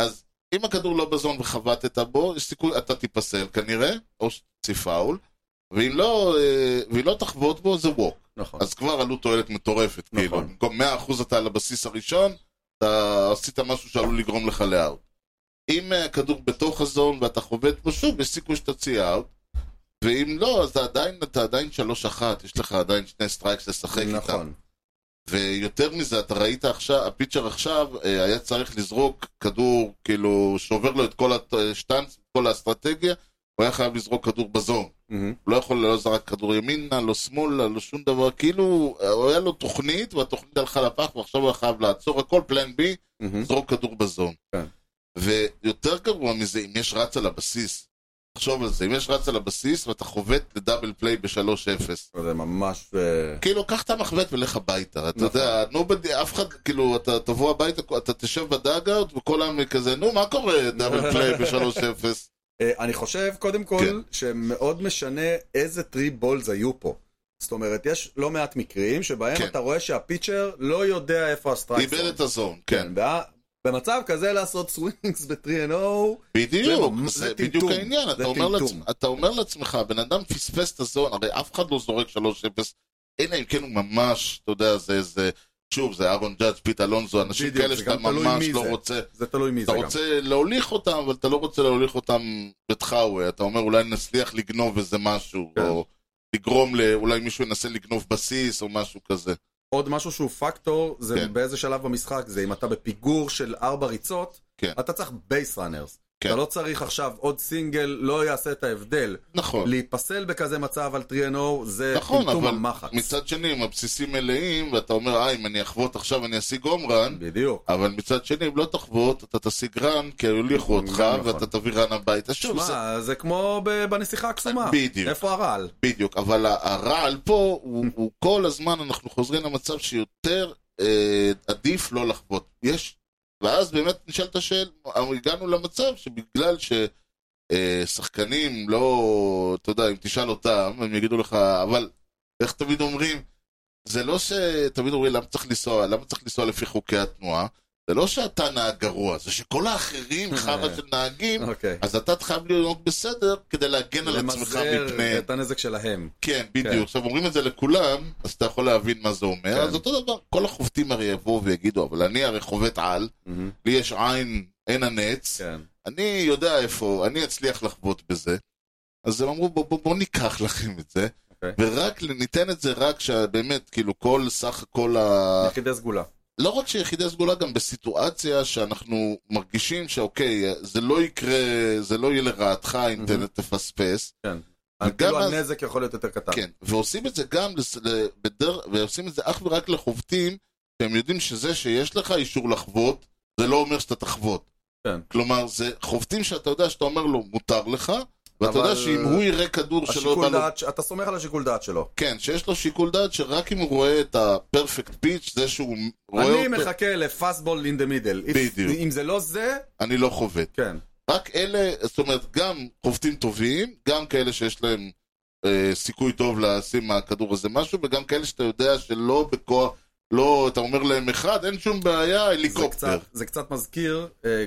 [SPEAKER 1] אז אם הכדור לא בזון וחבטת בו, יש סיכוי, אתה תיפסל כנראה, או שתצא פאול, ואם לא, אה, ואם לא תחבוט בו, זה ווק.
[SPEAKER 2] נכון.
[SPEAKER 1] אז כבר עלות תועלת מטורפת,
[SPEAKER 2] נכון.
[SPEAKER 1] כאילו. במקום 100% אתה על הבסיס הראשון, אתה עשית משהו שעלול לגרום לך לאאוט. אם אה, הכדור בתוך הזון ואתה חובט בו שוב, יש סיכוי שתוציא אאוט. ואם לא, אז אתה עדיין, אתה עדיין 3-1, יש לך עדיין שני סטרייקס לשחק איתם.
[SPEAKER 2] נכון.
[SPEAKER 1] ויותר מזה, אתה ראית עכשיו, הפיצ'ר עכשיו אה, היה צריך לזרוק כדור, כאילו, שובר לו את כל השטאנץ, כל האסטרטגיה, הוא היה חייב לזרוק כדור בזון.
[SPEAKER 2] מהמם.
[SPEAKER 1] הוא לא יכול, לא זרק כדור ימינה, לא שמאלה, לא שום דבר, כאילו, אה, הוא היה לו תוכנית, והתוכנית הלכה לפח, ועכשיו הוא היה חייב לעצור, הכל פלן בי,
[SPEAKER 2] מהמם.
[SPEAKER 1] זרוק כדור בזון.
[SPEAKER 2] כן.
[SPEAKER 1] ויותר גרוע מזה, אם יש רץ על הבסיס. תחשוב על זה, אם יש רץ על הבסיס ואתה חובט לדאבל פליי ב-3-0.
[SPEAKER 2] זה ממש... אה,
[SPEAKER 1] כאילו, קח את המחבט ולך הביתה. אתה
[SPEAKER 2] נכון.
[SPEAKER 1] יודע, נו, בד- אף אחד, כאילו, אתה תבוא הביתה, אתה תשב בדאגאוט, וכל העם כזה, נו, מה קורה, דאבל פליי
[SPEAKER 2] <laughs>
[SPEAKER 1] ב-3-0?
[SPEAKER 2] אה, אני חושב, קודם
[SPEAKER 1] כן.
[SPEAKER 2] כל, שמאוד משנה איזה טרי בולס היו פה. זאת אומרת, יש לא מעט מקרים שבהם
[SPEAKER 1] כן.
[SPEAKER 2] אתה רואה שהפיצ'ר לא יודע איפה הסטרייק
[SPEAKER 1] איבד את הזון, כן.
[SPEAKER 2] וה- במצב כזה לעשות סווינגס <laughs> בטרי אנד או,
[SPEAKER 1] בדיוק,
[SPEAKER 2] זה ממש-
[SPEAKER 1] זה
[SPEAKER 2] זה
[SPEAKER 1] בדיוק
[SPEAKER 2] טמטום.
[SPEAKER 1] העניין.
[SPEAKER 2] זה
[SPEAKER 1] אתה אומר לעצ-
[SPEAKER 2] טמטום.
[SPEAKER 1] אתה אומר לעצמך, הבן אדם פספס את הזון, הרי אף אחד לא זורק 3-0, אלא אם כן הוא ממש, אתה יודע, זה איזה... שוב, זה אהרון ג'אדג', פיט אלונזו, אנשים
[SPEAKER 2] בדיוק,
[SPEAKER 1] כאלה
[SPEAKER 2] זה
[SPEAKER 1] שאתה
[SPEAKER 2] גם תלוי
[SPEAKER 1] ממש
[SPEAKER 2] מי
[SPEAKER 1] לא
[SPEAKER 2] זה.
[SPEAKER 1] רוצה...
[SPEAKER 2] זה תלוי מי זה
[SPEAKER 1] אתה
[SPEAKER 2] גם.
[SPEAKER 1] רוצה להוליך אותם, אבל אתה לא רוצה להוליך אותם בטחאווה. אתה אומר, אולי נצליח לגנוב איזה משהו,
[SPEAKER 2] כן.
[SPEAKER 1] או לגרום ל... אולי מישהו ינסה לגנוב בסיס, או משהו כזה.
[SPEAKER 2] עוד משהו שהוא פקטור, זה
[SPEAKER 1] כן.
[SPEAKER 2] באיזה שלב במשחק זה. אם אתה בפיגור של ארבע ריצות,
[SPEAKER 1] כן.
[SPEAKER 2] אתה צריך בייס ראנרס.
[SPEAKER 1] כן.
[SPEAKER 2] אתה לא צריך עכשיו עוד סינגל, לא יעשה את ההבדל.
[SPEAKER 1] נכון.
[SPEAKER 2] להיפסל בכזה מצב על טרי אנד או, זה
[SPEAKER 1] נכון,
[SPEAKER 2] טמטום
[SPEAKER 1] אבל
[SPEAKER 2] המחץ.
[SPEAKER 1] מצד שני, אם הבסיסים מלאים, ואתה אומר, אה, אם אני אחבוט עכשיו אני אשיג הום רן,
[SPEAKER 2] בדיוק.
[SPEAKER 1] אבל מצד שני, אם לא תחבוט, אתה תשיג רן, כי יוליכו אותך,
[SPEAKER 2] גם נכון.
[SPEAKER 1] ואתה תביא רן הביתה. שוב, זה
[SPEAKER 2] שמע, זה כמו ב- בנסיכה הקסומה.
[SPEAKER 1] בדיוק.
[SPEAKER 2] איפה הרעל?
[SPEAKER 1] בדיוק, אבל ה- הרעל פה,
[SPEAKER 2] <laughs>
[SPEAKER 1] הוא, הוא כל הזמן, אנחנו חוזרים למצב שיותר אה, עדיף לא לחבוט. יש, ואז באמת נשאלת השאלה, הגענו למצב שבגלל ש... אה, שחקנים לא, אתה יודע, אם תשאל אותם, הם יגידו לך, אבל איך תמיד אומרים, זה לא שתמיד אומרים למה צריך לנסוע, למה צריך לנסוע לפי חוקי התנועה, זה לא שאתה נהג גרוע, זה שכל
[SPEAKER 2] <laughs>
[SPEAKER 1] האחרים חרא של נהגים,
[SPEAKER 2] אוקיי.
[SPEAKER 1] אז אתה חייב לנהוג בסדר כדי להגן על עצמך
[SPEAKER 2] למזער
[SPEAKER 1] מפני...
[SPEAKER 2] את הנזק שלהם.
[SPEAKER 1] כן, בדיוק. עכשיו אומרים את זה לכולם, אז אתה יכול להבין מה זה אומר.
[SPEAKER 2] כן.
[SPEAKER 1] אז אותו דבר, כל החובטים הרי יבואו ויגידו, אבל אני הרי חובט על,
[SPEAKER 2] מהמם.
[SPEAKER 1] לי יש עין, אין הנץ,
[SPEAKER 2] כן.
[SPEAKER 1] אני יודע איפה, אני אצליח לחבוט בזה. אז הם אמרו, בואו בוא, בוא ניקח לכם את זה,
[SPEAKER 2] אוקיי.
[SPEAKER 1] ורק ניתן את זה רק שבאמת, כאילו, כל סך כל ה...
[SPEAKER 2] יחידי סגולה.
[SPEAKER 1] לא רק שיחידי סגולה, גם בסיטואציה שאנחנו מרגישים שאוקיי, זה לא יקרה, זה לא יהיה לרעתך אם
[SPEAKER 2] מהמם.
[SPEAKER 1] תפספס.
[SPEAKER 2] כן.
[SPEAKER 1] וגם
[SPEAKER 2] כאילו
[SPEAKER 1] אז-
[SPEAKER 2] הנזק יכול להיות יותר קטן.
[SPEAKER 1] כן, ועושים את זה גם, לס- ל- בדר... ועושים את זה אך ורק לחובטים, שהם יודעים שזה שיש לך אישור לחבוט, זה לא אומר שאתה תחבוט.
[SPEAKER 2] כן.
[SPEAKER 1] כלומר, זה חובטים שאתה יודע שאתה אומר לו, מותר לך, ואתה
[SPEAKER 2] אבל-
[SPEAKER 1] יודע שאם הוא יראה כדור שלא בא
[SPEAKER 2] השיקול
[SPEAKER 1] לו...
[SPEAKER 2] דעת, ש- אתה סומך על השיקול דעת שלו.
[SPEAKER 1] כן, שיש לו שיקול דעת שרק אם הוא רואה את הפרפקט פיץ', זה שהוא רואה
[SPEAKER 2] אני
[SPEAKER 1] אותו,
[SPEAKER 2] מחכה לפאסטבול אין דה מידל.
[SPEAKER 1] בדיוק.
[SPEAKER 2] אם זה לא זה,
[SPEAKER 1] אני לא חובט.
[SPEAKER 2] כן.
[SPEAKER 1] רק אלה, זאת אומרת, גם חובטים טובים, גם כאלה שיש להם אה, סיכוי טוב לשים מהכדור הזה משהו, וגם כאלה שאתה יודע שלא בכוח, לא, אתה אומר להם אחד, אין שום בעיה,
[SPEAKER 2] זה
[SPEAKER 1] הליקופטר.
[SPEAKER 2] קצת, זה קצת מזכיר אה,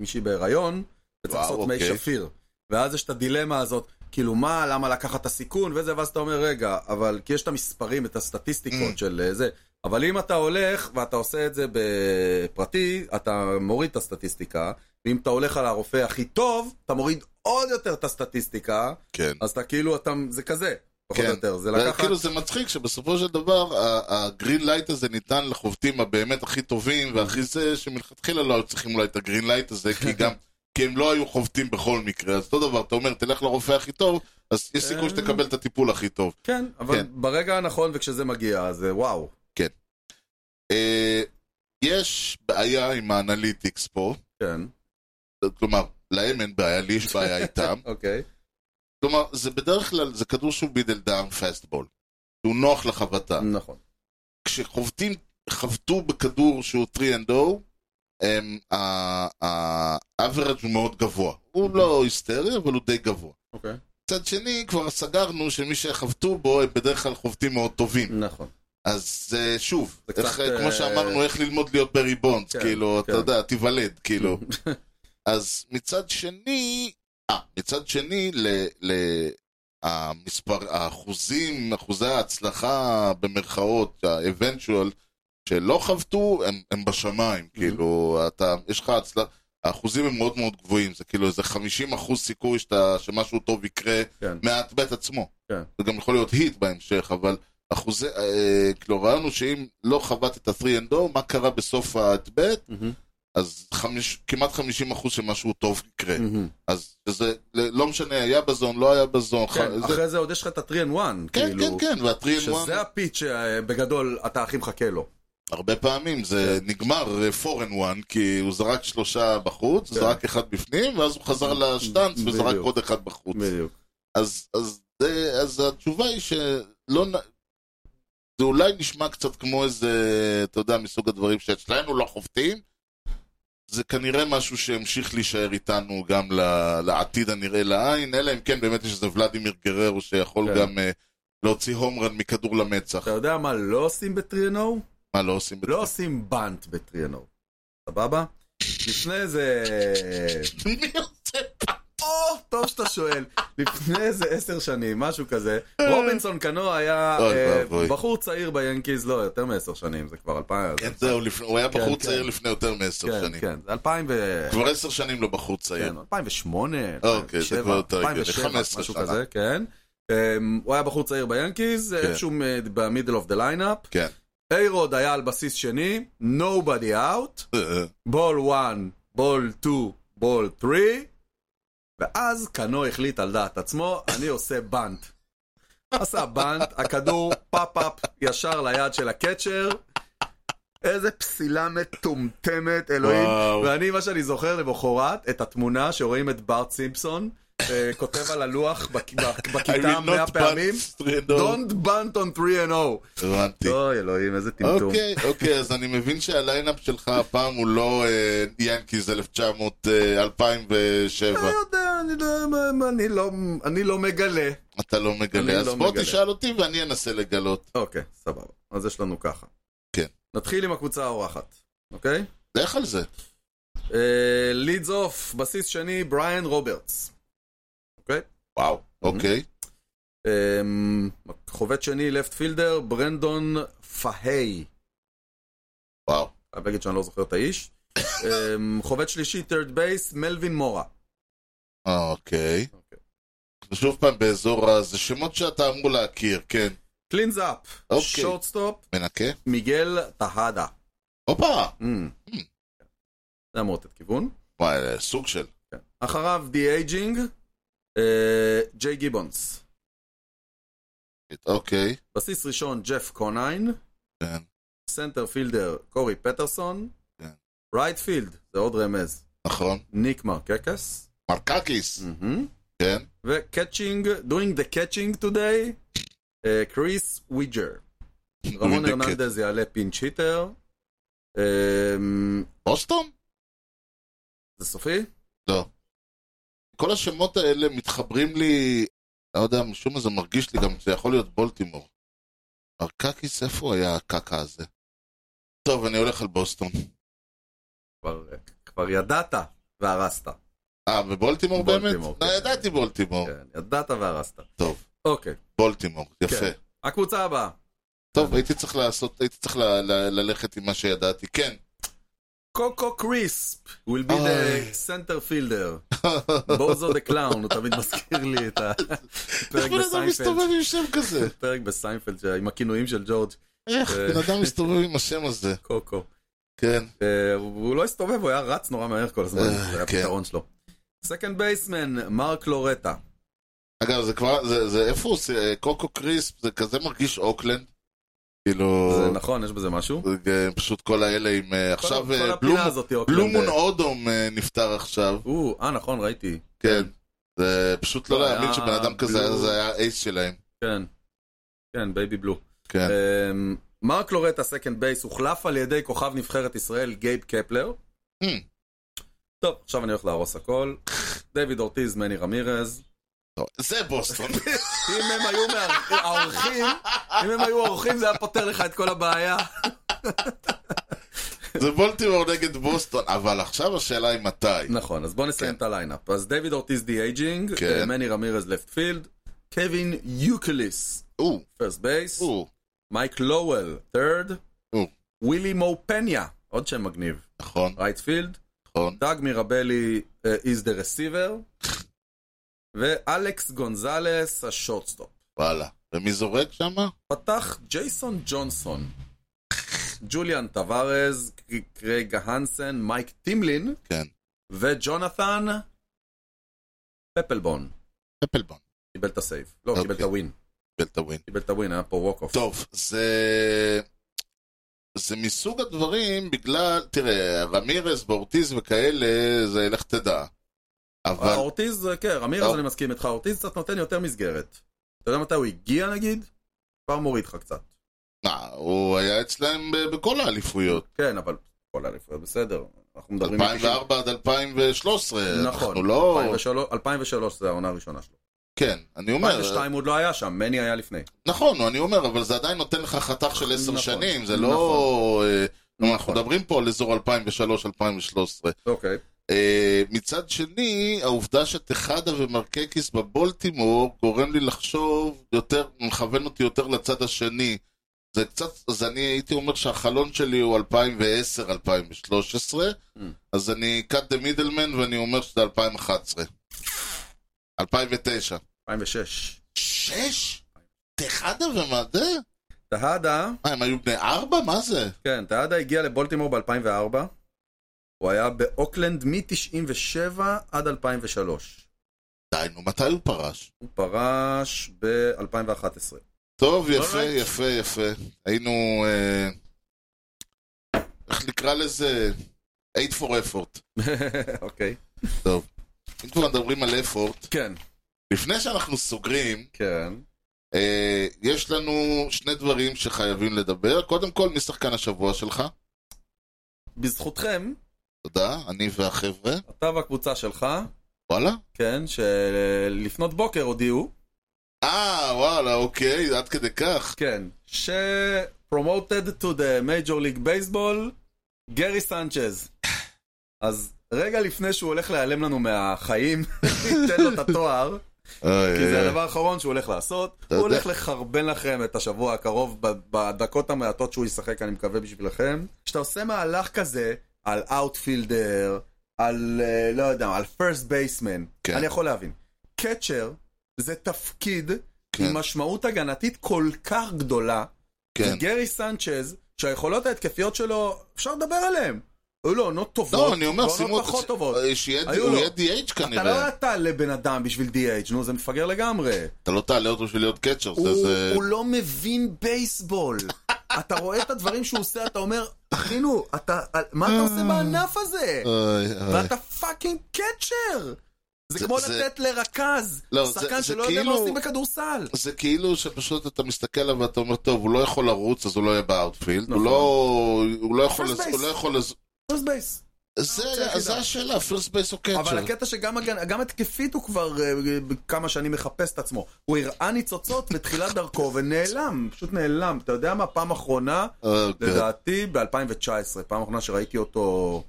[SPEAKER 2] כשמישהי בהיריון, וצריך
[SPEAKER 1] וואו,
[SPEAKER 2] לעשות מי
[SPEAKER 1] אוקיי.
[SPEAKER 2] שפיר. ואז יש את הדילמה הזאת, כאילו מה, למה לקחת את הסיכון וזה, ואז אתה אומר, רגע, אבל כי יש את המספרים, את
[SPEAKER 1] Mm.
[SPEAKER 2] הסטטיסטיקות של אה, זה. אבל אם אתה הולך ואתה עושה את זה בפרטי, אתה מוריד את הסטטיסטיקה, ואם אתה הולך על הרופא הכי טוב, אתה מוריד עוד יותר את הסטטיסטיקה,
[SPEAKER 1] כן.
[SPEAKER 2] אז אתה כאילו, אתה, זה כזה, פחות
[SPEAKER 1] כן.
[SPEAKER 2] או יותר, זה
[SPEAKER 1] זה
[SPEAKER 2] לקחת...
[SPEAKER 1] כאילו זה מצחיק שבסופו של דבר ה- הגרין לייט הזה ניתן לחובטים הבאמת הכי טובים והכי זה שמלכתחילה לא היו צריכים אולי את הגרין לייט הזה כי
[SPEAKER 2] <laughs>
[SPEAKER 1] גם כי הם לא היו חובטים בכל מקרה אז אותו דבר אתה אומר תלך לרופא הכי טוב אז יש
[SPEAKER 2] אה.
[SPEAKER 1] סיכוי שתקבל את הטיפול הכי טוב
[SPEAKER 2] כן, אבל
[SPEAKER 1] כן.
[SPEAKER 2] ברגע הנכון וכשזה מגיע, אז אה, וואו.
[SPEAKER 1] אה, יש בעיה עם האנליטיקס פה,
[SPEAKER 2] כן,
[SPEAKER 1] כלומר, להם אין בעיה, לי יש
[SPEAKER 2] <laughs>
[SPEAKER 1] בעיה איתם.
[SPEAKER 2] אוקיי.
[SPEAKER 1] כלומר, זה בדרך כלל, זה כדור שהוא בידל דאון פסטבול. הוא נוח לחבטה.
[SPEAKER 2] נכון.
[SPEAKER 1] כשחובטים, חבטו בכדור שהוא 3 and oh, 0, האברג' הוא מאוד גבוה.
[SPEAKER 2] Mm-hmm.
[SPEAKER 1] הוא לא היסטרי, אבל הוא די גבוה.
[SPEAKER 2] אוקיי.
[SPEAKER 1] מצד שני, כבר סגרנו שמי שחבטו בו, הם בדרך כלל חובטים מאוד טובים.
[SPEAKER 2] נכון.
[SPEAKER 1] אז אה, שוב,
[SPEAKER 2] זה קצת,
[SPEAKER 1] איך, אה,
[SPEAKER 2] אה,
[SPEAKER 1] כמו שאמרנו, איך ללמוד להיות ברי בונדס,
[SPEAKER 2] כן,
[SPEAKER 1] כאילו, אתה
[SPEAKER 2] כן.
[SPEAKER 1] יודע, תיוולד,
[SPEAKER 2] <laughs>
[SPEAKER 1] כאילו. אז מצד שני, אה, מצד שני, ל... ל המספר, האחוזים, אחוזי ההצלחה במרכאות, ה-eventual, שלא חבטו, הם, הם בשמיים,
[SPEAKER 2] Mm-hmm.
[SPEAKER 1] כאילו, אתה, יש לך הצלחה, האחוזים הם מאוד מאוד גבוהים, זה כאילו איזה 50 אחוז סיכוי שאתה, שמשהו טוב יקרה
[SPEAKER 2] כן.
[SPEAKER 1] מהבית עצמו.
[SPEAKER 2] כן.
[SPEAKER 1] זה גם יכול להיות היט בהמשך, אבל אחוזי, אה, כאילו, ראינו שאם לא חבט את ה-3 and O, מה קרה בסוף הבית,
[SPEAKER 2] מהמם.
[SPEAKER 1] אז חמיש, כמעט 50 אחוז שמשהו טוב יקרה.
[SPEAKER 2] מהמם.
[SPEAKER 1] אז זה לא משנה, היה בזון, לא היה בזון.
[SPEAKER 2] כן,
[SPEAKER 1] ח- זה-
[SPEAKER 2] אחרי זה עוד יש לך את ה-3 and 1,
[SPEAKER 1] כן, כן,
[SPEAKER 2] כאילו,
[SPEAKER 1] כן, והטרי and one,
[SPEAKER 2] שזה הפיט שבגדול אתה הכי מחכה לו.
[SPEAKER 1] הרבה פעמים זה
[SPEAKER 2] כן.
[SPEAKER 1] נגמר 4 and one, כי הוא זרק שלושה בחוץ,
[SPEAKER 2] כן. Mm.
[SPEAKER 1] זרק אחד בפנים, ואז הוא חזר לשטאנץ וזרק
[SPEAKER 2] בדיוק.
[SPEAKER 1] עוד אחד בחוץ.
[SPEAKER 2] בדיוק.
[SPEAKER 1] אז, אז, זה- אז התשובה היא שלא... נ- זה אולי נשמע קצת כמו איזה, אתה יודע, מסוג הדברים שאצלנו לא חובטים. זה כנראה משהו שהמשיך להישאר איתנו גם ל- לעתיד הנראה לעין, אלא אם כן באמת יש איזה ולדימיר גררו שיכול
[SPEAKER 2] כן.
[SPEAKER 1] גם אה, להוציא הומרן מכדור למצח.
[SPEAKER 2] אתה יודע מה לא עושים בטריאנו?
[SPEAKER 1] מה לא עושים בזה?
[SPEAKER 2] לא עושים בנט בטריאנו. סבבה? לפני איזה... לא.
[SPEAKER 1] מי עושה?
[SPEAKER 2] או, טוב שאתה שואל. לפני איזה עשר שנים, משהו כזה, רובינסון קנו היה
[SPEAKER 1] אוי
[SPEAKER 2] אה,
[SPEAKER 1] ואבוי.
[SPEAKER 2] בחור צעיר ביאנקיז, לא, יותר מעשר שנים, זה כבר אלפיים...
[SPEAKER 1] כן, זהו, לפני- הוא היה בחור
[SPEAKER 2] כן.
[SPEAKER 1] צעיר לפני יותר מעשר
[SPEAKER 2] כן,
[SPEAKER 1] שנים.
[SPEAKER 2] כן, זה אלפיים ו...
[SPEAKER 1] כבר עשר שנים לא בחור צעיר.
[SPEAKER 2] כן, 2008,
[SPEAKER 1] אוקיי, זה
[SPEAKER 2] 2007,
[SPEAKER 1] כבר יותר הגיוני,
[SPEAKER 2] 2007,
[SPEAKER 1] 15
[SPEAKER 2] משהו
[SPEAKER 1] שנה.
[SPEAKER 2] כזה, כן. אמ, הוא היה בחור צעיר ביאנקיז,
[SPEAKER 1] כן.
[SPEAKER 2] איפשהו מ- במידל אוף דה ליינאפ.
[SPEAKER 1] כן.
[SPEAKER 2] איירוד היה על בסיס שני, nobody out,
[SPEAKER 1] אה,
[SPEAKER 2] בול 1, בול 2, בול 3, ואז קנו החליט על דעת עצמו, אני עושה בנט. עשה בנט, הכדור פאפ-אפ ישר ליד של הקצ'ר. איזה פסילה מטומטמת, אלוהים.
[SPEAKER 1] וואו.
[SPEAKER 2] ואני, מה שאני זוכר למחרת, את התמונה שרואים את בארט סימפסון, אה, כותב על הלוח בכ- בכ-
[SPEAKER 1] I
[SPEAKER 2] בכיתה
[SPEAKER 1] will
[SPEAKER 2] 100
[SPEAKER 1] not
[SPEAKER 2] פעמים,
[SPEAKER 1] but straight on.
[SPEAKER 2] Don't bunt on 3 and 0.
[SPEAKER 1] הבנתי.
[SPEAKER 2] אוי, אלוהים, איזה טמטום.
[SPEAKER 1] אוקיי, אוקיי, אז אני מבין שהליינאפ שלך הפעם הוא לא אה, ינקיז 1900, אה, 2007.
[SPEAKER 2] לא יודע, אני לא- אני לא- אני לא מגלה.
[SPEAKER 1] אתה לא
[SPEAKER 2] אני
[SPEAKER 1] מגלה, אז
[SPEAKER 2] לא
[SPEAKER 1] בוא
[SPEAKER 2] מגלה.
[SPEAKER 1] תשאל אותי ואני אנסה לגלות.
[SPEAKER 2] אוקיי, סבבה. אז יש לנו ככה.
[SPEAKER 1] כן.
[SPEAKER 2] נתחיל עם הקבוצה האורחת, אוקיי?
[SPEAKER 1] לך על זה.
[SPEAKER 2] לידס אוף, בסיס שני, בריאן רוברטס. אוקיי?
[SPEAKER 1] וואו. אוקיי.
[SPEAKER 2] אמ, חובט שני, לפט פילדר, ברנדון פהיי.
[SPEAKER 1] וואו.
[SPEAKER 2] חייב להגיד שאני לא זוכר את האיש. אמ, חובט שלישי, טרד בייס, מלווין מורה.
[SPEAKER 1] אוקיי.
[SPEAKER 2] אוקיי.
[SPEAKER 1] שוב פעם באזור ה... זה שמות שאתה אמור להכיר, כן.
[SPEAKER 2] קלינז אפ,
[SPEAKER 1] אוקיי.
[SPEAKER 2] שורטסטופ,
[SPEAKER 1] מנקה?
[SPEAKER 2] מיגל טהדה.
[SPEAKER 1] הופה!
[SPEAKER 2] אמ.
[SPEAKER 1] Mm.
[SPEAKER 2] זה אמור לתת כיוון. כן.
[SPEAKER 1] וואי, אה, סוג של.
[SPEAKER 2] אחריו די אייג'ינג, ג'יי גיבונס.
[SPEAKER 1] אוקיי.
[SPEAKER 2] בסיס ראשון, ג'ף קוניין.
[SPEAKER 1] כן.
[SPEAKER 2] סנטר פילדר, קורי פטרסון.
[SPEAKER 1] כן.
[SPEAKER 2] רייט פילד, זה עוד רמז,
[SPEAKER 1] נכון.
[SPEAKER 2] ניק מרקקס.
[SPEAKER 1] מרקקיס. כן.
[SPEAKER 2] וקאצ'ינג, doing the catching today, אה, קריס וויג'ר. רמון
[SPEAKER 1] Doing the
[SPEAKER 2] הרננדז יעלה פינץ' היטר. אה,
[SPEAKER 1] בוסטון?
[SPEAKER 2] זה סופי?
[SPEAKER 1] לא. כל השמות האלה מתחברים לי, לא יודע, משום מה זה מרגיש לי גם שזה יכול להיות בולטימור. ארקקיס, איפה היה הקקה הזה? טוב, אני הולך על בוסטון.
[SPEAKER 2] כבר- כבר ידעת והרסת.
[SPEAKER 1] אה, בבולטימור באמת?
[SPEAKER 2] בולטימור,
[SPEAKER 1] לא,
[SPEAKER 2] כן.
[SPEAKER 1] ידעתי בולטימור.
[SPEAKER 2] כן, ידעת והרסת.
[SPEAKER 1] טוב,
[SPEAKER 2] אוקיי,
[SPEAKER 1] בולטימור, יפה.
[SPEAKER 2] כן. הקבוצה הבאה.
[SPEAKER 1] טוב, הייתי צריך לעשות, הייתי צריך ל- ל- ללכת עם מה שידעתי,
[SPEAKER 2] <laughs>
[SPEAKER 1] כן.
[SPEAKER 2] קוקו קריספ will be the
[SPEAKER 1] אוי.
[SPEAKER 2] center fielder. בוזו דה קלאון, הוא תמיד מזכיר לי את הפרק
[SPEAKER 1] בן אדם מסתובב
[SPEAKER 2] בסיינפלד.
[SPEAKER 1] עם שם
[SPEAKER 2] <laughs>
[SPEAKER 1] כזה.
[SPEAKER 2] פרק בסיינפלד ש- עם הכינויים של ג'ורג'
[SPEAKER 1] איך
[SPEAKER 2] כן.
[SPEAKER 1] בן אדם מסתובב עם השם הזה?
[SPEAKER 2] קוקו.
[SPEAKER 1] כן.
[SPEAKER 2] אה, הוא הוא לא הסתובב, הוא היה רץ נורא מהר כל הזמן,
[SPEAKER 1] אה,
[SPEAKER 2] זה היה
[SPEAKER 1] כן.
[SPEAKER 2] הפתרון שלו. סקנד בייסמן, מרק לורטה.
[SPEAKER 1] אגב, זה כבר, זה, זה איפה הוא עושה, קוקו קריספ, זה כזה מרגיש אוקלנד. כאילו,
[SPEAKER 2] זה נכון, יש בזה משהו.
[SPEAKER 1] זה פשוט כל האלה עם, אה,
[SPEAKER 2] כל-
[SPEAKER 1] עכשיו,
[SPEAKER 2] כל
[SPEAKER 1] אה,
[SPEAKER 2] הפינה
[SPEAKER 1] בלום-
[SPEAKER 2] הזאת היא אוקלנד.
[SPEAKER 1] בלומון אודום אה, נפטר עכשיו,
[SPEAKER 2] או, אה, נכון, ראיתי.
[SPEAKER 1] כן. זה פשוט לא
[SPEAKER 2] לא,
[SPEAKER 1] להאמין
[SPEAKER 2] היה
[SPEAKER 1] שבן אדם כזה,
[SPEAKER 2] בלום.
[SPEAKER 1] זה היה אייס שלהם.
[SPEAKER 2] כן. כן, בייבי בלו.
[SPEAKER 1] כן.
[SPEAKER 2] אמ, מרק לורטה סקנד בייס הוחלף על ידי כוכב נבחרת ישראל גייב קפלר.
[SPEAKER 1] Hmm.
[SPEAKER 2] טוב, עכשיו אני הולך להרוס הכל. דיוויד אורטיז, מני רמירז,
[SPEAKER 1] לא, זה בוסטון. <laughs>
[SPEAKER 6] אם הם היו מאר- האורחים, אם הם היו האורחים זה היה פותר לך את כל הבעיה.
[SPEAKER 1] זה בולטימור נגד בוסטון, אבל עכשיו השאלה היא מתי.
[SPEAKER 2] נכון, אז בוא נסיים
[SPEAKER 1] כן.
[SPEAKER 2] את הליינאפ. אז דיוויד אורטיס די אייג'ינג,
[SPEAKER 1] כן.
[SPEAKER 2] אה, מני רמירז לפט פילד, קווין יוקליס,
[SPEAKER 1] או,
[SPEAKER 2] פרסט בייס,
[SPEAKER 1] או,
[SPEAKER 2] מייק לואל, third,
[SPEAKER 1] או.
[SPEAKER 2] ווילי מו פניה, עוד שם מגניב,
[SPEAKER 1] נכון,
[SPEAKER 2] רייט פילד,
[SPEAKER 1] נכון.
[SPEAKER 2] דאג מירבלי אה, is the receiver, ואלכס גונזלס השורטסטופ.
[SPEAKER 1] וואלה. ומי זורק שם?
[SPEAKER 2] פתח ג'ייסון ג'ונסון, ג'וליאן טווארז, ק- קרייג הנסן, מייק טימלין,
[SPEAKER 1] כן.
[SPEAKER 2] וג'ונתן פפלבון.
[SPEAKER 1] אפלבון.
[SPEAKER 2] קיבל את הסייב. לא,
[SPEAKER 1] אוקיי.
[SPEAKER 2] קיבל את הווין.
[SPEAKER 1] קיבל את הווין.
[SPEAKER 2] קיבל את הווין, היה פה ווק אוף.
[SPEAKER 1] טוב, זה... זה מסוג הדברים בגלל, תראה, רמירס ואורטיז וכאלה, זה לך תדע. אבל
[SPEAKER 2] אורטיז, כן, אמיר, אז
[SPEAKER 1] טוב.
[SPEAKER 2] אני מסכים איתך, אורטיז קצת נותן יותר מסגרת. אתה יודע מתי הוא הגיע נגיד? כבר מוריד לך קצת.
[SPEAKER 1] מה, אה, הוא היה אצלהם ב- בכל האליפויות.
[SPEAKER 2] כן, אבל כל האליפויות בסדר. אנחנו מדברים... על
[SPEAKER 1] 2004 עד 2013. אנחנו
[SPEAKER 2] נכון,
[SPEAKER 1] לא...
[SPEAKER 2] 2003 2003 זה העונה הראשונה שלו.
[SPEAKER 1] כן, אני אומר.
[SPEAKER 2] 2002 עוד לא היה שם, מני היה לפני.
[SPEAKER 1] נכון, אני אומר, אבל זה עדיין נותן לך חתך של עשר
[SPEAKER 2] נכון,
[SPEAKER 1] שנים, זה
[SPEAKER 2] נכון.
[SPEAKER 1] לא... אה, אנחנו
[SPEAKER 2] נכון.
[SPEAKER 1] מדברים פה על אזור 2003-2013.
[SPEAKER 2] אוקיי.
[SPEAKER 1] אה, מצד שני, העובדה שטחדה ומרקקיס בבולטימור גורם לי לחשוב יותר, מכוון אותי יותר לצד השני. זה קצת, אז אני הייתי אומר שהחלון שלי הוא 2010-2013,
[SPEAKER 2] Mm.
[SPEAKER 1] אז אני cut the middleman ואני אומר שזה 2011. 2009.
[SPEAKER 2] 2006.
[SPEAKER 1] שש? טחדה ומדה?
[SPEAKER 2] טהדה,
[SPEAKER 1] מה, הם היו בני ארבע? מה זה?
[SPEAKER 2] כן, טהדה הגיע לבולטימור ב-2004. הוא היה באוקלנד מ-97 עד 2003.
[SPEAKER 1] די, נו, מתי הוא פרש?
[SPEAKER 2] הוא פרש ב-2011.
[SPEAKER 1] טוב, יפה,
[SPEAKER 6] Alright.
[SPEAKER 1] יפה, יפה. היינו, אה, איך נקרא לזה? 8 for effort.
[SPEAKER 2] <laughs> אוקיי.
[SPEAKER 1] טוב. אם כבר מדברים על effort,
[SPEAKER 2] כן.
[SPEAKER 1] לפני שאנחנו סוגרים,
[SPEAKER 2] כן.
[SPEAKER 1] אה, יש לנו שני דברים שחייבים לדבר. קודם כל, מי שחקן השבוע שלך?
[SPEAKER 2] בזכותכם,
[SPEAKER 1] תודה, אני והחבר'ה.
[SPEAKER 2] אתה והקבוצה שלך,
[SPEAKER 1] וואלה?
[SPEAKER 2] כן, שלפנות בוקר הודיעו,
[SPEAKER 1] אה, וואלה, אוקיי, עד כדי כך.
[SPEAKER 2] כן, ש-promoted to the major league baseball, גרי סנצ'ז. אז רגע לפני שהוא הולך להיעלם לנו מהחיים, <laughs> ניתן לו את התואר,
[SPEAKER 1] איי,
[SPEAKER 2] כי זה
[SPEAKER 1] איי.
[SPEAKER 2] הדבר האחרון שהוא הולך לעשות. הוא
[SPEAKER 1] אה, יודע.
[SPEAKER 2] הולך לחרבן לכם את השבוע הקרוב, ב- בדקות המעטות שהוא ישחק, אני מקווה בשבילכם. כשאתה עושה מהלך כזה על אאוטפילדר, על, אה, לא יודע, על פרסט בייסמן,
[SPEAKER 1] כן.
[SPEAKER 2] אני יכול להבין. קצ'ר זה תפקיד
[SPEAKER 1] כן.
[SPEAKER 2] עם משמעות הגנתית כל כך גדולה.
[SPEAKER 1] כן.
[SPEAKER 2] גרי סנצ'ז, שהיכולות ההתקפיות שלו, אפשר לדבר עליהן. היו לו עונות טובות,
[SPEAKER 1] לא, אני אומר, שימו...
[SPEAKER 2] ועונות פחות טובות.
[SPEAKER 1] אה, שיהיה
[SPEAKER 2] היו
[SPEAKER 1] הוא
[SPEAKER 2] לו.
[SPEAKER 1] יהיה DH
[SPEAKER 2] אתה לא
[SPEAKER 1] כנראה.
[SPEAKER 2] תעלה בן אדם בשביל DH, נו, זה מפגר לגמרי.
[SPEAKER 1] אתה לא תעלה אותו בשביל להיות קצ'ר. זה-
[SPEAKER 2] הוא,
[SPEAKER 1] זה...
[SPEAKER 2] הוא לא מבין
[SPEAKER 1] <laughs>
[SPEAKER 2] בייסבול. אתה רואה את הדברים שהוא עושה, אתה אומר, אחינו, אתה, מה אתה עושה בענף הזה?
[SPEAKER 1] אה. איי, איי.
[SPEAKER 2] לא- ואתה פאקינג קצ'ר! זה,
[SPEAKER 1] זה-
[SPEAKER 2] כמו
[SPEAKER 1] זה-
[SPEAKER 2] לתת לרכז,
[SPEAKER 1] לא, זה-
[SPEAKER 2] שחקן
[SPEAKER 1] זה
[SPEAKER 2] שלא יודע
[SPEAKER 1] כאילו-
[SPEAKER 2] מה עושים בכדורסל.
[SPEAKER 1] זה כאילו שפשוט אתה מסתכל עליו ואתה אומר, טוב, הוא לא יכול לרוץ, אז הוא לא יהיה באאוטפילד. הוא
[SPEAKER 2] נכון.
[SPEAKER 1] לא... הוא לא יכול...
[SPEAKER 2] First
[SPEAKER 1] לז-
[SPEAKER 2] base.
[SPEAKER 1] הוא לא יכול... לז-
[SPEAKER 2] פרסט בייס.
[SPEAKER 1] זה
[SPEAKER 2] היחידה.
[SPEAKER 1] זה השאלה, פירסט בייס או
[SPEAKER 2] אבל
[SPEAKER 1] קצ'ר.
[SPEAKER 2] הקטע שגם הגנ- גם התקפית הוא כבר אה, כמה שנים מחפש את עצמו. הוא הראה ניצוצות בתחילת דרכו ונעלם, פשוט נעלם. אתה יודע מה? פעם אחרונה,
[SPEAKER 1] אוקיי,
[SPEAKER 2] לדעתי ב-2019, פעם אחרונה שראיתי אותו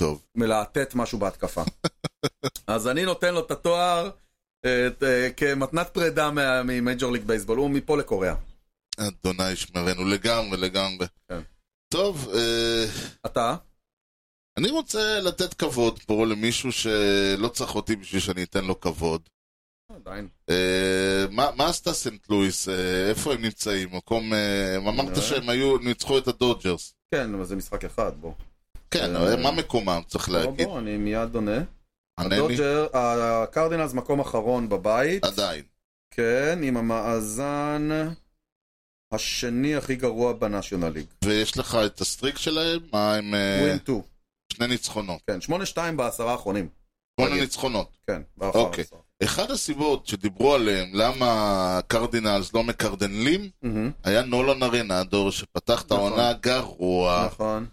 [SPEAKER 1] טוב.
[SPEAKER 2] מלהטט משהו
[SPEAKER 1] <laughs>
[SPEAKER 2] בהתקפה. אז אני נותן לו את התואר את, אה, כמתנת פרידה מה- ממייג'ור ליג בייסבול, הוא מפה לקוריאה.
[SPEAKER 1] אדוני ישמרנו לגמרי, לגמרי.
[SPEAKER 2] כן.
[SPEAKER 1] טוב, אה,
[SPEAKER 2] אתה?
[SPEAKER 1] אני רוצה לתת כבוד פה למישהו שלא צריך אותי בשביל שאני אתן לו כבוד.
[SPEAKER 2] עדיין.
[SPEAKER 1] אה, מה מה עשתה סנט לואיס? אה, איפה הם נמצאים? מקום... אה, אמרת
[SPEAKER 2] אה.
[SPEAKER 1] שהם היו, ניצחו את הדודג'רס.
[SPEAKER 2] כן, אבל זה משחק אחד, בוא.
[SPEAKER 1] כן,
[SPEAKER 2] אה. לא,
[SPEAKER 1] אבל מה מקומם, צריך
[SPEAKER 2] בוא,
[SPEAKER 1] להגיד.
[SPEAKER 2] בוא, אני מיד עונה.
[SPEAKER 1] ענה לי.
[SPEAKER 2] הדודג'ר, הקרדינלס מקום אחרון בבית,
[SPEAKER 1] עדיין.
[SPEAKER 2] כן, עם המאזן השני הכי גרוע בנאשיונל ליג.
[SPEAKER 1] ויש לך את הסטריק שלהם, מה עם אה,
[SPEAKER 2] ווין 2.
[SPEAKER 1] שני ניצחונות.
[SPEAKER 2] כן, 8-2 בעשרה האחרונים.
[SPEAKER 1] שמונה
[SPEAKER 2] נגיד.
[SPEAKER 1] ניצחונות.
[SPEAKER 2] כן, באחר
[SPEAKER 1] אוקיי.
[SPEAKER 2] העשרה.
[SPEAKER 1] אחד הסיבות שדיברו עליהם, למה הקרדינלס לא מקרדנלים,
[SPEAKER 2] מהמם,
[SPEAKER 1] היה נולן הרנדו, שפתח את
[SPEAKER 2] נכון.
[SPEAKER 1] אה. העונה גרוע.
[SPEAKER 2] נכון.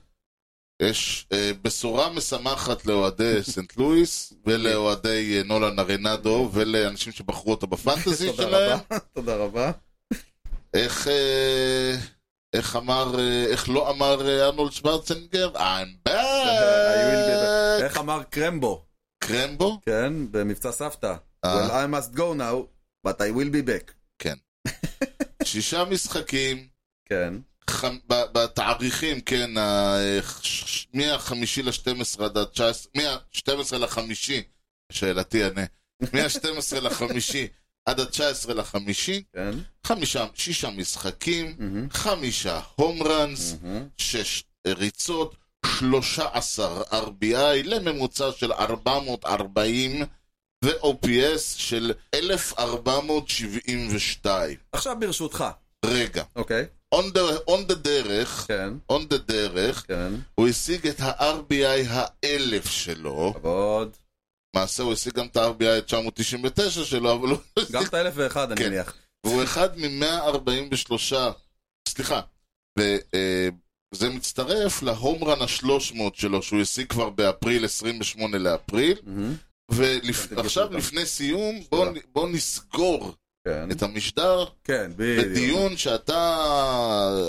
[SPEAKER 1] יש אה, בשורה משמחת
[SPEAKER 2] <laughs>
[SPEAKER 1] לאוהדי סנט לואיס ולאוהדי אה, נולן ארנדו ולאנשים שבחרו אותו בפנטזי
[SPEAKER 2] <laughs> תודה
[SPEAKER 1] שלהם.
[SPEAKER 2] רבה, תודה רבה.
[SPEAKER 1] איך, אה, איך אמר, אה, איך לא אמר אה, ארנולד שוורצנגר?
[SPEAKER 2] <laughs>
[SPEAKER 1] I'm back!
[SPEAKER 2] איך אמר קרמבו,
[SPEAKER 1] קרמבו?
[SPEAKER 2] כן, במבצע סבתא.
[SPEAKER 1] אה.
[SPEAKER 2] Well, I must go now, but I will be back.
[SPEAKER 1] כן. שישה משחקים,
[SPEAKER 2] כן,
[SPEAKER 1] ח... ב- בתאריכים, כן, ה... ש- ש- מהחמישי ל-12 עד ה-19, מה-12 לחמישי, שאלתי ענה, מה-12 לחמישי עד ה-19 לחמישי,
[SPEAKER 2] כן.
[SPEAKER 1] חמישה, שישה משחקים,
[SPEAKER 2] מהמם,
[SPEAKER 1] חמישה הום ראנס,
[SPEAKER 2] מהמם.
[SPEAKER 1] שש ריצות, 13 RBI לממוצע של 440 ו-OPS של 1472.
[SPEAKER 6] עכשיו ברשותך.
[SPEAKER 1] רגע,
[SPEAKER 2] אוקיי,
[SPEAKER 1] on the, on the דרך,
[SPEAKER 2] כן,
[SPEAKER 1] on the דרך,
[SPEAKER 2] כן.
[SPEAKER 1] הוא השיג את ה-RBI האלף שלו,
[SPEAKER 2] כבוד.
[SPEAKER 1] למעשה הוא השיג גם את ה-RBI 999 שלו, אבל הוא
[SPEAKER 2] גם
[SPEAKER 1] השיג,
[SPEAKER 2] את האלף ואחד, אני
[SPEAKER 1] כן.
[SPEAKER 2] מניח.
[SPEAKER 1] והוא אחד מ-143, סליחה, וזה מצטרף להום רן ה-300 שלו, שהוא השיג כבר באפריל, 28 לאפריל,
[SPEAKER 2] מהמם,
[SPEAKER 1] ועכשיו לפני סיום, בואו נ- בואו נסגור
[SPEAKER 2] כן,
[SPEAKER 1] את המשדר
[SPEAKER 2] כן, בדיוק.
[SPEAKER 1] בדיון שאתה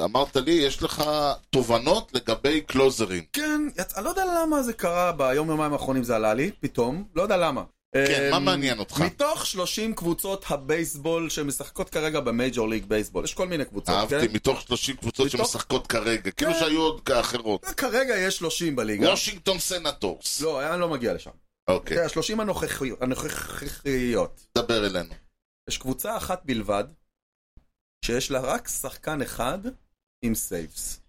[SPEAKER 1] אמרת לי, יש לך תובנות לגבי קלוזרים.
[SPEAKER 2] כן, יצ- אני לא יודע למה זה קרה ביום יומיים האחרונים זה עלה לי, פתאום, לא יודע למה.
[SPEAKER 1] כן,
[SPEAKER 2] אמ,
[SPEAKER 1] מה מעניין אותך?
[SPEAKER 2] מתוך 30 קבוצות הבייסבול שמשחקות כרגע במייג'ור ליג בייסבול, יש כל מיני קבוצות, כן?
[SPEAKER 1] אהבתי, מתוך 30 קבוצות
[SPEAKER 2] מתוך-
[SPEAKER 1] שמשחקות כרגע, כאילו
[SPEAKER 2] כן.
[SPEAKER 1] שהיו עוד אחרות.
[SPEAKER 2] כרגע יש 30 בליגה.
[SPEAKER 1] וושינגטון סנטורס.
[SPEAKER 2] לא, אני לא מגיע לשם.
[SPEAKER 1] אוקיי,
[SPEAKER 2] תראה, 30 הנוכחיות- הנוכחיות.
[SPEAKER 1] דבר אלינו.
[SPEAKER 2] יש קבוצה אחת בלבד, שיש לה רק שחקן אחד עם סייבס.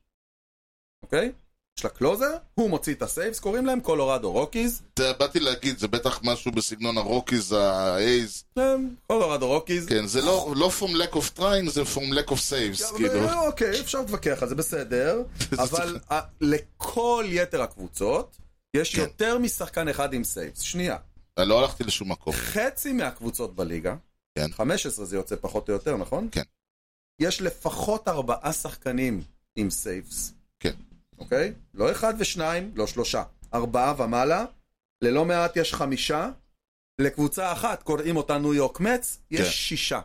[SPEAKER 2] אוקיי? יש לה קלוזר, הוא מוציא את הסייבס, קוראים להם קולורדו רוקיז.
[SPEAKER 1] זה- באתי להגיד, זה בטח משהו בסגנון הרוקיז, האייז.
[SPEAKER 2] הם קולורדו רוקיז.
[SPEAKER 1] כן, זה לא לא from lack of trying, זה from lack of saves, כאילו.
[SPEAKER 2] אה, אוקיי, אפשר להתווכח על זה,
[SPEAKER 1] <laughs>
[SPEAKER 2] בסדר.
[SPEAKER 1] זה
[SPEAKER 2] אבל ה- לכל יתר הקבוצות, יש
[SPEAKER 1] כן.
[SPEAKER 2] יותר משחקן אחד עם סייבס. שנייה.
[SPEAKER 1] אני לא הלכתי לשום מקום.
[SPEAKER 2] חצי מהקבוצות בליגה,
[SPEAKER 1] כן.
[SPEAKER 2] 15 זה יוצא פחות או יותר, נכון?
[SPEAKER 1] כן.
[SPEAKER 2] יש לפחות ארבעה שחקנים עם סייבס.
[SPEAKER 1] כן.
[SPEAKER 2] אוקיי? לא אחד ושניים, לא שלושה. ארבעה ומעלה, ללא מעט יש חמישה. לקבוצה אחת, קוראים אותה ניו יורק מצ, יש
[SPEAKER 1] כן.
[SPEAKER 2] שישה.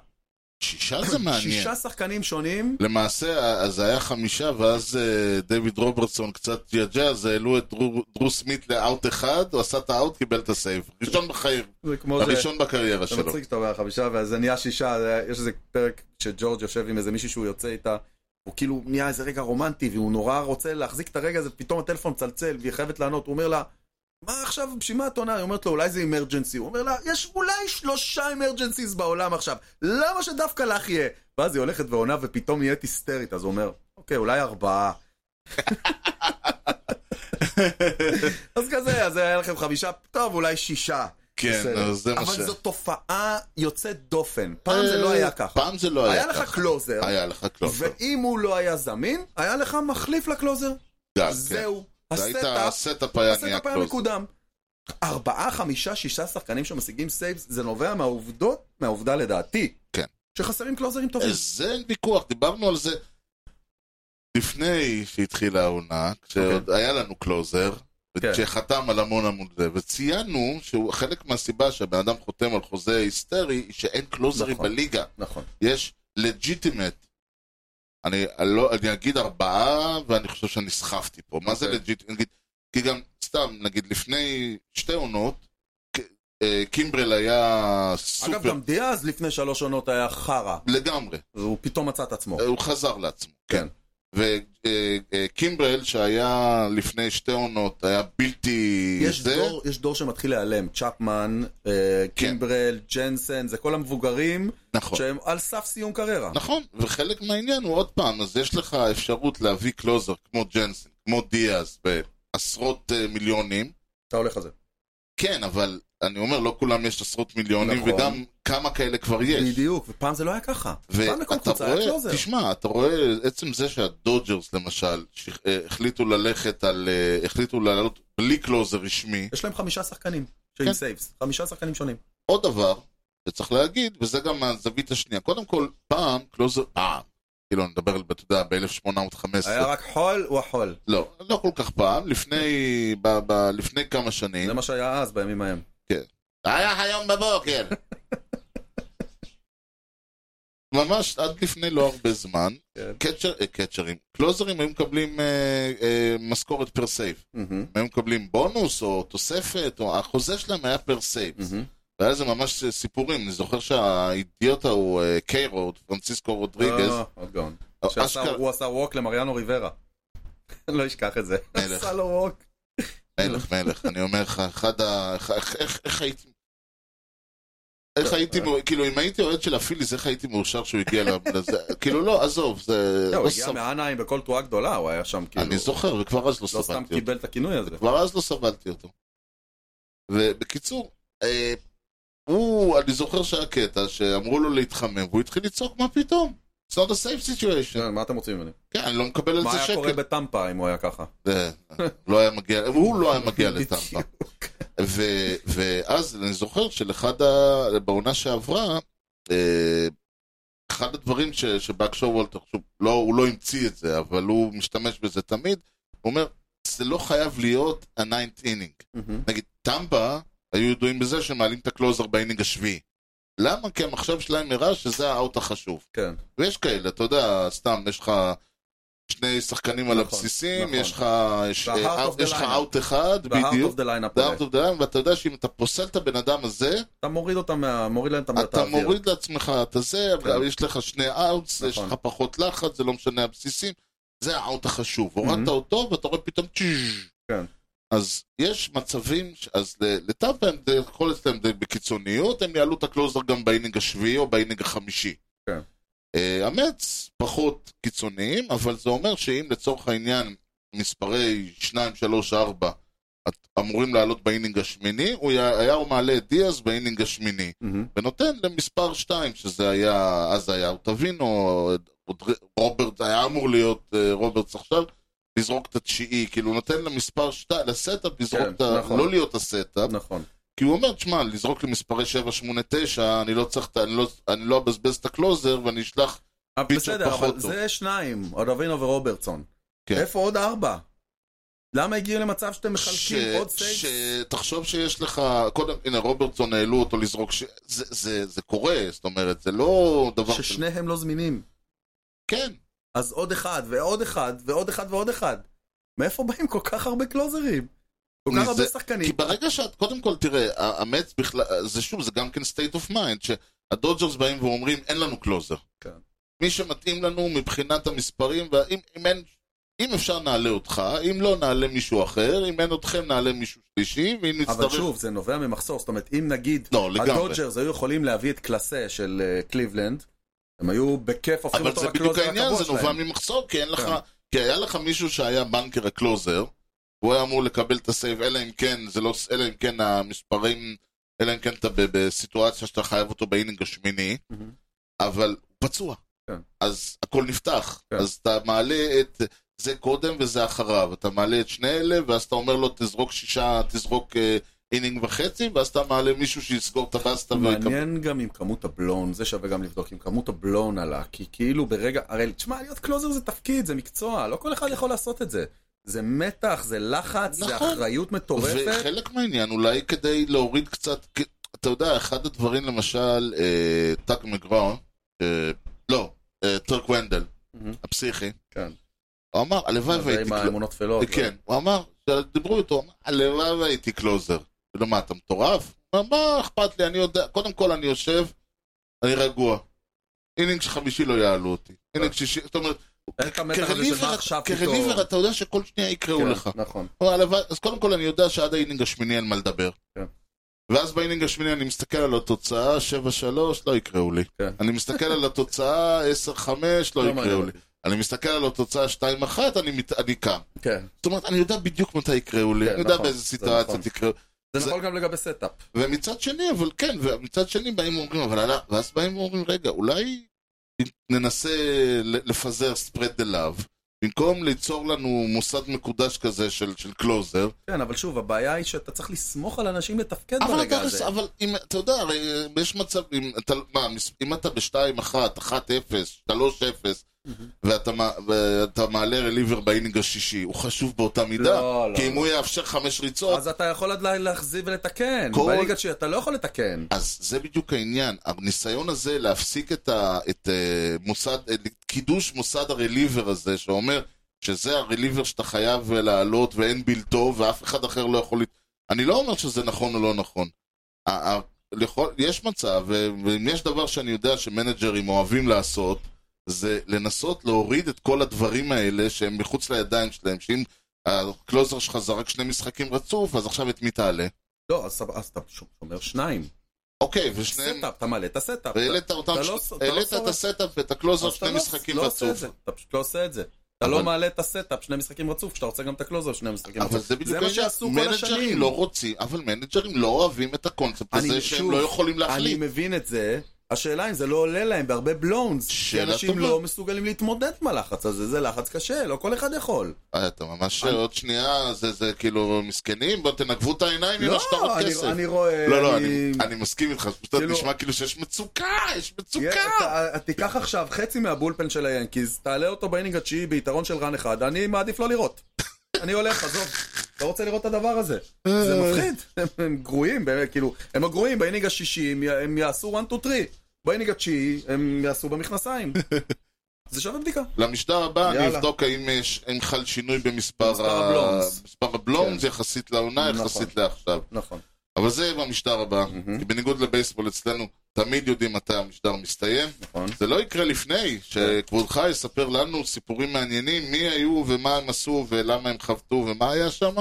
[SPEAKER 1] שישה זה מעניין.
[SPEAKER 2] שישה שחקנים שונים.
[SPEAKER 1] למעשה, אז זה היה חמישה, ואז אה, דיוויד רוברטסון קצת ג'עג'ע, אז העלו את דרו- דרו סמית לאאוט אחד, הוא עשה את האאוט, קיבל את הסייב. ראשון בחיים,
[SPEAKER 2] זה כמו זה...
[SPEAKER 1] הראשון בקריירה
[SPEAKER 2] זה
[SPEAKER 1] שלו.
[SPEAKER 2] מצחיק שאתה אומר חמישה, ואז זה נהיה שישה, זה- יש איזה פרק שג'ורג' יושב עם איזה מישהי שהוא יוצא איתה, הוא כאילו נהיה איזה רגע רומנטי, והוא נורא רוצה להחזיק את הרגע הזה, פתאום הטלפון מצלצל, והיא חייבת לענות, הוא אומר לה, מה עכשיו, בשביל מה את עונה? היא אומרת לו, אולי זה אמרג'נסי. הוא אומר לה, יש אולי שלושה אמרג'נסיז בעולם עכשיו, למה שדווקא לך יהיה? ואז היא הולכת ועונה, ופתאום נהיית היסטרית, אז הוא אומר, אוקיי,
[SPEAKER 1] <laughs>
[SPEAKER 2] אולי ארבעה. אז כזה, אז היה לכם חמישה, טוב, אולי שישה.
[SPEAKER 1] כן,
[SPEAKER 2] בסדר.
[SPEAKER 1] אז זה מה ש...
[SPEAKER 2] אבל זו תופעה יוצאת דופן. פעם זה לא היה ככה.
[SPEAKER 1] אה, פעם זה לא
[SPEAKER 2] היה
[SPEAKER 1] היה
[SPEAKER 2] לך
[SPEAKER 1] ככה.
[SPEAKER 2] קלוזר,
[SPEAKER 1] היה לך קלוזר.
[SPEAKER 2] ואם הוא לא היה זמין, היה לך מחליף לקלוזר.
[SPEAKER 1] גם,
[SPEAKER 2] זהו.
[SPEAKER 1] כן. זה היית-
[SPEAKER 2] הסטאפ,
[SPEAKER 1] הסטאפ היה נהיה
[SPEAKER 2] הסטאפ היה
[SPEAKER 1] קלוזר.
[SPEAKER 2] מקודם. ארבעה, חמישה, שישה שחקנים שמשיגים סייבס, זה נובע מהעובדות, מהעובדה לדעתי.
[SPEAKER 1] כן.
[SPEAKER 2] שחסרים קלוזרים טובים.
[SPEAKER 1] זה אין ויכוח, דיברנו על זה לפני שהתחילה העונה, כשעוד היה לנו קלוזר,
[SPEAKER 2] אוקיי. כן.
[SPEAKER 1] שחתם על המון המון זה, וציינו שחלק מהסיבה שהבן אדם חותם על חוזה היסטרי, היא שאין קלוזרים
[SPEAKER 2] נכון.
[SPEAKER 1] בליגה.
[SPEAKER 2] נכון.
[SPEAKER 1] יש לג'יטימט. אני, אני, לא, אני אגיד ארבעה, ואני חושב שאני סחפתי פה. מה זה
[SPEAKER 2] אוקיי.
[SPEAKER 1] לג'יטימט? נגיד, כי גם, סתם, נגיד, לפני שתי עונות, ק- אה, קימברל היה סופר...
[SPEAKER 2] אגב, גם דיאז לפני שלוש עונות היה חרא,
[SPEAKER 1] לגמרי.
[SPEAKER 2] והוא פתאום מצא את עצמו.
[SPEAKER 1] הוא חזר לעצמו.
[SPEAKER 2] כן.
[SPEAKER 1] וקימברל, אה, שהיה לפני שתי עונות, היה בלתי...
[SPEAKER 2] יש
[SPEAKER 1] זה, כן.
[SPEAKER 2] דור, יש דור שמתחיל להיעלם, צ'פמן, אה, קימברל, ג'נסן, זה כל המבוגרים
[SPEAKER 1] נכון.
[SPEAKER 2] שהם על סף סיום קריירה.
[SPEAKER 1] נכון, וחלק מהעניין הוא עוד פעם, אז יש לך אפשרות להביא קלוזר כמו ג'נסן, כמו דיאז, בעשרות אה, מיליונים.
[SPEAKER 2] אתה הולך על זה.
[SPEAKER 1] כן, אבל אני אומר, לא כולם יש עשרות מיליונים,
[SPEAKER 2] נכון.
[SPEAKER 1] וגם כמה כאלה כבר יש.
[SPEAKER 2] בדיוק, ופעם זה לא היה ככה. פעם לכל
[SPEAKER 1] ואתה
[SPEAKER 2] קבוצה היה
[SPEAKER 1] רואה,
[SPEAKER 2] קלוזר.
[SPEAKER 1] תשמע, אתה רואה עצם זה שהדודג'רס למשל, שח- אה, החליטו ללכת על, אה, החליטו לעלות בלי קלוזר רשמי,
[SPEAKER 2] יש להם חמישה שחקנים, שהם
[SPEAKER 1] כן.
[SPEAKER 2] סייבס. חמישה שחקנים שונים.
[SPEAKER 1] עוד דבר שצריך להגיד, וזה גם מהזווית השנייה. קודם כל, פעם, קלוזר, פעם, כאילו, אני מדבר, אתה יודע, ב-1815.
[SPEAKER 2] היה רק חול הוא החול.
[SPEAKER 1] לא, לא כל כך פעם, לפני, ב, ב, לפני כמה שנים.
[SPEAKER 2] זה מה שהיה אז, בימים ההם.
[SPEAKER 1] היה היום בבוקר. <laughs> ממש עד לפני לא הרבה זמן,
[SPEAKER 2] כן.
[SPEAKER 1] קצ'ר- אה, קצ'רים, קלוזרים היו מקבלים אה, אה, משכורת פר סייב.
[SPEAKER 2] מהמם,
[SPEAKER 1] הם היו מקבלים בונוס או תוספת, או החוזה שלהם היה פר סייב.
[SPEAKER 2] מהמם.
[SPEAKER 1] והיה לזה ממש אה, סיפורים, אני זוכר שהאידיוט ההוא, אה, קיירוד, פרנסיסקו רודריגז,
[SPEAKER 2] אה, עוד גאון.
[SPEAKER 1] אה,
[SPEAKER 2] שעשה-
[SPEAKER 1] אשכרה,
[SPEAKER 2] הוא עשה ווק למריאנו ריברה. <laughs> לא אשכח את זה.
[SPEAKER 1] מלך.
[SPEAKER 2] עשה לו ווק.
[SPEAKER 1] מלך, מלך, אני אומר לך, אחד ה... איך- איך- איך- איך הייתי... איך הייתי, מאו- כאילו, אם הייתי אוהד של הפיליס, איך הייתי מאושר שהוא הגיע ל- לזה? כאילו, לא, עזוב, זה...
[SPEAKER 2] לא,
[SPEAKER 1] לא
[SPEAKER 2] הוא הגיע
[SPEAKER 1] סב-
[SPEAKER 2] מהנאיים בכל תרועה גדולה, הוא היה שם כאילו.
[SPEAKER 1] אני זוכר, וכבר אז לא
[SPEAKER 2] לא סתם
[SPEAKER 1] סבלתי אותו.
[SPEAKER 2] קיבל את הכינוי הזה.
[SPEAKER 1] כבר אז לא סבלתי אותו. ובקיצור, אה, הוא, אני זוכר שהיה קטע שאמרו לו להתחמם, והוא התחיל לצעוק, מה פתאום? It's not a safe situation.
[SPEAKER 2] כן, מה אתם רוצים ממני?
[SPEAKER 1] כן, אני לא מקבל על
[SPEAKER 2] מה
[SPEAKER 1] זה
[SPEAKER 2] היה
[SPEAKER 1] שקל.
[SPEAKER 2] קורה בטמפה אם הוא היה ככה?
[SPEAKER 1] זה- לא היה מגיע, הוא לא היה מגיע לטמפה.
[SPEAKER 2] בדיוק.
[SPEAKER 1] ו- ואז אני זוכר שלאחד ה... בעונה שעברה, אה, אחד הדברים ש- שבאקשור וולטר, שוב, לא, הוא לא המציא את זה, אבל הוא משתמש בזה תמיד, הוא אומר, זה לא חייב להיות ה-9th inning.
[SPEAKER 2] מהמם.
[SPEAKER 1] נגיד, טמבה היו ידועים בזה שהם מעלים את הקלוזר באינינג השביעי. למה? כי המחשב שלהם הראה שזה האאוט החשוב.
[SPEAKER 2] כן.
[SPEAKER 1] ויש כאלה, אתה יודע, סתם, יש לך שני שחקנים על
[SPEAKER 2] נכון,
[SPEAKER 1] הבסיסים,
[SPEAKER 2] נכון.
[SPEAKER 1] יש לך יש-
[SPEAKER 2] וה-heart
[SPEAKER 1] אה,
[SPEAKER 2] of the
[SPEAKER 1] יש לך
[SPEAKER 2] lineup.
[SPEAKER 1] אאוט אחד,
[SPEAKER 2] ב-heart
[SPEAKER 1] בדיוק.
[SPEAKER 2] of the lineup
[SPEAKER 1] The
[SPEAKER 2] הזה.
[SPEAKER 1] Art of the Line, ואתה יודע שאם אתה פוסל את הבן אדם הזה,
[SPEAKER 2] אתה מוריד אותם, מה- מוריד להם את המ- את
[SPEAKER 1] אתה
[SPEAKER 2] האוויר.
[SPEAKER 1] מוריד לעצמך את הזה,
[SPEAKER 2] כן.
[SPEAKER 1] אבל יש לך שני אאוטס, יש
[SPEAKER 2] נכון.
[SPEAKER 1] לך פחות לחץ, זה לא משנה הבסיסים, זה האאוט החשוב. הורדת
[SPEAKER 2] Mhm.
[SPEAKER 1] אותו ואתה רואה פתאום צ'יז.
[SPEAKER 2] כן.
[SPEAKER 1] אז יש מצבים, ש- אז ל- לטאפה הם די- יכול להיות להם די בקיצוניות, הם יעלו את הקלוזר גם באינינג השביעי או באינינג החמישי.
[SPEAKER 2] כן.
[SPEAKER 1] אה, אמץ פחות קיצוניים, אבל זה אומר שאם לצורך העניין מספרי 2, 3, 4 אמורים לעלות באינינג השמיני, הוא היה- היה הוא מעלה את דיאז באינינג השמיני.
[SPEAKER 2] מהמם.
[SPEAKER 1] ונותן למספר 2, שזה היה, אז היה אוטבינו, רוברט, היה אמור להיות אה, רוברטס עכשיו, לזרוק את התשיעי, כאילו נותן למספר 2, לסטאפ לזרוק
[SPEAKER 2] כן,
[SPEAKER 1] את ה...
[SPEAKER 2] נכון.
[SPEAKER 1] לא להיות הסטאפ,
[SPEAKER 2] נכון.
[SPEAKER 1] כי הוא אומר, תשמע, לזרוק למספרי 7, 8, 9, אני לא צריך, את ה- אני לא, אני לא אבזבז את הקלוזר ואני אשלח,
[SPEAKER 2] אבל
[SPEAKER 1] פיצ'ר
[SPEAKER 2] אה, בסדר,
[SPEAKER 1] פחות
[SPEAKER 2] אבל
[SPEAKER 1] טוב.
[SPEAKER 2] זה שניים, אודווינו ורוברטסון.
[SPEAKER 1] כן.
[SPEAKER 2] איפה עוד ארבע? למה הגיעו למצב שאתם מחלקים עוד
[SPEAKER 1] ש...
[SPEAKER 2] סייף?
[SPEAKER 1] תחשוב שיש לך, קודם, הנה רוברטסון העלו אותו לזרוק, ש... זה, זה, זה קורה, זאת אומרת, זה לא דבר, של-
[SPEAKER 2] ששניהם לא זמינים.
[SPEAKER 1] כן,
[SPEAKER 2] אז עוד אחד, ועוד אחד, ועוד אחד, ועוד אחד. מאיפה באים כל כך הרבה קלוזרים? כל כך
[SPEAKER 1] מזה-
[SPEAKER 2] הרבה
[SPEAKER 1] כי
[SPEAKER 2] שחקנים.
[SPEAKER 1] ברגע שאת, קודם כל, תראה, ה- המץ בכלל, זה שוב, זה גם כן state of mind, שהדודג'רס באים ואומרים, אין לנו קלוזר.
[SPEAKER 2] כן.
[SPEAKER 1] מי שמתאים לנו מבחינת המספרים, ואם אם אין, אם אפשר נעלה אותך, אם לא נעלה מישהו אחר, אם אין אתכם נעלה מישהו שלישי, ואם נצטרך...
[SPEAKER 2] אבל שוב, זה נובע ממחסור. זאת אומרת, אם נגיד,
[SPEAKER 1] לא, לגמרי.
[SPEAKER 2] הדודג'רס היו יכולים להביא את קלאסה של אה, קליבלנד, הם היו בכיף הופכים
[SPEAKER 1] אבל
[SPEAKER 2] אותו
[SPEAKER 1] זה בדיוק
[SPEAKER 2] לקלוזר
[SPEAKER 1] העניין,
[SPEAKER 2] הקבוע
[SPEAKER 1] זה נובע
[SPEAKER 2] שלהם.
[SPEAKER 1] ממחסור, כי אין לך,
[SPEAKER 2] כן.
[SPEAKER 1] כי היה לך מישהו שהיה בנקר הקלוזר, הוא היה אמור לקבל את הסייב, אלא אם כן, זה לא, אלא אם כן המספרים, אלא אם כן אתה ב- בסיטואציה שאתה חייב אותו באינינג השמיני,
[SPEAKER 2] מהמם.
[SPEAKER 1] אבל הוא פצוע.
[SPEAKER 2] כן.
[SPEAKER 1] אז הכל נפתח.
[SPEAKER 2] כן.
[SPEAKER 1] אז אתה מעלה את זה קודם וזה אחריו, אתה מעלה את שני אלה, ואז אתה אומר לו, תזרוק שישה, תזרוק אה, אינינג וחצי, ואז אתה מעלה מישהו שיסגור את הבסטה ויקבל.
[SPEAKER 2] מעניין גם עם כמות הבלון, זה שווה גם לבדוק, אם כמות הבלון עלה, כי כאילו ברגע, הרי תשמע, להיות קלוזר זה תפקיד, זה מקצוע, לא כל אחד יכול לעשות את זה. זה מתח, זה לחץ, זה
[SPEAKER 1] נכון.
[SPEAKER 2] אחריות מטורפת.
[SPEAKER 1] וחלק מהעניין אולי כדי להוריד קצת, כי- אתה יודע, אחד הדברים למשל, אה, טאק מגרון, אה, לא, אה, טרק ונדל,
[SPEAKER 2] מהמם.
[SPEAKER 1] הפסיכי,
[SPEAKER 2] כן.
[SPEAKER 1] הוא אמר, הלוואי
[SPEAKER 2] זה
[SPEAKER 1] והייתי
[SPEAKER 2] עם
[SPEAKER 1] קלוזר.
[SPEAKER 2] האמונות לא? טפלות.
[SPEAKER 1] כן, הוא אמר, דיברו איתו, הוא אמר, הלוואי והייתי קלוזר. כאילו, מה, אתה מטורף? הוא אמר, מה אכפת לי, אני יודע, קודם כל אני יושב, אני רגוע. אינינג חמישי לא יעלו אותי. אינינג שישי, זאת אומרת,
[SPEAKER 2] אין את המתח כן. הזה של מה
[SPEAKER 1] כרליבר
[SPEAKER 2] עכשיו פתאום.
[SPEAKER 1] כרליבר אתה יודע שכל שנייה יקראו
[SPEAKER 2] כן,
[SPEAKER 1] לך.
[SPEAKER 2] נכון.
[SPEAKER 1] אבל הלוואי- אז קודם כל אני יודע שעד האינינג השמיני אין מה לדבר.
[SPEAKER 2] כן.
[SPEAKER 1] ואז באינינג השמיני אני מסתכל על התוצאה, 7-3, לא יקראו לי.
[SPEAKER 2] כן.
[SPEAKER 1] אני מסתכל על התוצאה, 10-5, לא
[SPEAKER 2] לא מעניין
[SPEAKER 1] יקראו לי.
[SPEAKER 2] אותי.
[SPEAKER 1] אני מסתכל על התוצאה 2-1, אני מת- אני קם.
[SPEAKER 2] כן.
[SPEAKER 1] זאת אומרת, אני יודע בדיוק מתי יקראו לי,
[SPEAKER 2] כן,
[SPEAKER 1] אני יודע
[SPEAKER 2] נכון,
[SPEAKER 1] באיזה
[SPEAKER 2] זה
[SPEAKER 1] סיטואציות
[SPEAKER 2] נכון.
[SPEAKER 1] יקראו.
[SPEAKER 2] זה
[SPEAKER 1] זה-
[SPEAKER 2] נכון גם לגבי סטאפ.
[SPEAKER 1] ומצד שני, אבל כן, ומצד שני באים ואומרים, אבל עלה, ואז באים ואומרים, רגע, אולי ננסה ל- לפזר spread the love, במקום ליצור לנו מוסד מקודש כזה של, של קלוזר,
[SPEAKER 2] כן, אבל שוב, הבעיה היא שאתה צריך לסמוך על אנשים לתפקד
[SPEAKER 1] אבל
[SPEAKER 2] כן, ברגע
[SPEAKER 1] אתה, רס-
[SPEAKER 2] הזה.
[SPEAKER 1] אבל אם, אתה יודע, הרי אה, יש מצב, אם אתה, מה, מס- אם אתה ב-2-1, 1-0, 3-0, ואתה, מע- ואתה מעלה רליבר באינינג השישי, הוא חשוב באותה מידה,
[SPEAKER 2] לא, לא,
[SPEAKER 1] כי אם
[SPEAKER 2] לא.
[SPEAKER 1] הוא יאפשר חמש ריצות,
[SPEAKER 2] אז אתה יכול עד לה- להחזיר ולתקן.
[SPEAKER 1] כל-
[SPEAKER 2] בליגה שאתה לא יכול לתקן.
[SPEAKER 1] אז זה בדיוק העניין, הניסיון הזה להפסיק את, ה, את uh, מוסד, את קידוש מוסד הרליבר הזה, שאומר שזה הרליבר שאתה חייב אה, לעלות ואין בלתו ואף אחד אחר לא יכול... לת- אני לא אומר שזה נכון או לא נכון. ה- ה- לכל- יש מצב, ו- ואם יש דבר שאני יודע שמנג'רים אוהבים לעשות, זה לנסות להוריד את כל הדברים האלה שהם מחוץ לידיים שלהם, שאם הקלוזר שלך זרק שני משחקים רצוף, אז עכשיו את מי תעלה?
[SPEAKER 2] לא, אז אז אתה שומר שניים.
[SPEAKER 1] אוקיי, ושניהם...
[SPEAKER 2] סטאפ, אתה מעלה את הסטאפ.
[SPEAKER 1] והעלית אותם,
[SPEAKER 2] אתה לא-
[SPEAKER 1] ש-
[SPEAKER 2] אתה לא
[SPEAKER 1] העלית את
[SPEAKER 2] שורף.
[SPEAKER 1] הסטאפ ואת
[SPEAKER 2] אז
[SPEAKER 1] הקלוזר
[SPEAKER 2] אתה
[SPEAKER 1] שני
[SPEAKER 2] לא-
[SPEAKER 1] משחקים
[SPEAKER 2] לא עושה את
[SPEAKER 1] רצוף.
[SPEAKER 2] זה, אתה פשוט לא עושה את זה. אתה
[SPEAKER 1] אבל-
[SPEAKER 2] לא מעלה את הסטאפ שני משחקים רצוף, כשאתה רוצה גם את הקלוזר שני משחקים רצוף.
[SPEAKER 1] אבל זה בדיוק
[SPEAKER 2] מה
[SPEAKER 1] מה
[SPEAKER 2] שעשו כל
[SPEAKER 1] שמנג'רים
[SPEAKER 2] השנים.
[SPEAKER 1] לא רוצים, אבל מנג'רים לא אוהבים את הקונספט
[SPEAKER 2] אני-
[SPEAKER 1] הזה שהם
[SPEAKER 2] שוב,
[SPEAKER 1] לא יכולים
[SPEAKER 2] אני
[SPEAKER 1] להחליט.
[SPEAKER 2] מבין את זה, השאלה אם זה לא עולה להם בהרבה בלונדס, כי
[SPEAKER 1] שאלה
[SPEAKER 2] אנשים
[SPEAKER 1] טובה.
[SPEAKER 2] לא מסוגלים להתמודד עם הלחץ הזה, זה לחץ קשה, לא כל אחד יכול.
[SPEAKER 1] אה, אתה ממש
[SPEAKER 2] אני-
[SPEAKER 1] עוד שנייה, זה זה כאילו מסכנים, בוא תנגבו את העיניים ממה
[SPEAKER 2] לא,
[SPEAKER 1] שאתה עוד
[SPEAKER 2] אני-
[SPEAKER 1] כסף.
[SPEAKER 2] אני רואה,
[SPEAKER 1] לא, לא,
[SPEAKER 2] אני-
[SPEAKER 1] אני- אני מסכים איתך, פשוט
[SPEAKER 2] כאילו-
[SPEAKER 1] נשמע כאילו שיש מצוקה, יש מצוקה.
[SPEAKER 2] אתה- אה, תיקח עכשיו חצי מהבולפן של היאנקיז, תעלה אותו באינינג התשיעי ביתרון של רן אחד, אני מעדיף לא לראות. אני הולך, עזוב, לא רוצה לראות את הדבר הזה. זה מפחיד, <laughs> הם- הם גרועים, באמת, כאילו, הם הגרועים באינינג השישי, הם י- הם יעשו 1, 2, 3, באינינג התשיעי הם יעשו במכנסיים. זה שווה בדיקה.
[SPEAKER 1] למשדר הבא אני
[SPEAKER 2] יאללה.
[SPEAKER 1] אבדוק האם יש- אם חל שינוי במספר
[SPEAKER 2] במספר
[SPEAKER 1] ה-
[SPEAKER 2] הבלונס.
[SPEAKER 1] מספר הבלונס יחסית לעונה,
[SPEAKER 2] כן. נכון.
[SPEAKER 1] יחסית לעכשיו.
[SPEAKER 2] נכון.
[SPEAKER 1] אבל זה במשדר הבא. כי בניגוד לבייסבול אצלנו, תמיד יודעים מתי המשדר מסתיים.
[SPEAKER 2] נכון.
[SPEAKER 1] זה לא יקרה לפני, שכבודך יספר לנו סיפורים מעניינים, מי היו ומה הם עשו ולמה הם חבטו ומה היה שם.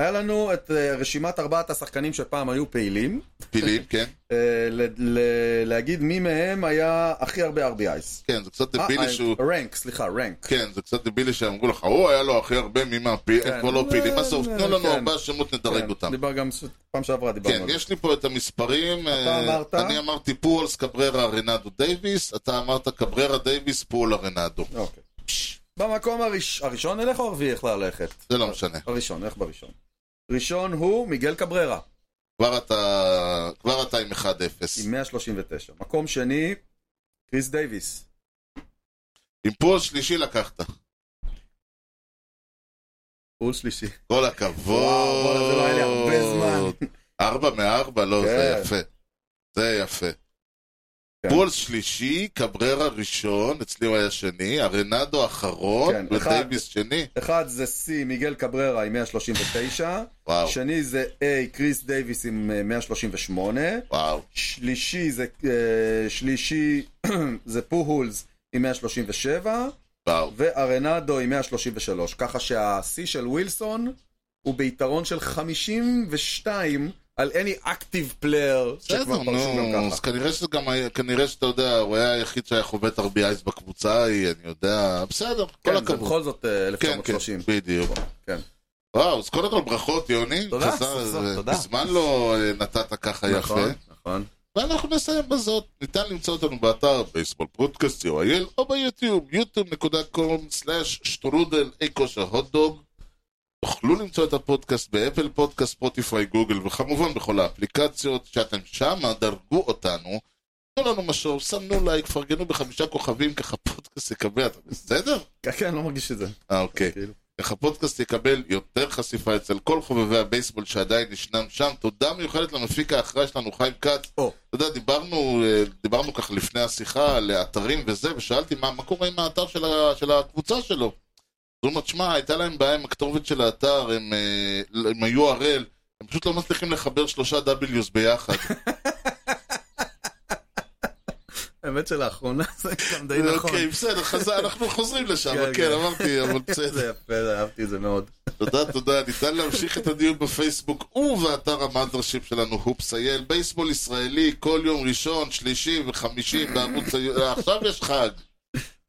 [SPEAKER 2] היה לנו את אה, רשימת ארבעת השחקנים שפעם היו פעילים,
[SPEAKER 1] פילים,
[SPEAKER 2] <laughs>
[SPEAKER 1] כן.
[SPEAKER 2] אה, ל- ל- להגיד מי מהם היה הכי הרבה RBIs.
[SPEAKER 1] כן, זה קצת
[SPEAKER 2] אה,
[SPEAKER 1] דבילי
[SPEAKER 2] אה,
[SPEAKER 1] שהוא...
[SPEAKER 2] רנק, סליחה, רנק.
[SPEAKER 1] כן, זה קצת דבילי שאמרו לך, הוא היה לו הכי הרבה ממה, פי-
[SPEAKER 2] כן.
[SPEAKER 1] הם כבר לא פילים.
[SPEAKER 2] אה,
[SPEAKER 1] עזוב,
[SPEAKER 2] אה,
[SPEAKER 1] תנו לנו
[SPEAKER 2] כן.
[SPEAKER 1] ארבעה שמות, נדרג
[SPEAKER 2] כן,
[SPEAKER 1] אותם.
[SPEAKER 2] דיבר גם ש- פעם שעברה
[SPEAKER 1] כן,
[SPEAKER 2] דיברנו על זה.
[SPEAKER 1] יש לי פה את המספרים. אה,
[SPEAKER 2] אמרת?
[SPEAKER 1] אני אמרתי פולס, קבררה, רנדו דייוויס. אתה אמרת קבררה, דייוויס, פול, רנדו.
[SPEAKER 2] אוקיי. במקום הראש- הראשון נלך או הרביעי איך ללכת?
[SPEAKER 1] זה לא משנה.
[SPEAKER 2] הראשון, איך בראשון? ראשון הוא מיגל קבררה,
[SPEAKER 1] כבר אתה, כבר אתה עם 1-0.
[SPEAKER 2] עם 139. מקום שני, קריס דייוויס.
[SPEAKER 1] עם פול שלישי לקחת.
[SPEAKER 2] פול שלישי.
[SPEAKER 1] כל הכבוד.
[SPEAKER 2] וואו, וואלה, זה לא היה לי הרבה זמן.
[SPEAKER 1] ארבע מארבע, לא, זה
[SPEAKER 2] כן.
[SPEAKER 1] יפה. זה יפה.
[SPEAKER 2] כן.
[SPEAKER 1] פול שלישי, קבררה ראשון, אצלי הוא היה שני, ארנדו אחרון,
[SPEAKER 2] כן,
[SPEAKER 1] ודייוויס שני.
[SPEAKER 2] אחד זה C, מיגל קבררה עם 139.
[SPEAKER 1] וואו,
[SPEAKER 2] שני זה A, קריס דייוויס עם אה, 138.
[SPEAKER 1] וואו.
[SPEAKER 2] שלישי זה, אה, שלישי <clears throat> זה פוהולס עם 137.
[SPEAKER 1] וואו.
[SPEAKER 2] וארנדו עם 133, ככה שהשיא של ווילסון הוא ביתרון של 52 על any active player
[SPEAKER 1] בסדר,
[SPEAKER 2] שכבר פרשו גם
[SPEAKER 1] נו, אז
[SPEAKER 2] ככה.
[SPEAKER 1] כנראה שזה גם היה, כנראה שאתה יודע, הוא היה היחיד שהיה חובט הרבה אייז בקבוצה ההיא, אני יודע, בסדר, כל
[SPEAKER 2] כן, זה
[SPEAKER 1] הכבוד.
[SPEAKER 2] בכל זאת אה,
[SPEAKER 1] כן, כן,
[SPEAKER 2] 1930.
[SPEAKER 1] בדיוק.
[SPEAKER 2] כן.
[SPEAKER 1] וואו, אז קודם כל ברכות, יוני.
[SPEAKER 2] תודה,
[SPEAKER 1] חזר-
[SPEAKER 2] סוף סוף,
[SPEAKER 1] זה-
[SPEAKER 2] תודה.
[SPEAKER 1] מזמן לא אה, נתת ככה יפה.
[SPEAKER 2] נכון, נכון.
[SPEAKER 1] ואנחנו נסיים בזאת. ניתן למצוא אותנו באתר בייסבול פודקאסט co.il או ביוטיוב, yוטיוב.com/שטרודל אי כושר הוטדוג. תוכלו למצוא את הפודקאסט באפל פודקאסט, ספוטיפיי, גוגל, וכמובן בכל האפליקציות שאתם שמה, דרגו אותנו. תנו לנו משוב, שמנו לייק, פרגנו בחמישה כוכבים, ככה הפודקאסט יקבל, אתה בסדר?
[SPEAKER 2] כן, כן, לא מרגיש את זה.
[SPEAKER 1] אה, אוקיי.
[SPEAKER 2] כאילו.
[SPEAKER 1] איך הפודקאסט יקבל יותר חשיפה אצל כל חובבי הבייסבול שעדיין ישנם שם. תודה מיוחדת למפיק האחראי שלנו, חיים כץ.
[SPEAKER 2] או.
[SPEAKER 1] אתה יודע, דיברנו, אה, דיברנו ככה לפני השיחה על אתרים וזה, ושאלתי מה, מה קורה עם האתר של, ה, של הקבוצה שלו. אז הוא אומר, תשמע, הייתה להם בעיה עם הכתובת של האתר, הם, אה, עם ה-URL, הם פשוט לא מצליחים לחבר שלושה W's ביחד.
[SPEAKER 2] האמת שלאחרונה זה גם די <laughs> נכון.
[SPEAKER 1] אוקיי, בסדר, חזר, אנחנו חוזרים לשם,
[SPEAKER 2] כן,
[SPEAKER 1] כן,
[SPEAKER 2] כן.
[SPEAKER 1] אמרתי, אבל בסדר.
[SPEAKER 2] זה יפה, זה- אהבתי את זה מאוד.
[SPEAKER 1] תודה, תודה. ניתן להמשיך את הדיון בפייסבוק ובאתר המאדרשיפ שלנו, הופס אייל. בייסבול ישראלי, כל יום ראשון, שלישי וחמישי בערוץ... ה- עכשיו יש חג.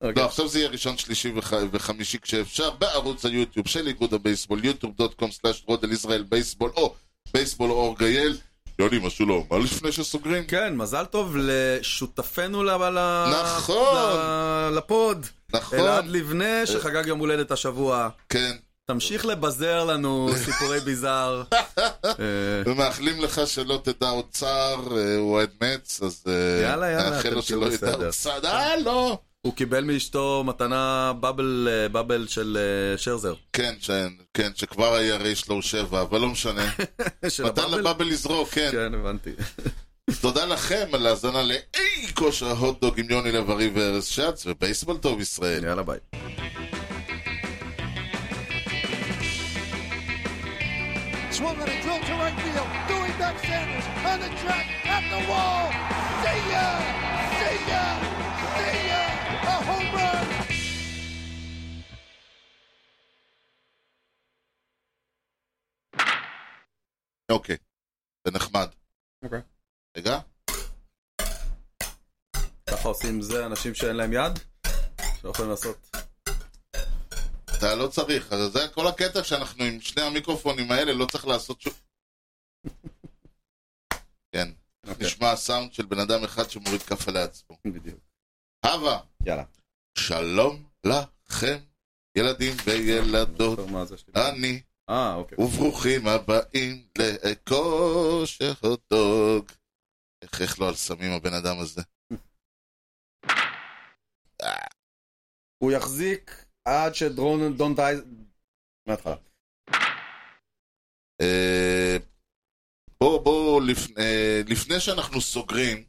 [SPEAKER 2] אוקיי.
[SPEAKER 1] לא, עכשיו זה יהיה ראשון, שלישי וח- וחמישי כשאפשר, בערוץ היוטיוב של איגוד הבייסבול, yוטיוב.com/רודל ישראל בייסבול או בייסבול אורג אייל. יוני, משהו לא מה לפני שסוגרים?
[SPEAKER 2] כן, מזל טוב לשותפנו ל... ל-
[SPEAKER 1] נכון.
[SPEAKER 2] ל- לפוד, אלעד
[SPEAKER 1] נכון,
[SPEAKER 2] לבנה, שחגג יום הולדת השבוע.
[SPEAKER 1] כן.
[SPEAKER 2] תמשיך לבזר לנו סיפורי ביזאר. אה,
[SPEAKER 1] ומאחלים לך שלא תדע עוד צער, אה, הוא אוהד מצ, אז אה,
[SPEAKER 2] יאללה, יאללה,
[SPEAKER 1] נאחל
[SPEAKER 2] אתם
[SPEAKER 1] לו שלא
[SPEAKER 2] תהיו
[SPEAKER 1] ידע עוד
[SPEAKER 2] בסדר.
[SPEAKER 1] צער. אה, לא!
[SPEAKER 2] הוא קיבל מאשתו מתנה בבל, אה, בבל של אה, שרזר.
[SPEAKER 1] כן, כן, כן, שכבר ה-ERA שלו הוא שבע, אבל לא משנה.
[SPEAKER 2] של
[SPEAKER 1] נתן
[SPEAKER 2] הבבל?
[SPEAKER 1] לבאבל לזרוק, כן.
[SPEAKER 2] כן, הבנתי.
[SPEAKER 1] <laughs> תודה לכם על ההאזנה לאי כושר ההוטדוג עם יוני לב-ארי וארז שץ, ובייסבול טוב ישראל.
[SPEAKER 2] יאללה ביי.
[SPEAKER 3] Swung and a drill to right field. Doing back Sanders on the track at the wall. See ya! See ya! See ya! A home run!
[SPEAKER 1] אוקיי, זה נחמד.
[SPEAKER 7] אוקיי.
[SPEAKER 1] רגע,
[SPEAKER 2] ככה עושים זה אנשים שאין להם יד? שלא יכולים לעשות.
[SPEAKER 1] אתה לא צריך, אז זה כל הקטע שאנחנו עם שני המיקרופונים האלה, לא צריך לעשות שום... כן,
[SPEAKER 2] אוקיי.
[SPEAKER 1] נשמע הסאונד של בן אדם אחד שמוריד כאפה לעצמו.
[SPEAKER 7] בדיוק.
[SPEAKER 1] הווה,
[SPEAKER 7] יאללה.
[SPEAKER 1] שלום לכם, ילדים וילדות,
[SPEAKER 7] מה זה שלי?
[SPEAKER 1] אני
[SPEAKER 7] אה, אוקיי.
[SPEAKER 1] וברוכים הבאים לכושר הוטדוג. איך איך לא על סמים הבן אדם הזה?
[SPEAKER 7] הוא יחזיק עד שדרון דון דייז... מההתחלה.
[SPEAKER 1] אה, בוא, בוא, לפ- אה, לפני שאנחנו סוגרים,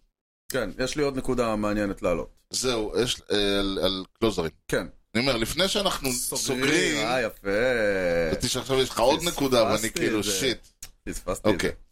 [SPEAKER 2] כן, יש לי עוד נקודה מעניינת לעלות.
[SPEAKER 1] זהו, יש אה, על- על קלוזרים.
[SPEAKER 2] כן.
[SPEAKER 1] אני אומר, לפני שאנחנו סוגרים,
[SPEAKER 2] אה, יפה.
[SPEAKER 1] חשבתי שעכשיו יש לך עוד נקודה, ואני
[SPEAKER 2] פספסתי
[SPEAKER 1] כאילו,
[SPEAKER 2] את זה.
[SPEAKER 1] שיט.
[SPEAKER 2] פספסתי את
[SPEAKER 1] אוקיי.
[SPEAKER 2] זה.